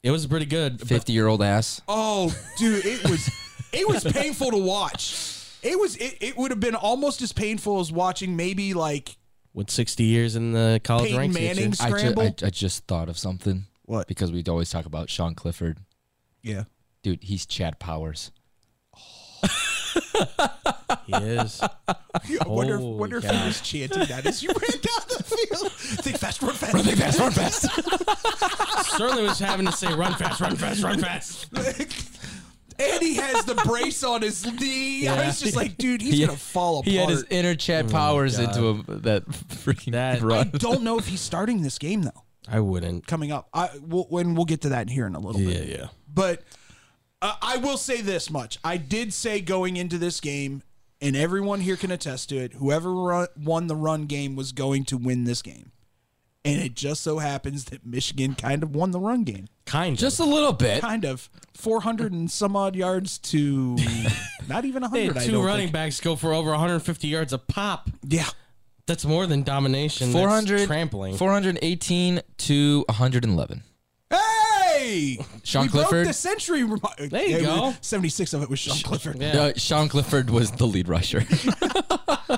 D: it was pretty good. but-
B: fifty year old ass.
F: Oh, dude, it was it was painful to watch. It was it, it would have been almost as painful as watching maybe like
D: with 60 years in the college
F: Peyton
D: ranks.
F: Manning
D: it's-
B: I, ju-
F: scramble.
B: I, I just thought of something.
F: What?
B: Because we always talk about Sean Clifford.
F: yeah.
B: Dude, he's Chad Powers.
D: He is.
F: I wonder,
D: Holy
F: wonder if
D: cow.
F: he was chanting that as you ran down the field. Think fast, run fast.
B: fast, run fast.
D: Certainly was having to say, run fast, run fast, run fast.
F: and he has the brace on his knee. I
D: Yeah.
F: was just like, dude, he's gonna fall apart.
B: He had his inner Chad Powers into him that freaking
D: That-
F: I
B: run.
F: don't know if he's starting this game though.
D: I wouldn't.
F: Coming up, I we'll, when we'll get to that here in a little bit.
D: Yeah, yeah.
F: But uh, I will say this much: I did say going into this game, and everyone here can attest to it. Whoever run, won the run game was going to win this game, and it just so happens that Michigan kind of won the run game,
D: Kind
B: Just
D: of.
B: a little bit.
F: kind of four hundred and some odd yards to not even
D: They
F: hundred.
D: had
F: I
D: two
F: don't
D: running
F: think.
D: backs go for over 150 yards a pop.
F: Yeah,
D: That's more than domination. That's
B: 400
D: trampling.
B: 418 to 111.
F: hey,
B: Sean
F: we Broke
B: Clifford.
F: the century. remi-
D: There you go.
F: Seventy six of it was Sean Clifford.
D: Yeah.
B: Uh, Sean Clifford was the lead rusher.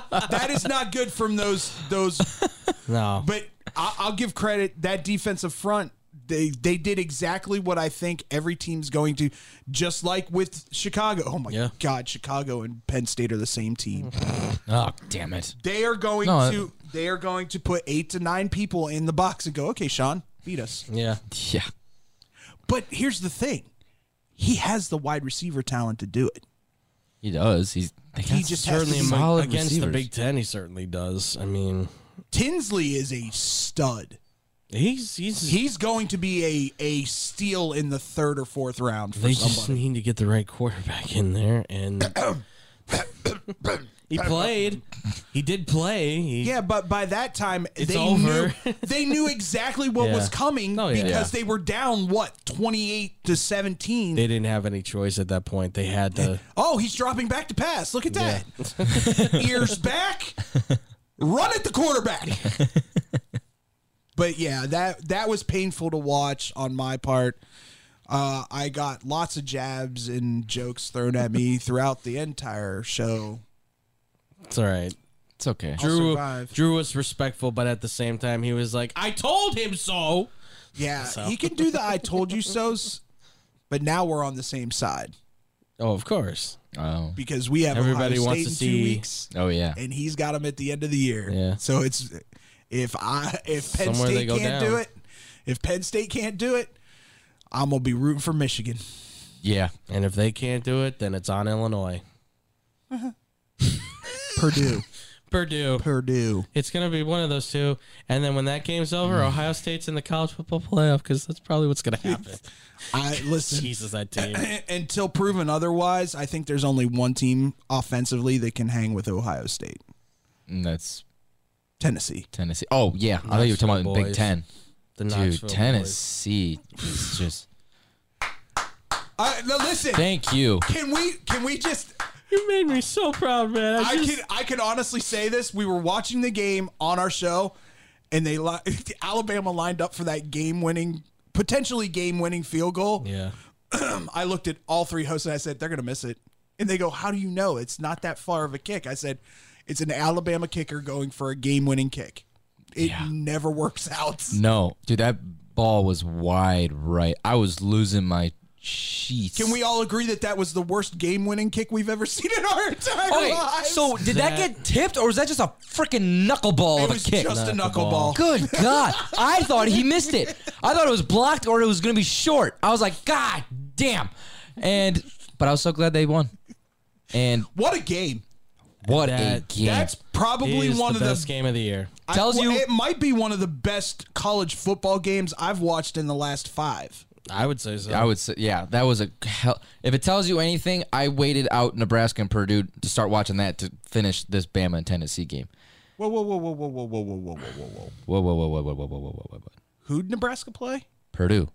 F: That is not good from those those
D: no.
F: But I, I'll give credit that defensive front. They they did exactly what I think every team's going to, just like with Chicago. Oh my
D: Yeah.
F: God, Chicago and Penn State are the same team.
B: oh, damn it.
F: They are going
B: No, I-
F: to they are going to put eight to nine people in the box and go, okay, Sean, beat us.
D: yeah.
B: Yeah.
F: But here's the thing, he has the wide receiver talent to do it.
B: He does. He's
F: He just has to
D: Certainly
F: be-
B: solid
D: against the
B: receivers.
D: Big Ten, he certainly does. I mean,
F: Tinsley is a stud.
D: he's he's
F: He's going to be a a steal in the third or fourth round for
D: They
F: somebody.
D: just need to get the right quarterback in there, and He played. He did play. He,
F: Yeah, but by that time
D: It's
F: they
D: over.
F: knew they knew exactly what
D: Yeah.
F: was coming
D: Oh, yeah.
F: because
B: Yeah.
F: they were down what twenty eight to seventeen.
D: They didn't have any choice at that point. They had to.
F: oh, he's dropping back to pass. Look at that. Ears back. Run at the quarterback. but yeah, that that was painful to watch on my part. Uh, I got lots of jabs and jokes thrown at me throughout the entire show.
D: It's all right.
B: It's okay.
D: Drew
F: survive.
D: Drew was respectful, but at the same time, he was like, "I told him so."
F: Yeah, he can do the I told you so's, but now we're on the same side.
D: Oh, of course.
B: Oh,
F: because we have
D: Everybody
F: Ohio
D: wants
F: State
D: to
F: in two
D: see-
F: weeks,
B: oh yeah.
F: and he's got them at the end of the year.
D: Yeah.
F: So it's if I if Penn
D: Somewhere they
F: State
D: go
F: can't do
D: down.
F: it, if Penn State can't do it, I'm gonna be rooting for Michigan.
B: Yeah.
D: And if they can't do it, then it's on Illinois.
F: Purdue,
D: Purdue.
F: Purdue.
D: It's gonna be one of those two, and then when that game's over,
F: Mm.
D: Ohio State's in the college football playoff because that's probably what's gonna happen.
F: I listen.
D: Jesus, that team.
F: Until proven otherwise, I think there's only one team offensively that can hang with Ohio State,
B: And Mm, that's
F: Tennessee.
B: Tennessee. Oh yeah. I thought you were talking about the Big
D: Boys.
B: Ten.
D: The
B: Dude,
D: Knoxville boys.
B: Tennessee is just.
F: I, no, listen.
B: Thank you.
F: Can we can we just
D: You made me so proud, man. I,
F: I
D: just,
F: can I can honestly say this. We were watching the game on our show, and they li- Alabama lined up for that game winning, potentially game winning field goal.
D: Yeah.
F: I looked at all three hosts and I said they're gonna miss it, and they go, "How do you know? It's not that far of a kick." I said, "It's an Alabama kicker going for a game winning kick. It
B: Yeah.
F: never works out."
B: No, dude, that ball was wide right. I was losing my sheets.
F: Can we all agree that that was the worst game winning kick we've ever seen in our entire
B: Okay,
F: lives?
B: so did that,
D: That-
B: get tipped, or was that just a freaking knuckleball
F: it
B: of a
F: was
B: kick?
F: just a
D: Knuckleball.
F: knuckleball.
B: Good God, I thought he missed it. I thought it was blocked or it was gonna be short. I was like, God damn! And but I was so glad they won. And
F: What a game!
B: what a
D: That-
B: game!
F: That's probably
D: Is
F: one
D: the
F: of
D: best
F: the
D: game of the year.
F: I-
B: Tells
F: well,
B: you-
F: it might be one of the best college football games I've watched in the last five.
D: I would say so.
B: I would say, yeah, that was a hell. If it tells you anything, I waited out Nebraska and Purdue to start watching that to finish this Bama and Tennessee game.
F: Whoa, whoa, whoa, whoa, whoa, whoa, whoa, whoa, whoa, whoa, whoa, whoa!
B: Whoa, whoa, whoa, whoa, whoa, whoa, whoa, whoa, whoa, whoa.
F: Who'd Nebraska play?
B: Purdue.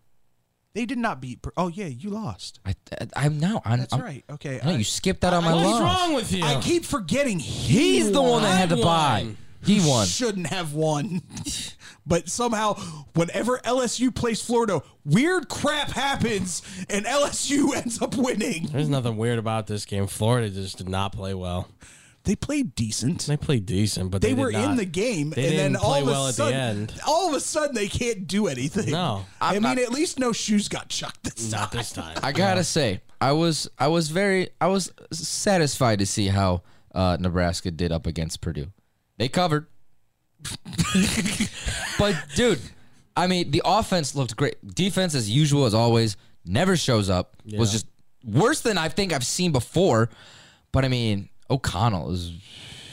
F: They did not beat. Pur- Oh yeah, you lost.
B: I, I, I'm now. I'm,
F: That's
B: I'm-
F: right. Okay,
B: No,
F: I-
B: you skipped that on my
D: What's
B: loss.
D: wrong with you?
F: I keep forgetting he
B: He's the one that had to
D: I
B: buy.
D: won.
B: He won.
F: shouldn't have won, but somehow, whenever LSU plays Florida, weird crap happens and LSU ends up winning.
D: There's nothing weird about this game. Florida just did not play well.
F: They played decent.
D: They played decent, but
F: They,
D: they, did
F: were in
D: not.
F: the game,
D: They
F: and
D: didn't
F: then all
D: play
F: of a
D: well at the
F: sudden,
D: end.
F: all of a sudden, they can't do anything.
D: No.
F: i mean, at least no shoes got chucked this time.
D: Not this time.
B: I
F: Uh-huh.
B: gotta say, I was I was very I was satisfied to see how uh, Nebraska did up against Purdue. They covered, but dude, I mean, the offense looked great. Defense, as usual, as always, never shows up. Was just worse than I think I've seen before. But I mean, O'Connell is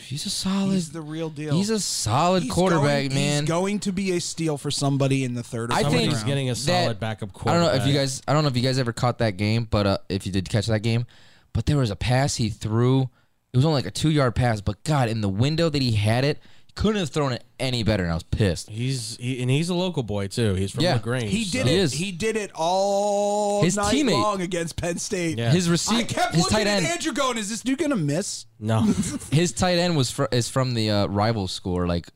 B: he's a solid.
F: He's the real deal.
B: He's a solid
F: He's
B: quarterback,
F: going-
B: man.
F: He's going to be a steal for somebody in the third. Or
B: I
F: fourth
B: think
D: Somebody's
F: round.
D: getting a solid
B: that- I
D: backup
B: don't
D: quarterback.
B: know if you guys. I don't know if you guys ever caught that game, but uh, if you did catch that game, but there was a pass he threw. It was only like a two-yard pass, but God, in the window that he had it, he couldn't have thrown it any better, and I was pissed.
D: He's he, and he's a local boy too. He's from
B: Yeah.
D: Lagrange.
F: He did
B: He
F: it.
B: is.
F: He did it all
B: His
F: night
B: teammate-
F: long against Penn State.
D: Yeah.
B: His
F: I
B: receiver,
F: kept
B: his
F: looking
B: tight
F: at
B: end,
F: Andrew going, is this dude going to miss?
D: No,
B: his tight end was fr- is from the uh, rival school. or, Like,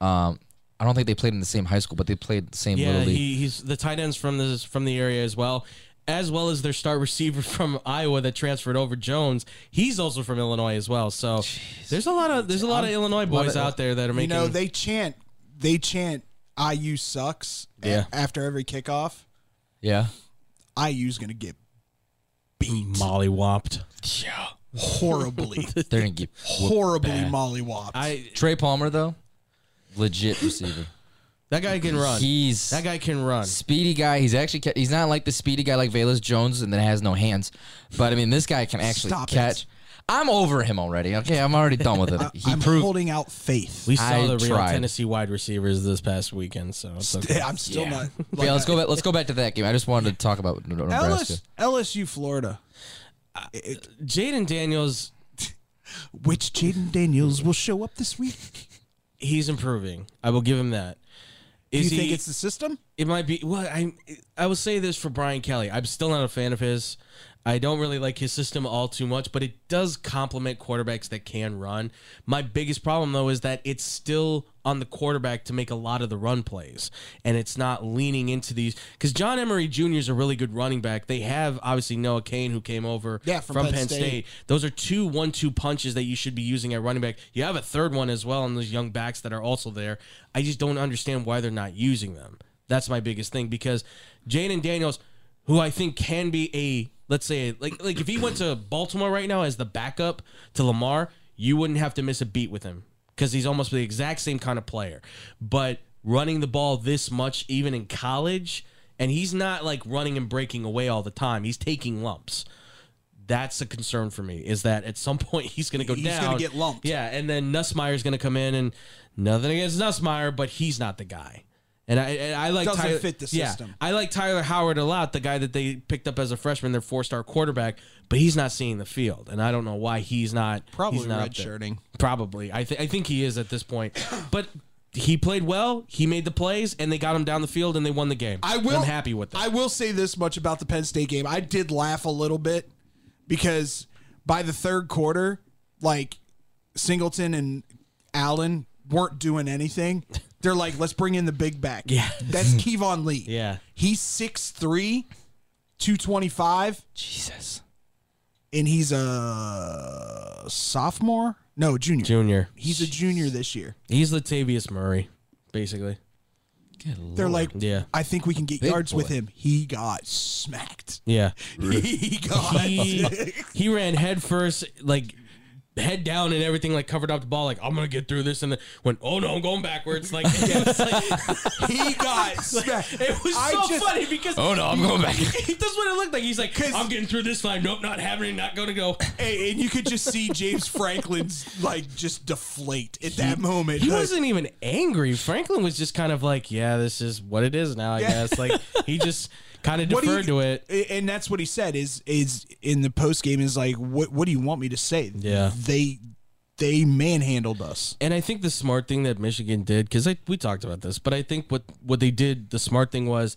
B: um, I don't think they played in the same high school, but they played the same
D: yeah,
B: little league.
D: he, he's the tight ends from the from the area as well, as well as their star receiver from Iowa that transferred over Jones. He's also from Illinois as well. So there's a lot of there's a lot of Illinois boys out there that are
F: You
D: making.
F: know, they chant, they chant, IU sucks a-
D: Yeah.
F: after every kickoff.
B: yeah,
F: IU's going to get
D: mollywopped.
F: horribly,
B: they're gonna get
F: horribly mollywopped.
D: I
B: Trey Palmer though, legit receiver.
D: that guy can run.
B: He's
D: that guy can run.
B: speedy guy. He's actually ca- he's not like the speedy guy like Valus Jones and that has no hands. But I mean, this guy can actually
F: Stop it.
B: catch. I'm over him already. Okay, I'm already done with it. He
F: I'm
B: proved.
F: holding out faith.
D: We saw
B: I
D: the real
B: tried.
D: Tennessee wide receivers this past weekend, so it's okay.
F: Yeah, I'm still
B: Yeah.
F: not.
B: Okay, let's go. Back, let's go back to that game. I just wanted to talk about Nebraska.
F: LS, LSU, Florida.
D: Jaden Daniels
F: Which Jaden Daniels will show up this week?
D: He's improving. I will give him that.
F: Do you
D: Is
F: think
D: he-
F: it's the system?
D: It might be. Well, I I will say this for Brian Kelly. I'm still not a fan of his. I don't really like his system all too much, but it does complement quarterbacks that can run. My biggest problem though is that it's still on the quarterback to make a lot of the run plays, and it's not leaning into these because John Emery Jr. is a really good running back. They have obviously Noah Kane who came over
F: Yeah, from Penn State.
D: those are two one-two punches that you should be using at running back. You have a third one as well, and those young backs that are also there. I just don't understand why they're not using them. That's my biggest thing because Jaden Daniels, who I think can be a let's say like like if he went to Baltimore right now as the backup to Lamar, you wouldn't have to miss a beat with him because he's almost the exact same kind of player. But running the ball this much, even in college, and he's not like running and breaking away all the time. He's taking lumps that's a concern for me is that at some point he's going to go
F: He's
D: down.
F: gonna get lumped.
D: Yeah, and then Nussmeyer's going to come in, and nothing against Nussmeyer, but he's not the guy. And I, and I like
F: Doesn't
D: Tyler,
F: fit the system.
D: Yeah, I like Tyler Howard a lot, the guy that they picked up as a freshman, their four-star quarterback, but he's not seeing the field, and I don't know why he's not.
F: Probably
D: he's not up there.
F: redshirting.
D: Probably, I, th- I think he is at this point, but. He played well. He made the plays, and they got him down the field, and they won the game.
F: I
D: And
F: will.
D: I'm happy with that.
F: I will say this much about the Penn State game. I did laugh a little bit because by the third quarter, like Singleton and Allen weren't doing anything. They're like, let's bring in the big back.
D: Yeah.
F: That's Kevon Lee.
D: Yeah.
F: He's 6'3, 225,
B: Jesus.
F: and he's a sophomore. No, junior.
D: Junior,
F: He's a junior this year.
D: he's Latavius Murray, basically.
F: They're like,
D: Yeah.
F: I think we can get
B: Big
F: yards with
B: boy.
F: him. He got smacked.
D: Yeah.
F: He got
D: He, he ran head first, like head down and everything, like covered up the ball, like, I'm going to get through this. And then went, oh no, I'm going backwards. Like, it was, like-
F: he got smacked.
D: it was
F: I
D: so
F: just-
D: funny because
B: Oh no, I'm going back.
D: that's what it looked like. He's like, I'm getting through this line. Nope, not happening. Not going to go.
F: Hey, and you could just see James Franklin's like just deflate at that moment.
D: He
F: Like,
D: wasn't even angry. Franklin was just kind of like, yeah, this is what it is now, I
F: Yeah.
D: guess. Like, he just kind of
F: what do you-
D: deferred to it.
F: a- and that's what he said is is in the post game is like, what what do you want me to say?
D: Yeah.
F: they they manhandled us.
D: And I think the smart thing that Michigan did, because we talked about this, but I think what what they did, the smart thing was,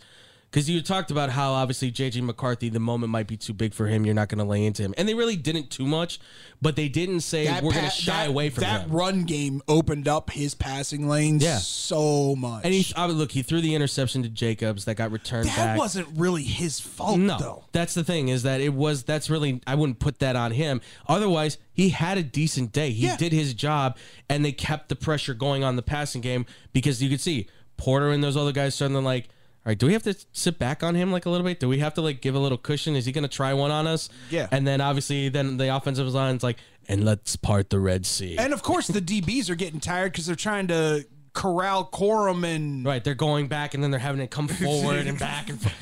D: because you talked about how obviously JJ McCarthy, the moment might be too big for him. You're not going to lay into him, and they really didn't too much, but they didn't say we're going
F: pa-
D: to shy
F: that-
D: away from
F: that
D: him.
F: run game opened up his passing lanes
D: Yeah.
F: so much.
D: and he, I mean, look, he threw the interception to Jacobs that got returned
F: that
D: back.
F: wasn't really his fault
D: no,
F: though.
D: that's the thing is that it was. That's really I wouldn't put that on him. Otherwise, he had a decent day. He
F: Yeah.
D: did his job, and they kept the pressure going on the passing game because you could see Porter and those other guys suddenly like, all right, do we have to sit back on him like a little bit? Do we have to like give a little cushion? Is he going to try one on us?
F: Yeah.
D: And then obviously, then the offensive line's like, and let's part the Red Sea.
F: And of course, the DBs are getting tired because they're trying to corral Corum and
D: Right, they're going back and then they're having it come forward and back and. forth.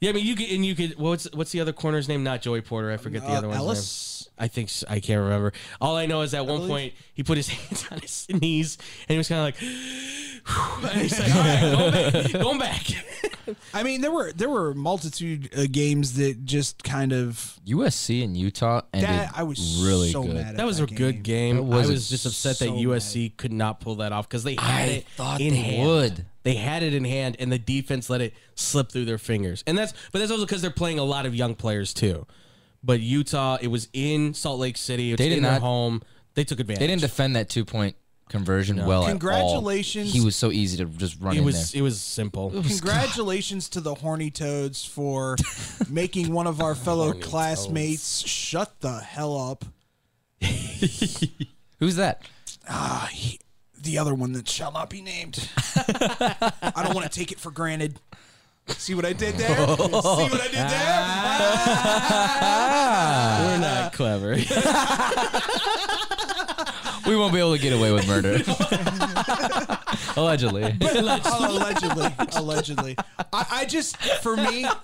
D: Yeah, I mean you could and you could. What's what's the other corner's name? Not Joey Porter. I forget the
F: Uh,
D: other one's
F: Ellis?
D: name. I think s- I can't remember. All I know is at one point he put his hands on his knees and he was kind of like, and he's like, all right, going back, going back.
F: I mean, there were there were a multitude of games that just kind of
B: USC and Utah ended
F: that I was
B: really
F: so
B: good.
F: mad. At
D: That was a good game.
B: was
D: I
B: a-
D: was just upset that
F: so
D: USC could not pull that off because they
B: I
D: had it
B: thought
D: in
B: they
D: hand.
B: would.
D: They had it in hand, and the defense let it slip through their fingers. And that's but that's also because they're playing a lot of young players too. But Utah, it was in Salt Lake City. It was
B: They did
D: in their
B: not-
D: home. They took advantage.
B: They didn't defend that two point conversion well. at all.
F: Congratulations.
B: He was so easy to just run
D: It
B: in
D: was
B: there.
D: it was simple.
F: Congratulations to the Horny Toads for making one of our fellow classmates shut the hell up.
B: Who's that?
F: The other one that shall not be named. I don't want to take it for granted. See what I did there? See what I did there?
D: We're not clever.
B: We won't be able to get away with murder. Allegedly.
F: allegedly, allegedly. I, I just, for me, uh,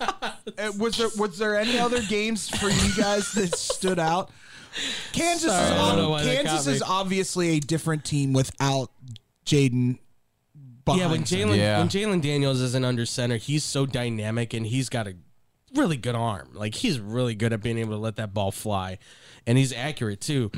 F: was there was there any other games for you guys that stood out? Kansas is
D: I don't know why
F: ob-
D: that
F: Kansas
D: got me.
F: is obviously a different team without Jaden.
D: yeah, when
F: behind him.
D: Jalen
B: Yeah.
D: when Jalen Daniels is an under center, he's so dynamic and he's got a really good arm. Like he's really good at being able to let that ball fly, and he's accurate too.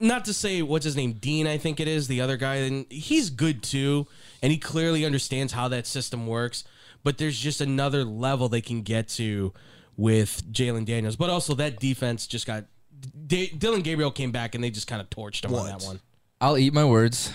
D: not to say what's his name, Dean, I think it is, the other guy, and he's good too, and he clearly understands how that system works, but there's just another level they can get to with Jalen Daniels. But also that defense just got D- Dylan Gabriel came back and they just kind of torched him on that one.
B: I'll eat my words.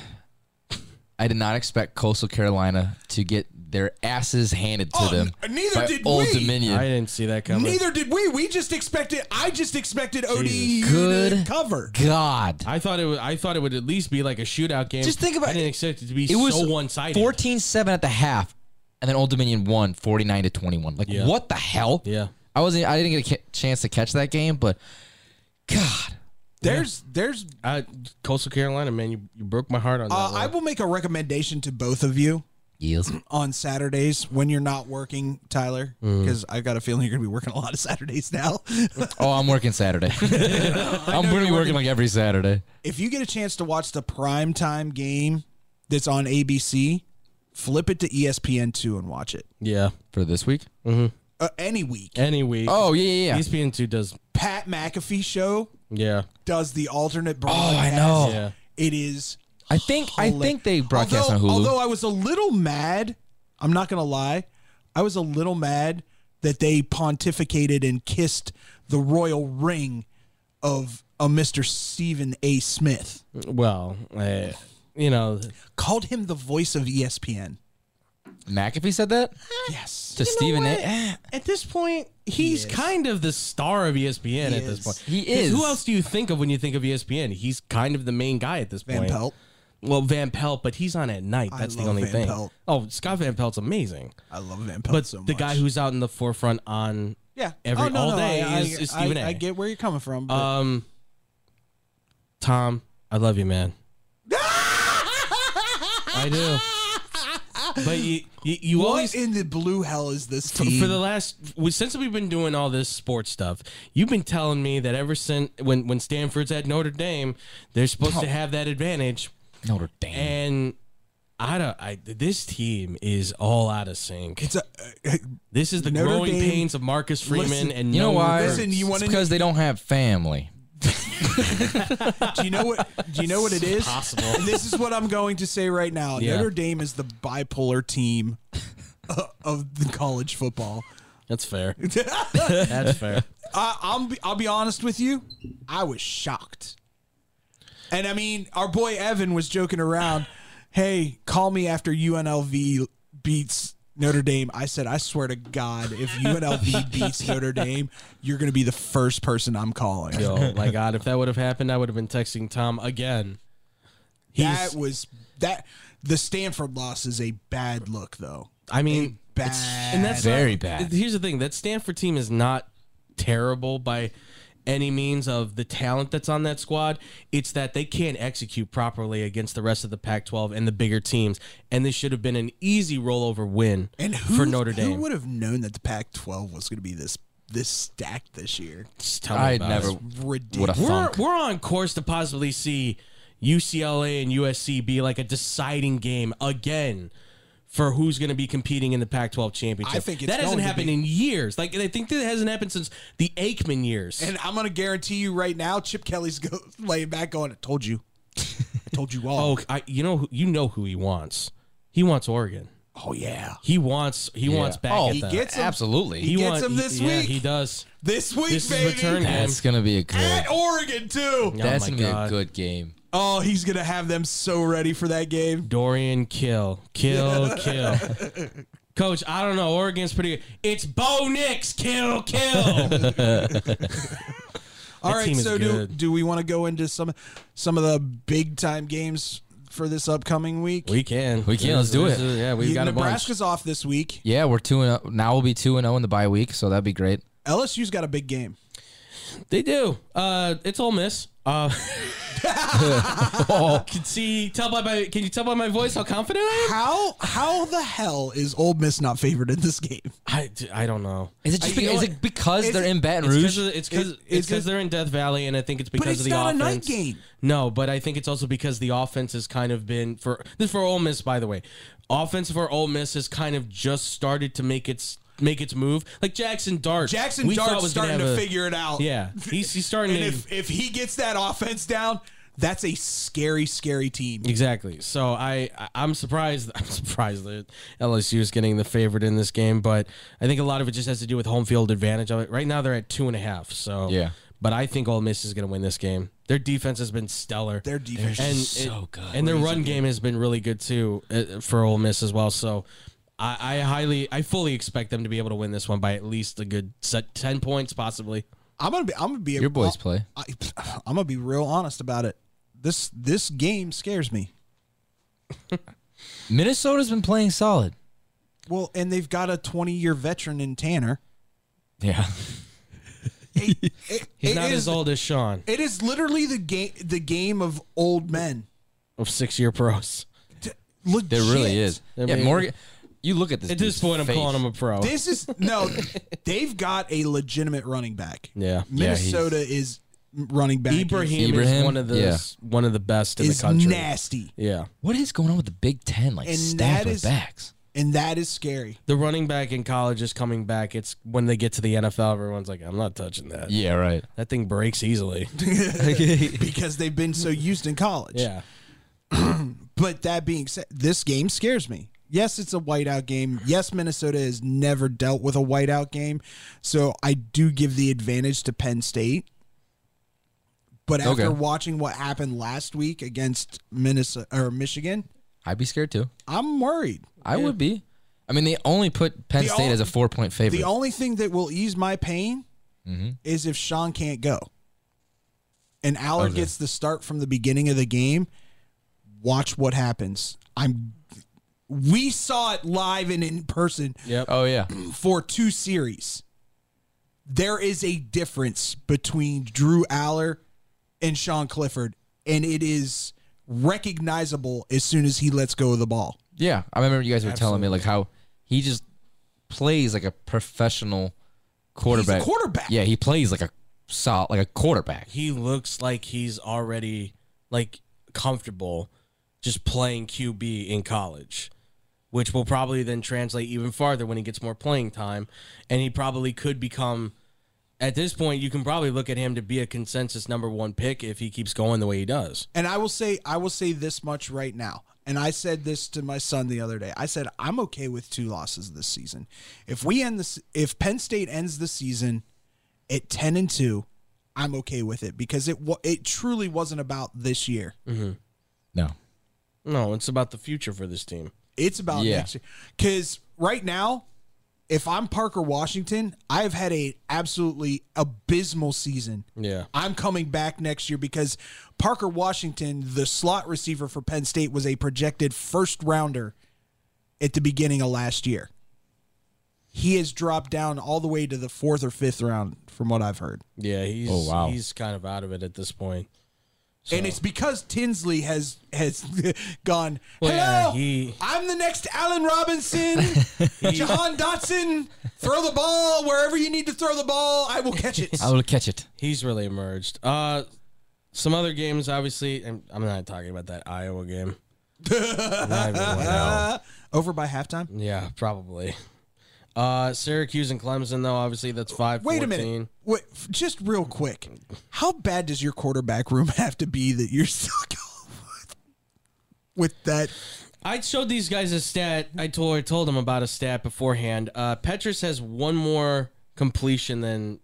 B: I did not expect Coastal Carolina to get their asses handed to
F: Oh,
B: them.
F: n- neither
B: by
F: did
B: Old
F: we.
B: Dominion.
D: I didn't see that coming.
F: Neither did we. We just expected. I just expected ODU
B: Good
F: to cover.
B: God.
D: I thought it would. I thought it would at least be like a shootout game.
B: Just think about
D: I didn't expect it to be
B: It was
D: so one sided.
B: 14 7 at the half, and then Old Dominion won 49 to 21. Like,
D: Yeah.
B: what the hell?
D: Yeah.
B: I wasn't. I didn't get a ca- chance to catch that game, but God,
F: There's, there's.
D: Uh, Coastal Carolina, man, you, you broke my heart on that.
F: Uh,
D: one.
F: I will make a recommendation to both of you
B: yes.
F: on Saturdays when you're not working, Tyler,
B: Mm.
F: because I've got a feeling you're going to be working a lot of Saturdays now.
B: Oh, I'm working Saturday. I'm really working like every Saturday.
F: if you get a chance to watch the prime time game that's on ABC, flip it to E ESPN two and watch it
D: yeah.
B: For this week?
F: uh, any week.
D: Anyway. E
B: Oh, yeah, yeah, yeah.
D: ESPN two does.
F: Pat McAfee show
D: Yeah.
F: does the alternate
B: Oh, I
F: broadcast.
B: know.
D: Yeah.
F: It is
B: I think I
F: hilarious.
B: think they broadcast
F: although,
B: on Hulu.
F: Although I was a little mad, I'm not gonna lie, I was a little mad that they pontificated and kissed the royal ring of a Mr. Stephen A. Smith.
D: Well, eh, you know,
F: Called him the voice of E ESPN.
B: McAfee said that
F: Yes.
B: to Stephen A. Eh,
D: at this point, he's kind of the star of E ESPN at this
F: is.
D: point.
B: He
D: 'Cause
B: is.
D: Who else do you think of when you think of E ESPN? He's kind of the main guy at this
F: Van
D: point.
F: Pelt.
D: Well, Van Pelt, but he's on at night.
F: I
D: That's the
F: love
D: only
F: Van
D: thing.
F: Pelt.
D: Oh, Scott Van Pelt's amazing.
F: I love Van Pelt
D: But
F: so much.
D: the guy who's out in the forefront on
F: yeah.
D: every
F: oh, no,
D: all
F: no,
D: day
F: I,
D: is, is
F: I,
D: Stephen A.
F: I get where you're coming from. But
D: Um, Tom, I love you, man. I do. But you, you, you
F: what
D: always
F: in the blue hell is this
D: for,
F: team?
D: for the last we- since we've been doing all this sports stuff, you've been telling me that ever since when when Stanford's at Notre Dame, they're supposed to have that advantage,
B: Notre Dame.
D: and I don't. I this team is all out of sync.
F: it's a, uh,
D: This is the
F: Notre
D: growing
F: Dame-
D: pains of Marcus Freeman
F: Listen,
D: and
B: you know
D: no
B: why?
D: Hurts.
F: Listen, you
B: It's
F: wanna-
B: because they don't have family.
F: do you know what? Do you know what it is?
D: Possible.
F: And this is what I'm going to say right now.
D: Yeah.
F: Notre Dame is the bipolar team uh, of the college football.
D: That's fair. That's fair.
F: I, I'm be- I'll be honest with you, I was shocked. And I mean, our boy Evan was joking around. Hey, call me after UNLV beats Notre Dame. I said, I swear to God, if UNLV beats Notre Dame, you're going to be the first person I'm calling.
D: Yo, my God, if that would have happened, I would have been texting Tom again. He's,
F: that was that. The Stanford loss is a bad look, though.
D: I mean,
F: Bad.
D: and that's
B: Very
D: not-
B: bad.
D: Here's the thing: that Stanford team is not terrible by any means of the talent that's on that squad. It's that they can't execute properly against the rest of the Pac-12 and the bigger teams, and this should have been an easy rollover win
F: and who,
D: for Notre
F: Who
D: Dame.
F: would have known that the Pac-12 was going to be this this stacked this year?
D: Just tell me
B: I
D: about
B: never
D: it.
B: would have
F: Ridiculous.
D: We're
B: thunk.
D: we're on course to possibly see UCLA and USC be like a deciding game again for who's going to be competing in the Pac-12 championship.
F: I think it's
D: that hasn't
F: going to
D: happened
F: be.
D: in years. Like I think that hasn't happened since the Aikman years.
F: And I'm going to guarantee you right now, Chip Kelly's go, laying back going, I told you. I told you all.
D: oh, I, you know who- you know who he wants. He wants Oregon.
F: Oh, yeah.
D: He wants he wants back
B: Oh,
D: at
B: he
D: them.
F: gets 'em.
B: Absolutely.
F: He gets
D: want-
F: him this
D: yeah,
F: week.
D: He does.
F: This week,
D: This
F: baby.
D: is return game.
B: That's gonna be a good.
F: At Oregon, too.
D: Oh
B: That's
D: my
B: gonna be a
D: God.
B: good game.
F: Oh, he's going to have them so ready for that game.
D: Dorian kill. Kill, kill. Coach, I don't know. Oregon's pretty good. It's Bo Nix. Kill, kill.
F: All right,
D: team is
F: so do,
D: good.
F: do we want to go into some some of the big time games for this upcoming week?
D: We can.
B: We can. Let's do it.
D: Yeah, we've got a bunch.
F: Nebraska's off this week.
B: Yeah, we're two and oh- now we'll be two and zero in the bye week, so that'd be great.
F: LSU's got a big game.
D: They do. Uh, it's Ole Miss. Uh,
B: Oh,
D: can see. Tell by my. Can you tell by my voice how confident I am?
F: How how the hell is Ole Miss not favored in this game?
D: I, I don't know.
B: is it just
F: Uh, you
B: because,
F: know
B: is
F: what?
B: it because
F: It's-
B: they're in Baton
D: It's
B: Rouge?
D: because it's
F: It- it's
D: because it's
F: good-
D: because they're in Death Valley, and I think it's because
F: it's
D: of the
F: not a night
D: offense.
F: game.
D: No, but I think it's also because the offense has kind of been for this is for Ole Miss, by the way. Offense for Ole Miss has kind of just started to make its make its move. Like Jackson Dart,
F: Jackson
D: we thought
F: Dart's
D: was gonna
F: starting
D: have
F: to
D: a-
F: figure it out.
D: Yeah, he's he's starting
F: And
D: to.
F: if if he gets that offense down, That's a scary, scary team.
D: Exactly. So I I- I'm surprised I'm surprised that LSU is getting the favorite in this game, but I think a lot of it just has to do with home field advantage of it. Right now they're at two and a half. So
B: Yeah.
D: But I think Ole Miss is going to win this game. Their defense has been stellar.
F: Their defense
D: and
F: is
D: so good, and their run game has been really good too uh, for Ole Miss as well. So I, I highly, I fully expect them to be able to win this one by at least a good set, ten points, possibly.
F: I'm gonna be. I'm gonna be.
B: Your boys play.
F: I, I'm gonna be real honest about it. This this game scares me.
B: Minnesota's been playing solid.
F: Well, and they've got a 20 year veteran in Tanner.
B: Yeah.
F: It-
D: He's
F: it
D: not
F: is-
D: as old as Sean
F: It is literally the game the game of old men.
D: of six-year pros.
F: Legit.
B: There really is.
D: I
B: yeah,
D: mean-
B: Morgan. You look at this.
D: At this
B: dude's
D: point, I'm
B: face.
D: calling him a pro.
F: This is no. They've got a legitimate running back.
D: yeah,
F: Minnesota is running back.
D: Ibrahim,
B: Ibrahim?
D: is one of the
B: Yeah.
D: one of the best in
F: is,
D: the
F: is
D: country.
F: nasty,
D: Yeah,
B: What is going on with the Big Ten? Like
F: And
B: stacked
F: that
B: with
F: is-
B: backs.
F: and that is scary.
D: the running back in college is coming back. It's when they get to the NFL, everyone's like, "I'm not touching that.
B: Yeah. Right.
D: That thing breaks easily."
F: because they've been so used in college.
D: yeah.
F: But that being said, this game scares me. Yes, it's a whiteout game. Yes, Minnesota has never dealt with a whiteout game. So I do give the advantage to Penn State. But after
B: Okay.
F: watching what happened last week against Minnesota or Michigan,
B: I'd be scared too.
F: I'm worried.
B: I would be. I mean, they only put Penn
F: The
B: State
F: ol-
B: as a four point favorite.
F: The only thing that will ease my pain is if Sean can't go. And Allard gets the start from the beginning of the game. Watch what happens. I'm we saw it live and in person
D: Yep.
B: oh yeah.
F: for two series. There is a difference between Drew Aller and Sean Clifford, and it is recognizable as soon as he lets go of the ball.
B: Yeah, I remember you guys were telling me like how he just plays like a professional quarterback.
F: quarterback.
B: Yeah, he plays like a solid, like a quarterback.
D: he looks like he's already like comfortable just playing QB in college, which will probably then translate even farther when he gets more playing time, and he probably could become. At this point, you can probably look at him to be a consensus number one pick if he keeps going the way he does.
F: And I will say, I will say this much right now. And I said this to my son the other day. I said, I'm okay with two losses this season. If we end this, if Penn State ends the season at 10 and 2, I'm okay with it because it wa- it truly wasn't about this year.
B: No.
D: No, it's about the future for this team.
F: It's about
B: Yeah.
F: next year. Because right now, if I'm Parker Washington, I've had a absolutely abysmal season.
D: Yeah.
F: I'm coming back next year because Parker Washington, the slot receiver for Penn State, was a projected first rounder at the beginning of last year. He has dropped down all the way to the fourth or fifth round, from what I've heard.
D: Yeah, he's
B: Oh, wow.
D: he's kind of out of it at this point.
F: And it's because Tinsley has has gone.
D: Well, yeah,
F: Hello,
D: he-
F: I'm the next Allen Robinson, Jahan Dotson. Throw the ball wherever you need to throw the ball. I will catch it.
B: I will catch it.
D: He's really emerged. Uh, some other games, obviously. I'm, I'm not talking about that Iowa game. Not even one hour.
F: Over by halftime.
D: Yeah, probably. Uh, Syracuse and Clemson, though, obviously that's five.
F: Wait a minute. Wait, f- just real quick. How bad does your quarterback room have to be that you're still going with, with that?
D: I showed these guys a stat. I told I told them about a stat beforehand. Uh, Petrus has one more completion than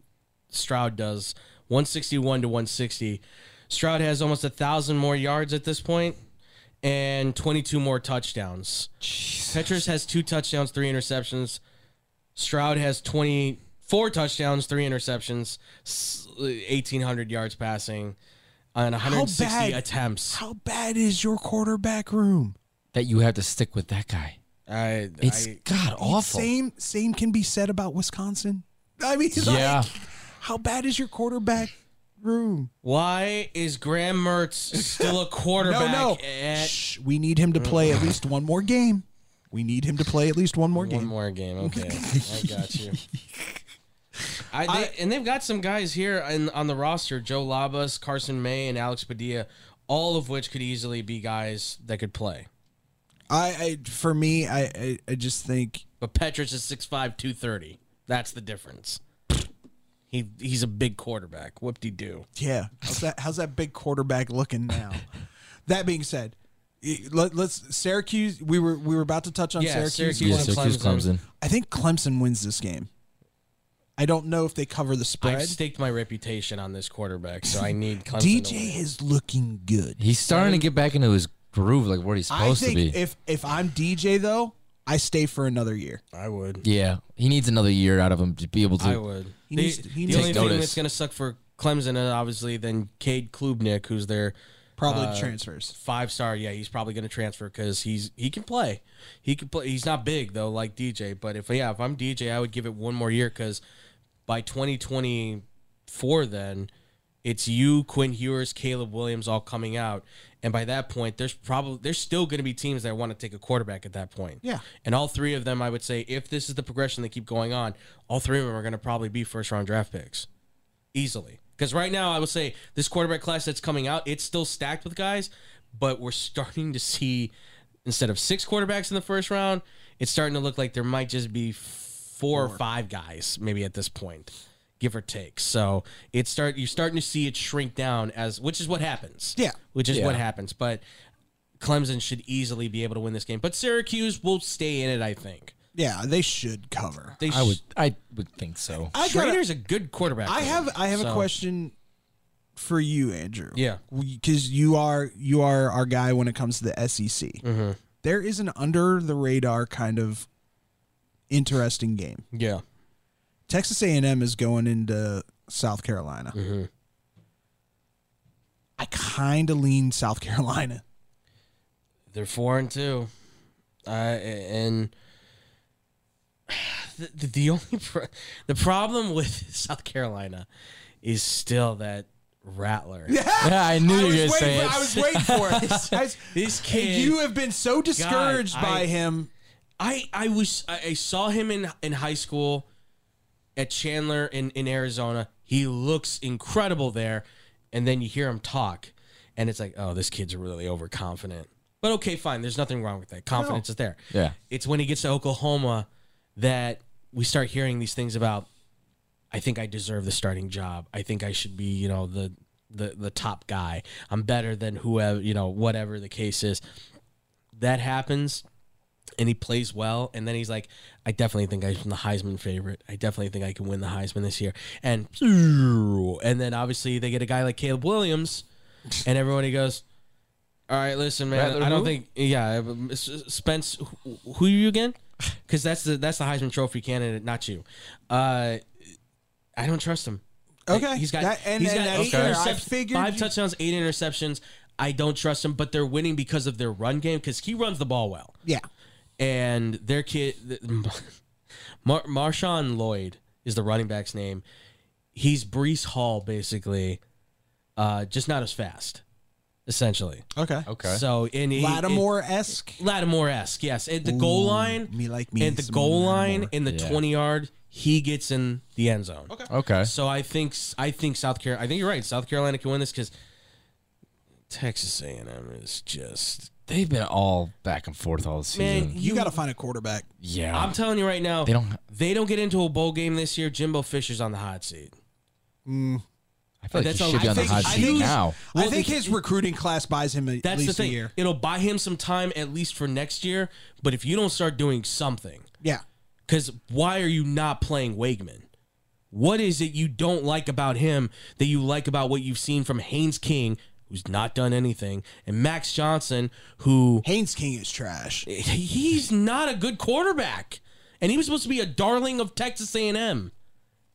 D: Stroud does, one sixty one to one sixty. Stroud has almost a thousand more yards at this point and twenty two more touchdowns. Petrus has two touchdowns, three interceptions. Stroud has twenty four touchdowns, three interceptions, eighteen hundred yards passing, on one hundred sixty
F: bad-
D: attempts.
F: How bad is your quarterback room?
B: That you have to stick with that guy.
D: I,
B: It's
D: I,
B: god awful.
F: Same same can be said about Wisconsin. I mean, like,
B: Yeah.
F: how bad is your quarterback room?
D: Why is Graham Mertz still a quarterback?
F: No, no.
D: At
F: Shh, we need him to play at least one more game. We need him to play at least one more
D: one
F: game.
D: more game. Okay, I got you. I, they, and they've got some guys here in, on the roster: Joe Labas, Carson May, and Alex Padilla, all of which could easily be guys that could play.
F: I, I for me, I, I, I just think
D: But Petrus is 6'5", 230. That's the difference. He he's a big quarterback. Whoop de doo.
F: Yeah. How's that, how's that big quarterback looking now? that being said, i- let, us Syracuse. We were we were about to touch on Syracuse.
B: Yeah, Syracuse, Clemson.
F: I think Clemson wins this game. I don't know if they cover the
D: I've
F: spread.
D: staked my reputation on this quarterback, so I need Clemson. to win.
F: DJ is looking good.
B: He's starting to get back into his groove, like where he's
F: I
B: supposed to be.
F: think if if I'm DJ though, I stay for another year.
D: I would.
B: yeah, he needs another year out of him to be able to.
D: I would.
F: He
D: the
F: needs to- he
D: the
F: needs
D: only
B: to
D: thing
B: notice.
D: that's going to suck for Clemson is obviously then Cade Klubnik, who's their
F: Probably
B: Uh,
F: transfers.
D: five star. Yeah, he's probably going to transfer because he's he can play. He can play. He's not big though, like DJ. But if yeah, if I'm DJ, I would give it one more year because by 2024, then it's you, Quinn Hewers, Caleb Williams, all coming out. And by that point, there's probably there's still going to be teams that want to take a quarterback at that point.
F: Yeah.
D: And all three of them, I would say, if this is the progression they keep going on, all three of them are going to probably be first round draft picks easily. Because right now, I would say this quarterback class that's coming out, it's still stacked with guys, but we're starting to see instead of six quarterbacks in the first round, it's starting to look like there might just be four, or five guys maybe at this point, give or take. So it's start you're starting to see it shrink down as which is what happens.
F: Yeah.
D: which is what happens. But Clemson should easily be able to win this game, but Syracuse will stay in it. I think
F: Yeah, they should cover.
D: they.
B: I would. I would think so.
F: I gotta-
D: Schrader's a good quarterback.
F: I have I have a
D: So-
F: question for you, Andrew.
D: Yeah.
F: because you are you are our guy when it comes to the SEC.
D: Mm-hmm.
F: There is an under the radar kind of interesting game.
D: Yeah.
F: Texas A and M is going into South Carolina.
D: Mm-hmm.
F: I kind of lean South Carolina.
D: They're four and two, uh, and the, the, the only pro- the problem with South Carolina is still that Rattler.
B: yeah, I knew
F: I
B: you
F: was
B: were gonna
F: waiting for-
B: say it.
F: I was waiting for it. I was-
D: This kid,
F: you have been so discouraged
D: God,
F: by
D: I-
F: him.
D: I I was I, I saw him in in high school at Chandler in in Arizona. He looks incredible there, and then you hear him talk, and it's like, oh, this kid's really overconfident. But okay, fine. There's nothing wrong with that. Confidence is there.
B: Yeah.
D: It's when he gets to Oklahoma that we start hearing these things about. I think I deserve the starting job. I think I should be, you know, the the the top guy. I'm better than whoever, you know, whatever the case is. That happens and he plays well. And then he's like, I definitely think I'm the Heisman favorite. I definitely think I can win the Heisman this year. And and then obviously they get a guy like Caleb Williams, and everybody goes, All right, listen, man,
B: Rather
D: I don't
B: who?
D: think, yeah, uh, S- Spence, who, who are you again? Because that's the that's the Heisman Trophy candidate, not you. Uh, I don't trust him.
F: Okay.
D: Like, he's got
F: That- and-
D: he's
F: and
D: got
F: that's
D: eight
F: fair. I
D: interceptions-
F: figured
D: five
F: you-
D: touchdowns, eight interceptions. I don't trust him, but they're winning because of their run game because he runs the ball well
F: Yeah,
D: and their kid, th- Mar- Marshawn Lloyd is the running back's name. He's Brees Hall, basically, uh, just not as fast, essentially.
F: okay.
B: Okay.
D: So, and he-
F: Lattimore esque.
D: it- Lattimore-esque, yes. At the goal line,
F: me like me
D: at the
F: some
D: goal line
F: Lattimore.
D: in the
B: Yeah.
D: twenty yard, he gets in the end zone. Okay.
B: Okay.
D: So I think I think South Carolina. I think you're right. South Carolina can win this because Texas A&M is just
B: They've been all back and forth all season.
D: man.
F: You got to find a quarterback.
B: yeah.
D: I'm telling you right now,
B: Oh. They don't-
D: They don't get into a bowl game this year. Jimbo Fisher's on the hot seat.
B: I feel like
D: that's
B: he
D: all-
B: should be
D: I
B: on the
D: think-
B: hot
D: I
B: seat
D: think-
B: now.
F: I think his recruiting class buys him at
D: That's
F: least
D: the
F: a
D: thing.
F: year.
D: It'll buy him some time at least for next year. But if you don't start doing something,
F: Yeah.
D: because why are you not playing Wegman? What is it you don't like about him that you like about what you've seen from Haynes King, who's not done anything, and Max Johnson, who
F: Haynes King is trash.
D: he's not a good quarterback, and he was supposed to be a darling of Texas A&M.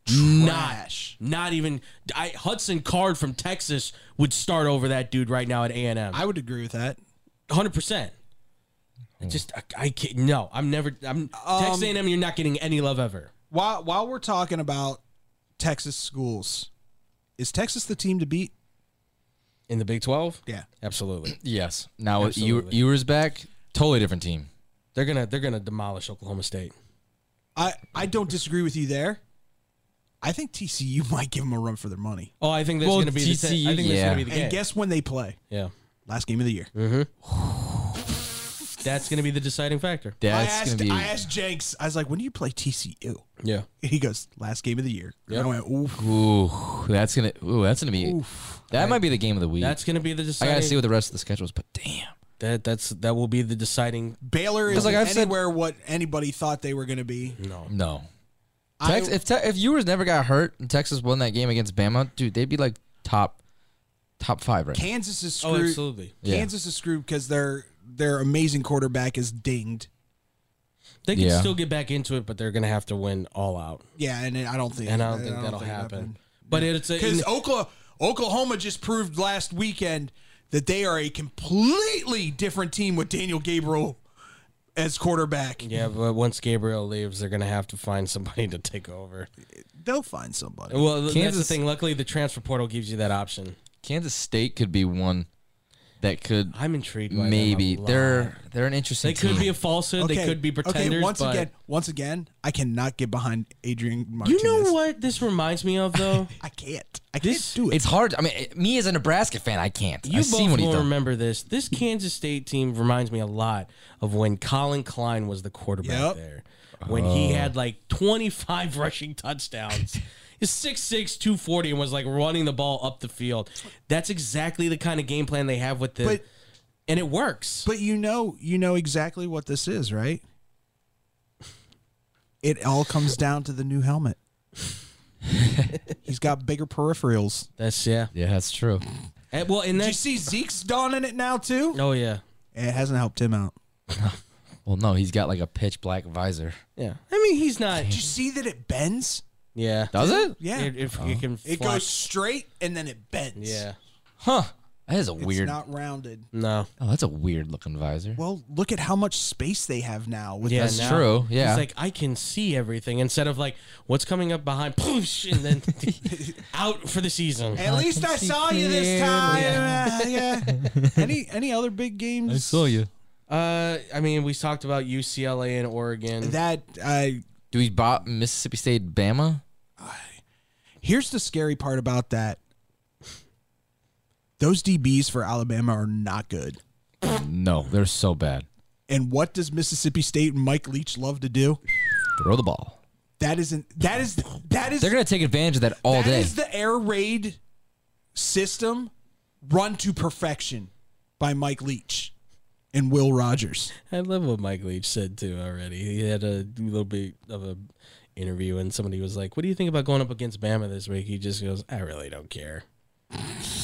F: Trash.
D: Not even I, Hudson Card from Texas would start over that dude right now at A and M.
F: I would agree with that.
D: Hundred percent. Just I, I can't. No, I'm never. I'm Texas A and M. You're not getting any love ever.
F: While while we're talking about Texas schools, is Texas the team to beat?
D: In the Big Twelve.
F: Yeah.
D: absolutely.
B: Yes. Now with Ewer-
D: Absolutely.
B: Ewers back, totally different team.
D: They're gonna they're gonna demolish Oklahoma State.
F: I I don't disagree with you there. I think TCU might give them a run for their money.
D: Oh, I think there's
B: Well,
D: gonna be the.
B: TCU
D: I think there's
B: yeah.
D: gonna be the game.
F: And guess when they play?
D: yeah.
F: Last game of the year.
D: That's going to be the deciding factor.
B: That's
F: I asked
B: gonna be.
F: I asked Jenks. I was like, "When do you play TCU?"
D: Yeah.
F: He goes, "Last game of the year." And I went, "Oof."
B: ooh, that's gonna. Ooh, that's gonna be. That might be the game of the week.
D: That's going to be the
B: I
D: deciding.
B: gotta see what the rest of the schedule is, but damn.
D: that that's that will be the deciding.
F: Baylor is
B: like I've said-
F: anywhere what anybody thought they were going to be.
B: No. Tex- if te- if Ewers never got hurt and Texas won that game against Bama, dude, they'd be like top top five right. now.
F: Kansas is
D: Oh,
F: screwed.
D: absolutely.
B: Yeah.
F: Kansas is screwed because their their amazing quarterback is dinged.
D: They can
B: Yeah.
D: still get back into it, but they're going to have to win all out.
F: Yeah, and I don't think
D: And I don't think that'll happen. But it's a,
F: Because Oklahoma, Oklahoma just proved last weekend that they are a completely different team with Daniel Gabriel as quarterback.
D: yeah, but once Gabriel leaves, they're going to have to find somebody to take over.
F: They'll find somebody.
D: Well, that's the
B: Kansas-
D: thing. Luckily, the transfer portal gives you that option.
B: Kansas State could be one that could
D: I'm intrigued. By
B: maybe
D: them a lot.
B: they're they're an interesting.
D: They could be
B: team.
D: a falsehood. They could be pretenders.
F: Okay, once
D: but
F: again, once again, I cannot get behind Adrian Martinez.
D: you know what this reminds me of though.
F: I can't. I
D: This-
F: can't do it.
B: It's hard. I mean, it- me as a Nebraska fan, I can't.
D: You
B: I
D: both
B: seen what he
D: will
B: done.
D: remember this. This Kansas State team reminds me a lot of when Colin Klein was the quarterback
F: Yep.
D: there, when he
B: Uh.
D: had like 25 rushing touchdowns. He's 6'6", 240, and was like running the ball up the field. That's exactly the kind of game plan they have with the,
F: But-
D: and it works.
F: But you know, you know exactly what this is, right? It all comes down to the new helmet. He's got bigger peripherals.
D: That's yeah.
B: Yeah, that's true.
D: And- well, and
F: Do you
D: that's
F: see Zeke's donning it now too?
D: oh yeah,
F: It hasn't helped him out.
B: Well, no, he's got like a pitch black visor.
D: yeah. I mean, he's not.
F: Do you see that it bends?
D: Yeah,
B: Does it?
F: Yeah.
D: It, it, it can
F: It
D: flex.
F: goes straight and then it bends.
D: Yeah,
B: Huh? That is a
F: It's
B: weird.
F: not rounded.
D: no.
B: oh, that's a weird looking visor.
F: Well, look at how much space they have now with
D: Yeah,
F: yeah.
B: That's true, yeah.
D: it's like I can see everything instead of like what's coming up behind, poosh, and then out for the season.
F: At least I saw you this time. Yeah. Any any other big games?
B: you.
D: Uh, I mean, we talked about UCLA and Oregon.
F: That uh, I
B: Do we bought Mississippi State, Bama?
F: Here's the scary part about that. Those DBs for Alabama are not good.
B: No, they're so bad.
F: And what does Mississippi State and Mike Leach love to do?
B: Throw the ball.
F: That isn't that is that is
B: They're gonna take advantage of that all
F: that
B: day.
F: is the air raid system run to perfection by Mike Leach and Will Rogers.
D: I love what Mike Leach said too already. He had a little bit of a interview and somebody was like, "What do you think about going up against Bama this week?" He just goes, "I really don't care."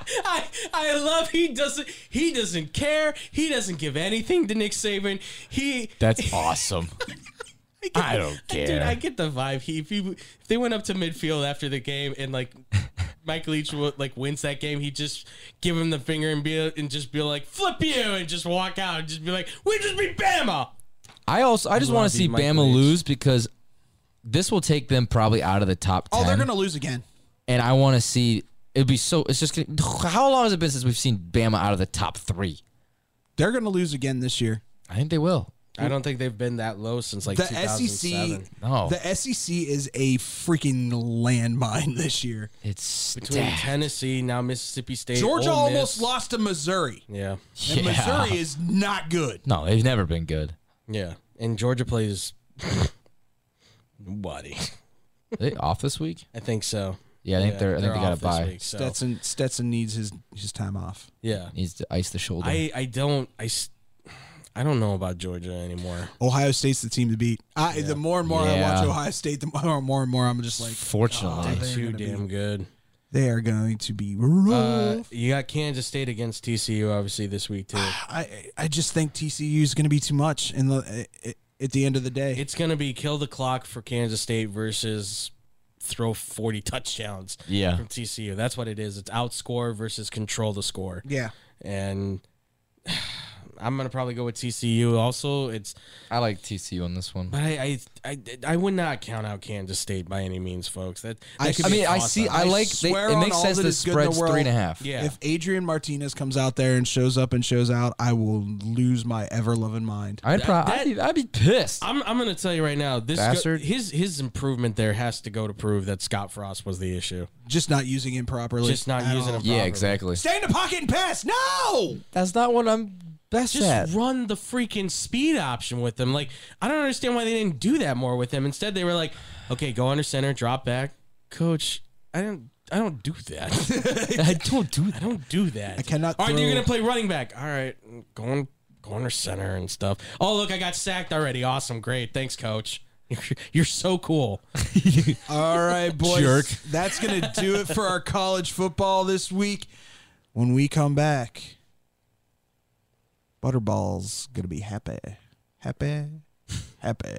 D: I, I love he doesn't he doesn't care he doesn't give anything to Nick Saban he
B: That's awesome. I don't
D: Dude,
B: care.
D: I get the vibe. He if, he if they went up to midfield after the game and like Mike Leach wo- like wins that game, he just give him the finger and be and just be like flip you and just walk out and just be like we just beat Bama.
B: I also I just want
D: Love
B: to
D: you,
B: see
D: Mike
B: Bama
D: Leach.
B: lose because this will take them probably out of the top
F: Oh,
B: ten.
F: they're going to lose again.
B: and I want to see. It'd be so. It's just gonna, how long has it been since we've seen Bama out of the top three?
F: They're going to lose again this year.
B: I think they will.
D: I don't think they've been that low since like
F: The E SEC
B: No.
F: the SEC is a freaking landmine this year.
B: It's
D: between
B: stacked.
D: Tennessee now Mississippi State.
F: Georgia
D: Ole
F: almost
D: Miss.
F: lost to Missouri.
D: Yeah,
F: And
B: Yeah.
F: Missouri is not good.
B: No, they've never been good.
D: yeah, and Georgia plays nobody.
B: Are they off this week?
D: I think so.
B: Yeah, I think
D: Yeah,
B: they're. I think they got
D: off
B: to
D: this
B: buy.
D: week, so.
F: Stetson Stetson needs his his time off.
D: Yeah,
B: Needs to ice the shoulder.
D: I I don't I. s- I don't know about Georgia anymore.
F: Ohio State's the team to beat. I, The more and more I
B: Yeah.
F: watch Ohio State, the more, more and more I'm just like
B: Fortunately,
F: They're
D: Too
F: gonna be-
D: damn good.
F: they are going to be rough.
D: Uh, you got Kansas State against TCU, obviously this week too.
F: I I just think TCU is going to be too much in the at, at the end of the day.
D: It's gonna be kill the clock for Kansas State versus throw forty touchdowns.
B: Yeah.
D: from TCU. That's what it is. It's outscore versus control the score.
F: yeah,
D: and I'm gonna probably go with TCU. Also, it's
B: I like TCU on this one.
D: but I I, I I would not count out Kansas State by any means, folks. That, that could
B: I
D: be
B: mean,
D: a
B: I
D: toss-up.
B: see. I like. They,
F: swear
B: it
F: on
B: makes
F: all
B: sense.
F: that
B: The
F: is good in the
B: spread's three
F: world.
B: and a half.
D: Yeah.
F: If Adrian Martinez comes out there and shows up and shows out, I will lose my ever loving mind.
B: I'd probably.
D: that-
B: I'd, be, I'd be pissed.
D: I'm, I'm gonna tell you right now. This go,
B: Bastard.
D: his his improvement there has to go to prove that Scott Frost was the issue.
F: Just not using him properly.
D: Just not
F: at
D: using
F: all.
D: him.
B: yeah,
D: properly.
B: exactly.
F: Stay in the pocket and pass. No.
B: That's not what I'm That's
D: just
B: sad.
D: run the freaking speed option with him. Like, I don't understand why they didn't do that more with him. Instead, they were like, okay, go under center, drop back. Coach, I don't I don't do that. I don't do that. I don't do that. I
F: cannot
D: All right,
F: throw-
D: you're gonna play running back. All right, going corner center and stuff. Oh look, I got sacked already. Awesome, great. Thanks, coach. You're so cool.
F: All right, boys.
H: Jerk.
F: That's going to do it for our college football this week. When we come back, Butterball's going to be happy. Happy. Happy.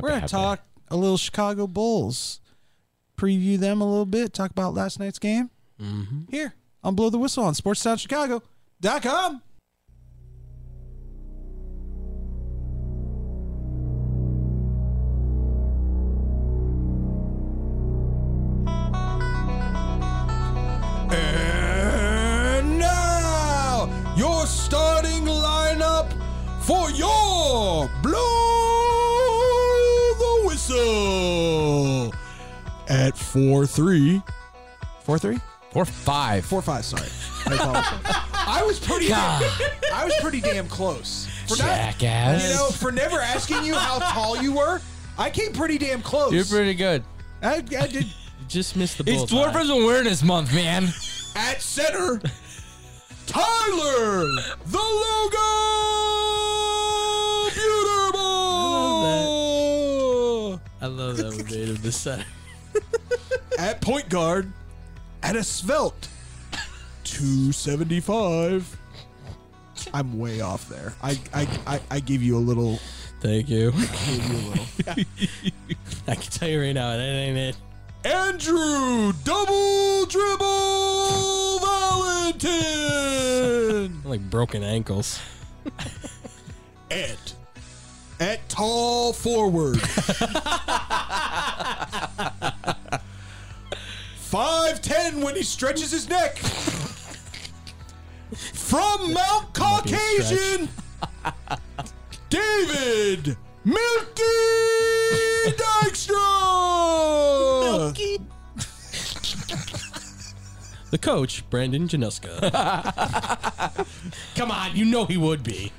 F: We're going to talk a little Chicago Bulls, preview them a little bit, talk about last night's game. Mm-hmm. Here on Blow the Whistle on SportsTownChicago.com. And now, your starting lineup for your Blow the Whistle at 4 3. 4 3?
B: Or five.
F: 4 5, sorry. I, apologize. I was pretty I was pretty damn close. For
B: Jackass.
F: Not, you know, for never asking you how tall you were, I came pretty damn close.
B: You're pretty good.
F: I, I did
D: Just missed the
B: It's
D: bullseye.
B: Dwarfism Awareness Month, man.
F: at center. Tyler, the logo beautiful.
D: I love that we made him the center.
F: At point guard, at a svelte, two seventy five. I'm way off there. I, I I I give you a little.
D: Thank you.
F: Give you a little.
D: I can tell you right now, that ain't it.
F: Andrew double dribble Valentin.
D: I'm like broken ankles.
F: at at tall forward. Five ten when he stretches his neck. From Mount
D: be a stretch.
F: Caucasian, David Milky Dykstra.
D: The coach, Brandon Januska. Come on, you know he would be.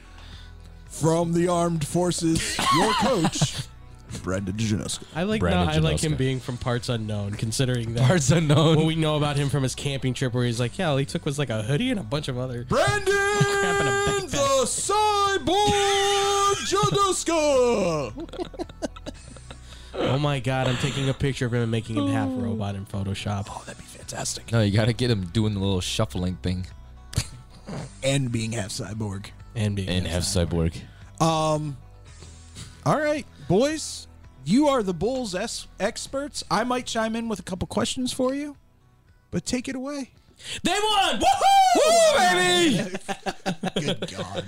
F: From the armed forces, your coach, Brendan Janoska.
D: I like
B: Brandon
D: no, I like him
B: Janoska.
D: being from parts unknown, considering that
B: Parts unknown.
D: what we know about him from his camping trip where he's like, yeah, all he took was like a hoodie and a bunch of other in a
F: Brandon
D: backpack.
F: the Cyborg Janoska.
D: Oh my god, I'm taking a picture of him and making him half robot in Photoshop. Oh, that'd be fantastic.
B: No, you gotta get him doing the little shuffling thing.
F: and being half cyborg.
D: And being
B: And have Cyborg.
F: All right, boys, you are the Bulls es- experts. I might chime in with a couple questions for you, but take it away.
D: They won! Woohoo! baby!
F: Good God.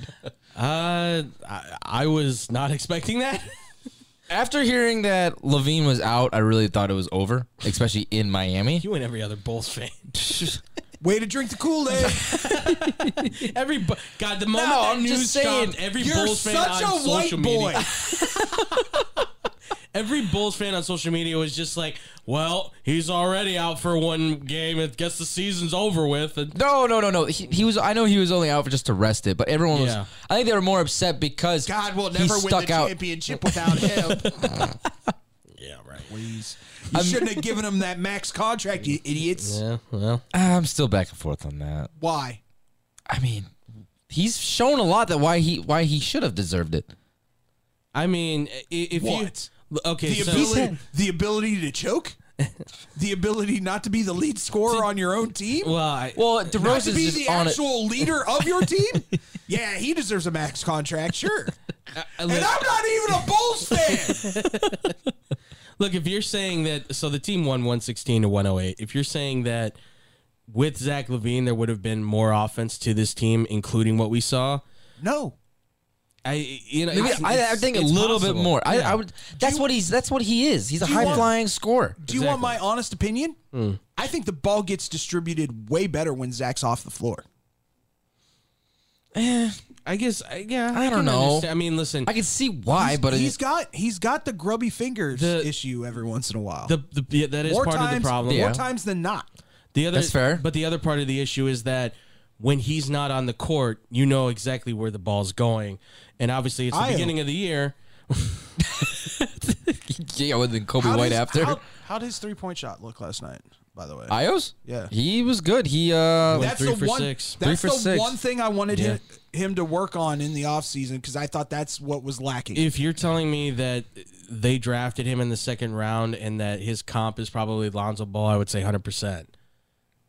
D: Uh, I, I was not expecting that.
B: After hearing that Levine was out, I really thought it was over, especially in Miami.
D: You and every other Bulls fan.
F: Way to drink the Kool Aid.
D: Every bu- God, the moment
B: No,
D: that
B: I'm
D: news
B: just saying,
D: dropped, every
F: You're
D: Bulls fan
F: such
D: on
F: a white
D: social media,
F: boy.
D: every Bulls fan on social media was just like, "Well, he's already out for one game. I guess the season's over with." And
B: No, no, no, no. He, he was. I know he was only out for just to rest it, but everyone was.
D: Yeah.
B: I think they were more upset because
F: God will
B: he
F: never win
B: stuck
F: the
B: out.
F: championship without him.
D: yeah, right.
F: You shouldn't have given him that max contract, you idiots.
D: Yeah, well,
B: Ah, I'm still back and forth on that.
F: Why?
B: I mean, he's shown a lot that why he why he should have deserved it.
D: I mean, i- if
F: What?
D: you okay,
F: The
D: so
F: ability, the ability to choke, the ability not to be the lead scorer on your own team.
D: well, I,
B: Well,
F: Not
B: DeRozan's
F: to be
B: is
F: the
B: on it.
F: actual leader of your team? Yeah, he deserves a max contract, sure.
D: I-
F: And I'm not even a Bulls fan.
D: Look, if you're saying that, so the team won 116 to 108. If you're saying that with Zach Levine, there would have been more offense to this team, including what we saw.
F: No.
D: I, you know,
B: Maybe-
D: it's-
B: I, I
D: it's-
B: think a
D: it's
B: little
D: possible.
B: bit more. I,
D: Yeah.
B: I would. That's what he's. That's what he is. He's a
F: you
B: high
F: want-
B: flying scorer.
F: Do you want my honest opinion?
D: Hmm.
F: I think the ball gets distributed way better when Zach's off the floor.
D: I guess, I, yeah.
B: I don't
D: can
B: know.
D: understand. I mean, listen,
B: I can see why, but
F: he's
B: he's,
F: got he's got the grubby fingers
D: The-
F: issue every once in a while.
D: the, the yeah, that is
F: more
D: part
F: times,
D: of the problem.
B: Yeah.
F: More times than not.
D: The other
B: That's fair.
D: But the other part of the issue is that when he's not on the court, you know exactly where the ball's going. And obviously, it's the
F: I-
D: beginning of the year.
B: yeah, with then Kobe
F: How
B: White
F: does-
B: after.
F: How, how did his three point shot look last night? By the way,
B: Ios?
F: Yeah.
B: He was good. He uh
D: Went three
F: the
D: for
F: one,
D: six.
F: That's
B: Three for
F: the
B: six.
F: one thing I wanted him, him to work on in the offseason because I thought that's what was lacking.
D: If you're telling me that they drafted him in the second round and that his comp is probably Lonzo Ball, I would say 100%.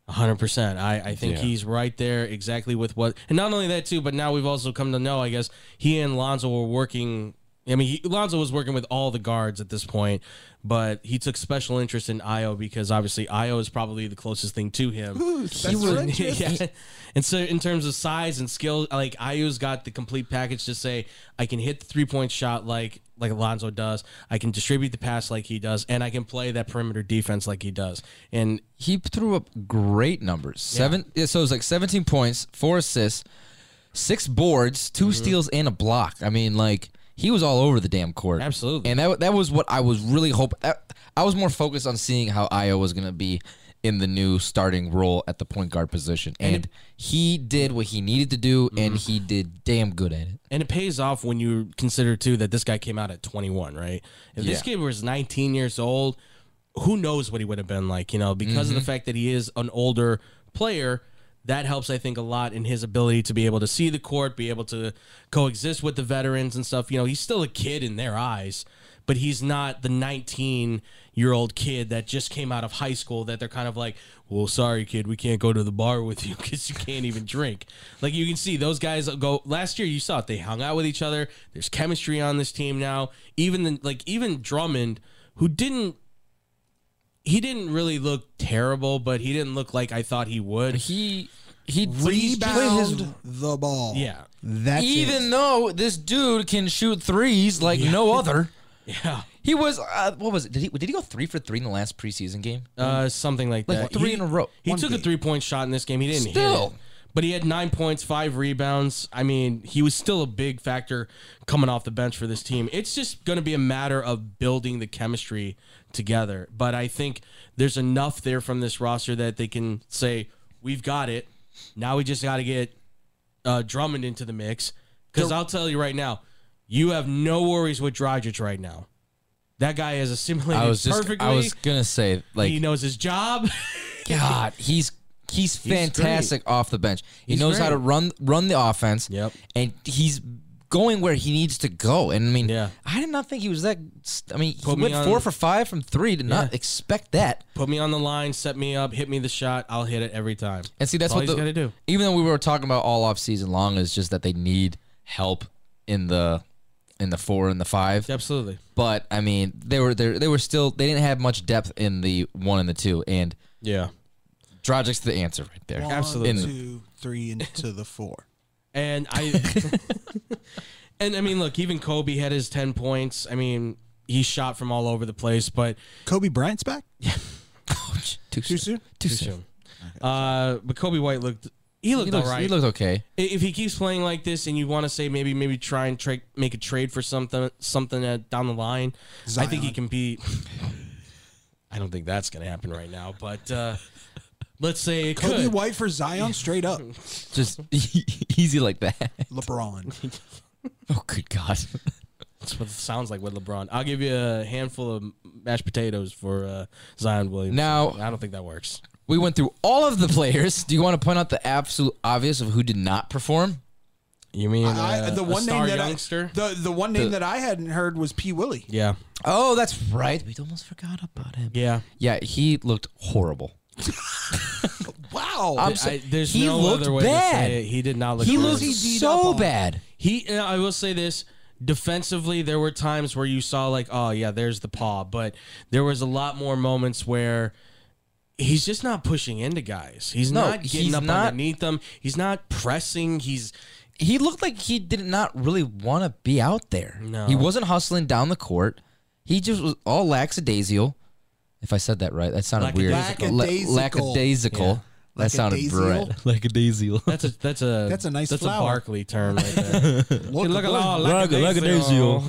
D: 100%. I, I think he's right there exactly with what. And not only that, too, but now we've also come to know, I guess, he and Lonzo were working. I mean, he, Lonzo was working with all the guards at this point, but he took special interest in Io because obviously Io is probably the closest thing to him.
F: That's
B: was-
F: right.
D: yeah. And so, in terms of size and skill, like Ayu's got the complete package to say I can hit the three point shot like like Alonzo does. I can distribute the pass like he does, and I can play that perimeter defense like he does. And
B: he threw up great numbers. Seven yeah, so it was like seventeen points, four assists, six boards, 2 steals, and a block. I mean, like he was all over the damn court.
D: Absolutely.
B: And that that was what I was really hoping. I was more focused on seeing how Io was gonna be in the new starting role at the point guard position. And, he did what he needed to do and he did damn good at it.
D: and it pays off when you consider too that this guy came out at 21, right? If this
B: Yeah.
D: kid was 19 years old, who knows what he would have been like, you know, because of the fact that he is an older player. That helps, I think, a lot in his ability to be able to see the court, be able to coexist with the veterans and stuff. You know, he's still a kid in their eyes, but he's not the 19 year old kid that just came out of high school that they're kind of like, well, sorry, kid, we can't go to the bar with you because you can't even drink. Like, you can see those guys go last year, you saw it. They hung out with each other. There's chemistry on this team now. Even, the, like, even Drummond, who didn't he didn't really look terrible, but he didn't look like I thought he would.
B: He he
F: Rebound the ball.
D: yeah.
K: That's
B: even though this dude can shoot threes like no other.
D: Yeah.
B: He was uh, what was it? Did he did he go three for three in the last preseason game?
D: Uh, something like,
B: Mm. Like
D: that.
B: three
D: He-
B: in a row.
D: He
B: One
D: took a
B: game.
D: three point shot in this game. He didn't
B: Still.
D: hit it. But he had nine points, five rebounds. I mean, he was still a big factor coming off the bench for this team. It's just going to be a matter of building the chemistry together. But I think there's enough there from this roster that they can say, we've got it. Now we just got to get uh, Drummond into the mix. Because I'll tell you right now, you have no worries with Dragic right now. That guy has assimilated
B: I was just
D: perfectly.
B: I was gonna say like
D: he knows his job.
B: God, he's he's fantastic off the bench. He
D: He's
B: knows how
D: great.
B: to run run the offense.
D: Yep.
B: and he's going where he needs to go. And I mean,
D: Yeah.
B: I did not think he was that. I mean,
D: Put
B: he
D: me
B: went
D: on-
B: four for five from three. Did not expect that.
D: Put me on the line, set me up, hit me the shot. I'll hit it every time.
B: And see, that's
D: all
B: what the,
D: he's got to do.
B: Even though we were talking about all off season long, is just that they need help in the in the four and the five.
D: Absolutely.
B: But I mean, they were they they were still they didn't have much depth in the one and the two, and
D: Yeah.
B: Drogic's the answer right there.
D: Absolutely.
B: In-
F: Two, three, and to the four.
D: And I And I mean, look, even Kobe had his 10 points. I mean, he shot from all over the place, but
F: Kobe Bryant's back.
B: Ouch. Too, soon.
F: soon?
B: Too,
D: too
B: soon.
D: soon. Uh, but Kobe White looked he
B: He
D: looked
B: looks,
D: all right.
B: he looks okay.
D: I- if he keeps playing like this and you want to say maybe maybe try and tra- make a trade for something something uh, down the line, I think he
F: Zion.
D: can be. I don't think that's going to happen right now, but uh, let's say it
F: Kobe
D: could.
F: White for Zion, straight up.
B: Just easy like that.
F: LeBron.
B: Oh, good God.
D: That's what it sounds like with LeBron. I'll give you a handful of mashed potatoes for uh, Zion Williams.
B: Now-
D: I don't think that works.
B: We went through all of the players. Do you want to point out the absolute obvious of who did not perform?
D: You mean
F: I,
D: uh,
F: the
D: a
F: one name
D: star
F: that
D: youngster?
F: I, the the one name that I hadn't heard was P Willie.
D: yeah,
B: Oh, that's right. We almost forgot about him.
D: yeah.
B: Yeah, he looked horrible.
F: Wow.
B: I'm so-
D: I, there's
B: he
D: no
B: looked
D: other way
B: bad.
D: to say it. He did not look.
B: He
D: good.
B: looked so bad.
D: He, and I will say this. Defensively, there were times where you saw like, oh yeah, there's the paw, but there was a lot more moments where he's just not pushing into guys. He's
B: No,
D: not getting
B: he's
D: up
B: not-
D: underneath them. He's not pressing. He's
B: He looked like he did not really want to be out there.
D: No.
B: He wasn't hustling down the court. He just was all lackadaisical. If I said that right, that sounded weird.
F: Lackadaisical.
B: La- lackadaisical. That sounded
F: Lackadaisical?
B: bad. Lackadaisical.
D: that's a that's a
F: That's a nice
D: that's
F: flower.
D: a Barkley term right there.
F: Look,
D: Look at all
F: look.
D: lackadaisical.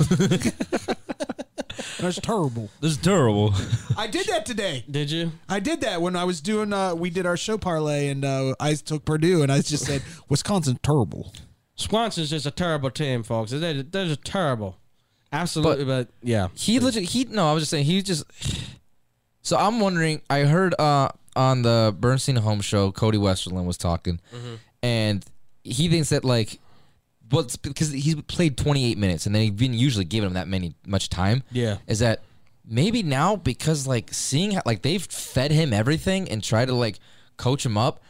L: That's terrible.
B: This is terrible.
F: I did that today.
D: Did you?
F: I did that when I was doing. Uh, we did our show parlay, and uh, I took Purdue, and I just said Wisconsin terrible.
D: Swanson's just a terrible team, folks. They're, they're just terrible. Absolutely, but, yeah.
B: He legit. He no. I was just saying. He just. So I'm wondering. I heard uh on the Bernstein Home Show, Cody Westerland was talking, and he thinks that like, well, it's because he's played 28 minutes, and they've been usually giving him that many much time.
D: Yeah.
B: Is that maybe now because like seeing how like they've fed him everything and tried to like coach him up,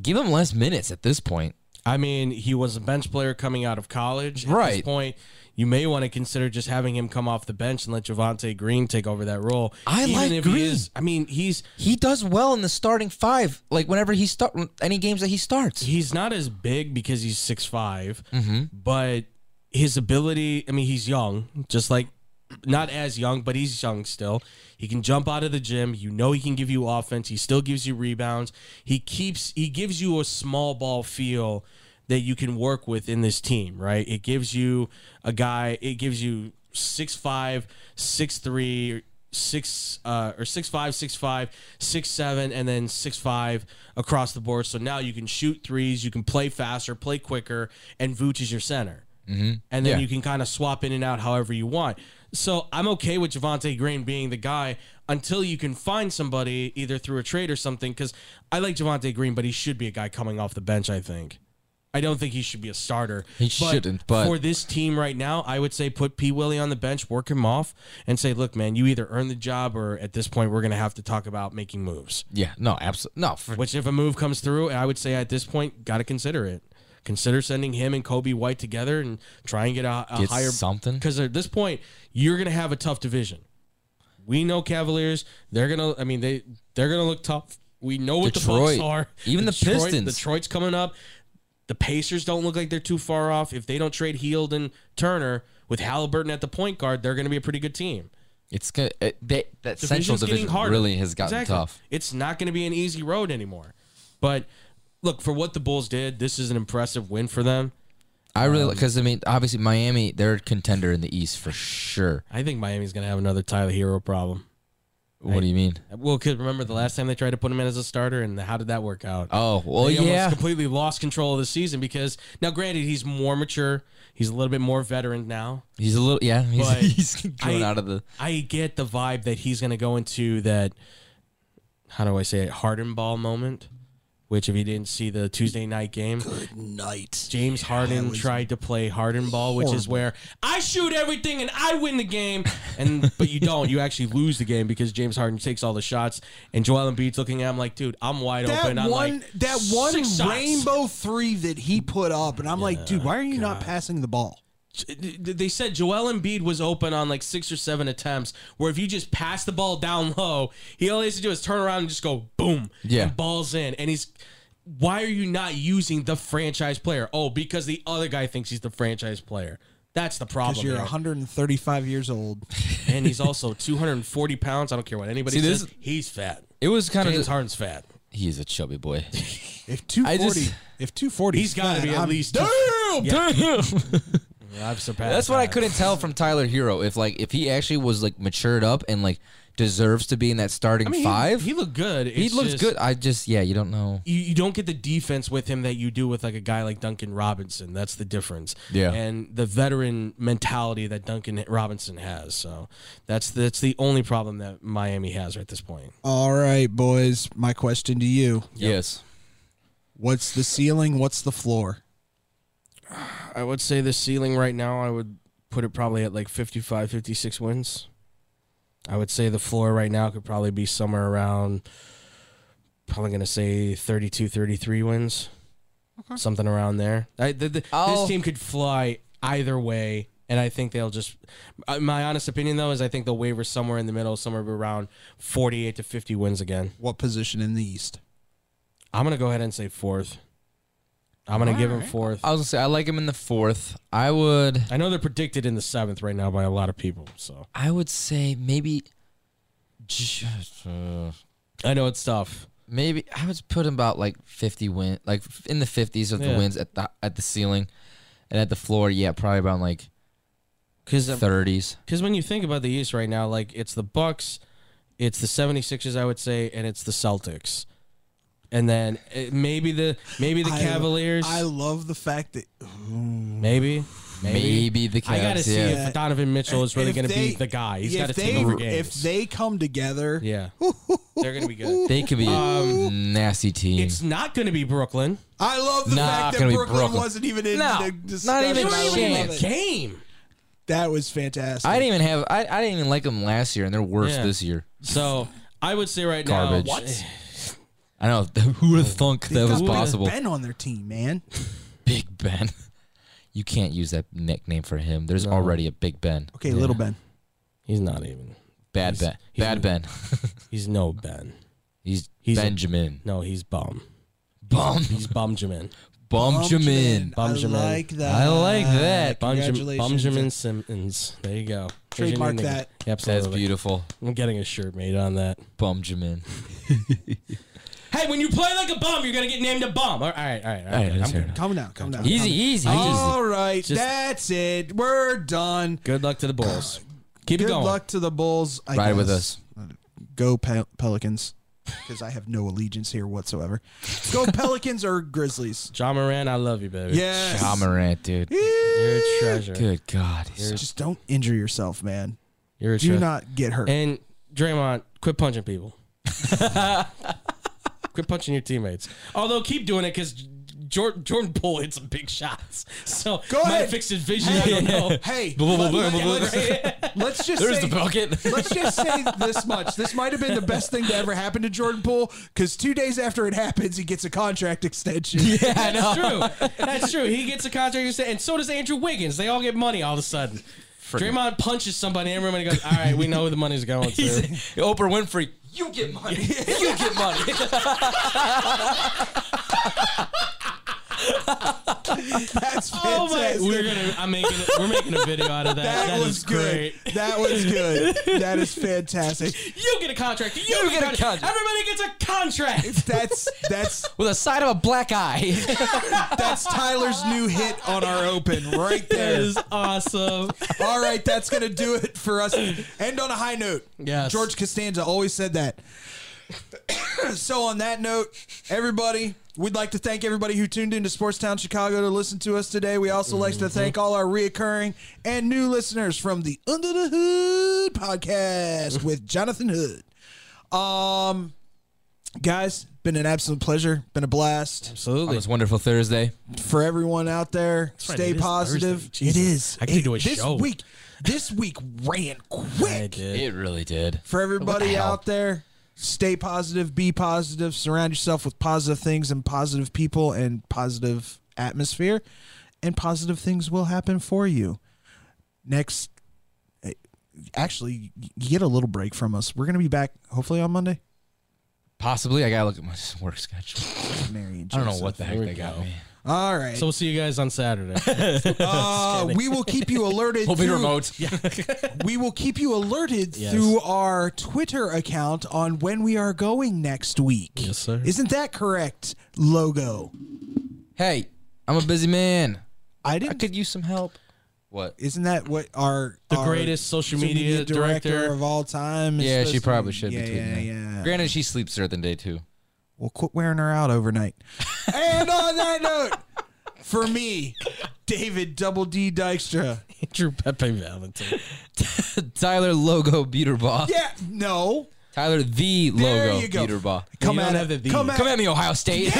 B: give him less minutes at this point.
D: I mean, he was a bench player coming out of college. At this
B: Right.
D: point, you may want to consider just having him come off the bench and let Javante Green take over that role.
B: I like
D: He
B: Green.
D: is, I mean, he's
B: He does well in the starting five, like whenever he start any games that he starts.
D: he's not as big because he's 6'5", but his ability, I mean, he's young, just like not as young, but he's young still. He can jump out of the gym. You know he can give you offense. He still gives you rebounds. He keeps he gives you a small ball feel that you can work with in this team, right? It gives you a guy, it gives you six five, six three, six uh or six five, six five, six seven, and then six five across the board. So now you can shoot threes, you can play faster, play quicker, and Vooch is your center and then
B: Yeah.
D: you can kind of swap in and out however you want. So I'm okay with Javante Green being the guy until you can find somebody either through a trade or something. Because I like Javante Green, but he should be a guy coming off the bench. I think. I don't think he should be a starter.
B: He shouldn't, but-
D: for this team right now, I would say put P Willie on the bench, work him off, and say, look, man, you either earn the job or at this point we're gonna have to talk about making moves.
B: Yeah, no, absolutely, no. For,
D: Which, if a move comes through, I would say at this point, got to consider it. Consider sending him and Kobe White together and try and get a, a
B: Get
D: higher
B: something.
D: Because at this point, you're going to have a tough division. We know Cavaliers. They're gonna. I mean they they're gonna look tough. We know what the
B: Detroit.
D: Bucks are.
B: Even the
D: Detroit-
B: Pistons.
D: Detroit's coming up. The Pacers don't look like they're too far off. If they don't trade Heald and Turner with Halliburton at the point guard, they're going to be a pretty good team.
B: It's good. It, they, that
D: Division's
B: central
D: getting
B: division
D: harder.
B: really has gotten
D: Exactly.
B: tough.
D: It's not going to be an easy road anymore. But look, for what the Bulls did, this is an impressive win for them.
B: I really
D: Um,
B: because I mean, obviously Miami, they're a contender in the East for sure.
D: I think Miami's going to have another Tyler Hero problem.
B: What do you mean?
D: Well, because remember the last time they tried to put him in as a starter, and how did that work out?
B: Oh, well,
D: They almost
B: yeah.
D: completely lost control of the season because now, granted, he's more mature. He's a little bit more veteran now.
B: He's a little yeah. He's,
D: But
B: he's going
D: I-
B: out of the.
D: I get the vibe that he's going to go into that. How do I say it? Harden ball moment. Which, if you didn't see the Tuesday night game,
F: Night.
D: James Harden tried to play Harden ball, which is where I shoot everything and I win the game, and but you don't. You actually lose the game because James Harden takes all the shots, and Joel Embiid's looking at him like, dude, I'm wide
F: That
D: open. I'm
F: one,
D: like,
F: that one
D: "Six shots."
F: rainbow three that he put up, and I'm like, dude, why are you not passing the ball?
D: They said Joel Embiid was open on like six or seven attempts. Where if you just pass the ball down low, he all he has to do is turn around and just go boom,
B: Yeah.
D: and balls in. And he's, why are you not using the franchise player? Oh, because the other guy thinks he's the franchise player. That's the problem.
F: Because you're
D: there.
F: 135 years old.
D: and he's also 240 pounds. I don't care what anybody
B: See, this
D: says.
B: is-
D: He's fat.
B: It was kind
D: James
B: of.
D: Harden's fat.
B: He's a chubby boy.
F: If
B: I
F: 240,
B: just-
F: if 240,
D: He's got to be at least.
F: Damn,
B: Damn.
D: I've surpassed.
B: That's what I
D: that.
B: couldn't tell from Tyler Hero. If like if he actually was like matured up and like deserves to be in that starting
D: I mean, he-
B: five,
D: He,
B: he,
D: looked good. It's
B: looks
D: just-
B: good. I just yeah, you don't know.
D: You, you don't get the defense with him that you do with like a guy like Duncan Robinson. That's the difference.
B: Yeah.
D: And the veteran mentality that Duncan Robinson has. So that's that's the only problem that Miami has right at this point.
F: All right, boys. My question to you:
B: Yes.
F: What's the ceiling? What's the floor?
D: I would say the ceiling right now, I would put it probably at like 55, 56 wins. I would say the floor right now could probably be somewhere around, probably going to say 32, 33 wins. Something around there. I, the, the,
B: I'll-
D: this team could fly either way. And I think they'll just. uh, My honest opinion, though, is I think they'll waver somewhere in the middle, somewhere around 48 to 50 wins again.
F: What position in the East?
D: I'm going to go ahead and say fourth. I'm going to give them fourth.
B: I was gonna say I like him in the fourth. I would.
D: I know they're predicted in the seventh right now by a lot of people. So
B: I would say maybe. Just, uh,
D: I know it's tough.
B: maybe I would put him about like fifty win, like in the fifties of
D: Yeah.
B: the wins at the at the ceiling, and at the floor, yeah, probably about like
D: Because
B: 30s.
D: Because um, when you think about the East right now, like it's the Bucks, it's the 76ers, I would say, and it's the Celtics. And then eh, maybe the maybe the
F: I-
D: Cavaliers,
F: I love the fact that
D: maybe, maybe
B: Maybe the Cavs.
D: I gotta see
B: yeah.
D: if Donovan Mitchell is really
F: if
D: gonna
F: they-
D: be the guy. He's
F: if
D: got to
F: they-
D: take over
F: If
D: games.
F: they come together,
D: yeah, they're gonna be good.
B: They could be a nasty team.
D: Um, It's not gonna be Brooklyn.
F: I love the
B: Nah,
F: fact that
B: gonna be
F: Brooklyn,
B: Brooklyn.
F: wasn't even in
B: No,
F: the
B: not
F: discussion.
B: even
F: I love
B: chance.
F: it.
D: Game.
F: That was fantastic.
B: I didn't even have. I, I didn't even like them last year, and they're worse
D: Yeah.
B: this year.
D: So I would say right
B: Garbage.
D: now,
B: What? I know. Who would have thunk that was
F: Big
B: possible?
F: Ben on their team, man.
B: Big Ben. You can't use that nickname for him. There's already a Big Ben.
F: Okay, little Ben.
D: He's not even.
B: Bad
D: He's-
B: Ben.
D: he's-
B: Bad Ben.
D: He's no Ben.
B: he's,
D: He's a-
B: Benjamin.
D: No, he's bum.
B: Bum.
D: He's Benjamin.
B: Benjamin. Ah,
D: Benjamin.
F: I like that.
B: I like that.
D: Benjamin,
F: Congratulations.
D: Benjamin Simmons. There you go. There's your
F: Trademark
D: new
F: that.
D: nickname. Absolutely.
B: That's beautiful.
D: I'm getting a shirt made on that.
B: Benjamin.
D: Hey, when you play like a bum, you're gonna get named a bum. All right, all right, all right.
B: Alright, that's
D: I'm
B: fair
D: good.
B: enough. Oh,
F: Calm down, calm down.
B: Easy, easy, easy.
F: All right,
D: Just-
F: that's it. We're done.
D: Good luck to the Bulls. Keep it
F: Good
D: going.
F: luck to the Bulls. I
B: Ride
F: guess.
B: with us.
F: Go Pel- Pelicans, because I have no allegiance here whatsoever. Go Pelicans or Grizzlies.
D: John Moran, I love you, baby.
F: Yes.
B: Ja Morant, dude.
D: You're a treasure.
B: Good God. He's
F: Just don't injure yourself, man.
D: You're a
F: Do
D: treasure.
F: not get hurt.
D: And Draymond, quit punching people. quit punching your teammates. Although keep doing it because Jordan, Jordan Poole hits some big shots. So
F: Go
D: my
F: ahead.
D: fixed vision, I don't know.
F: Hey,
B: blah,
F: let,
B: blah, blah, blah.
F: us just
B: There's
F: say,
B: the bucket.
F: let's just say this much. This might have been the best thing to ever happen to Jordan Poole because two days after it happens, he gets a contract extension.
D: That's true. That's true. He gets a contract, extension, and so does Andrew Wiggins. They all get money all of a sudden. Draymond punches somebody in the room and he goes, "All right, we know who the money's going to."
B: Oprah Winfrey. You get money. you get money.
F: That's
D: Oh my!
F: fantastic.
D: We're gonna. I'm making. A, we're making a video out of that.
F: that,
D: that
F: was
D: is
F: good.
D: great.
F: That was good. That is fantastic.
D: You get a contract. You,
B: You
D: get, a contract.
B: contract.
D: Everybody gets a contract.
F: That's that's
B: With a side of a black eye.
F: that's Tyler's new hit on our open right
D: That
F: there.
D: is awesome.
F: All right, that's gonna do it for us. End on a high note.
D: Yes.
F: George Costanza always said that. so on that note, everybody, we'd like to thank everybody who tuned into Sportstown Chicago to listen to us today. We also like to thank all our reoccurring and new listeners from the Under the Hood podcast with Jonathan Hood. Um, guys, been an absolute pleasure. Been a blast
B: On this wonderful Thursday.
F: for everyone out there.
D: right,
F: Stay
D: it is
F: positive.
D: Thursday.
F: It
D: Jesus.
F: is.
D: I could
F: It-
D: do a
F: this
D: show.
F: week. This week ran quick
B: It really did.
F: for everybody
B: hell?
F: out there. Stay positive. Be positive. Surround yourself with positive things and positive people and positive atmosphere, and positive things will happen for you. Next, eh, actually, you get a little break from us. We're gonna be back hopefully on Monday.
B: Possibly, I gotta look at my work schedule.
F: Mary and
B: I don't know
F: Joseph.
B: what the heck
D: There we
B: they got
D: go.
B: me.
F: All right.
D: So we'll see you guys on Saturday.
F: Uh, we will keep you alerted.
B: We'll be
F: through-
B: remote.
F: we will keep you alerted through our Twitter account on when we are going next week. Yes,
D: sir.
F: Isn't that correct? Logo.
B: Hey, I'm a busy man.
F: I
B: I
F: didn't.
B: could use some help. What?
F: isn't that what our
D: The
F: our
D: greatest social media
F: director,
D: director.
F: of all time? is
B: Yeah, she
F: supposed to
B: probably
F: be?
B: should
F: Yeah,
B: be tweeting
F: yeah,
B: that.
F: yeah.
B: Granted, she sleeps through the day too.
F: We'll quit wearing her out overnight. and on that note, for me, David Double D Dykstra.
D: Andrew Pepe Valentine.
B: Tyler logo Beaterbaugh.
F: Yeah, no.
B: Tyler the
F: There
B: logo
F: you go.
B: Beaterbaugh.
F: Come
D: You
F: at
D: don't have the
F: it.
D: V.
F: Come at
B: Come
F: it.
B: at me, Ohio State.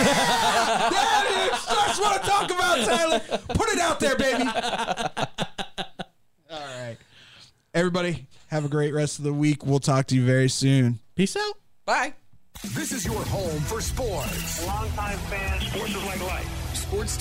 F: That is just what I'm talking about, Tyler. Put it out there, baby. All right. Everybody, have a great rest of the week. We'll talk to you very soon.
D: Peace out.
B: Bye.
A: This is your home for sports.
M: Longtime fans, sports is like life.
A: Sports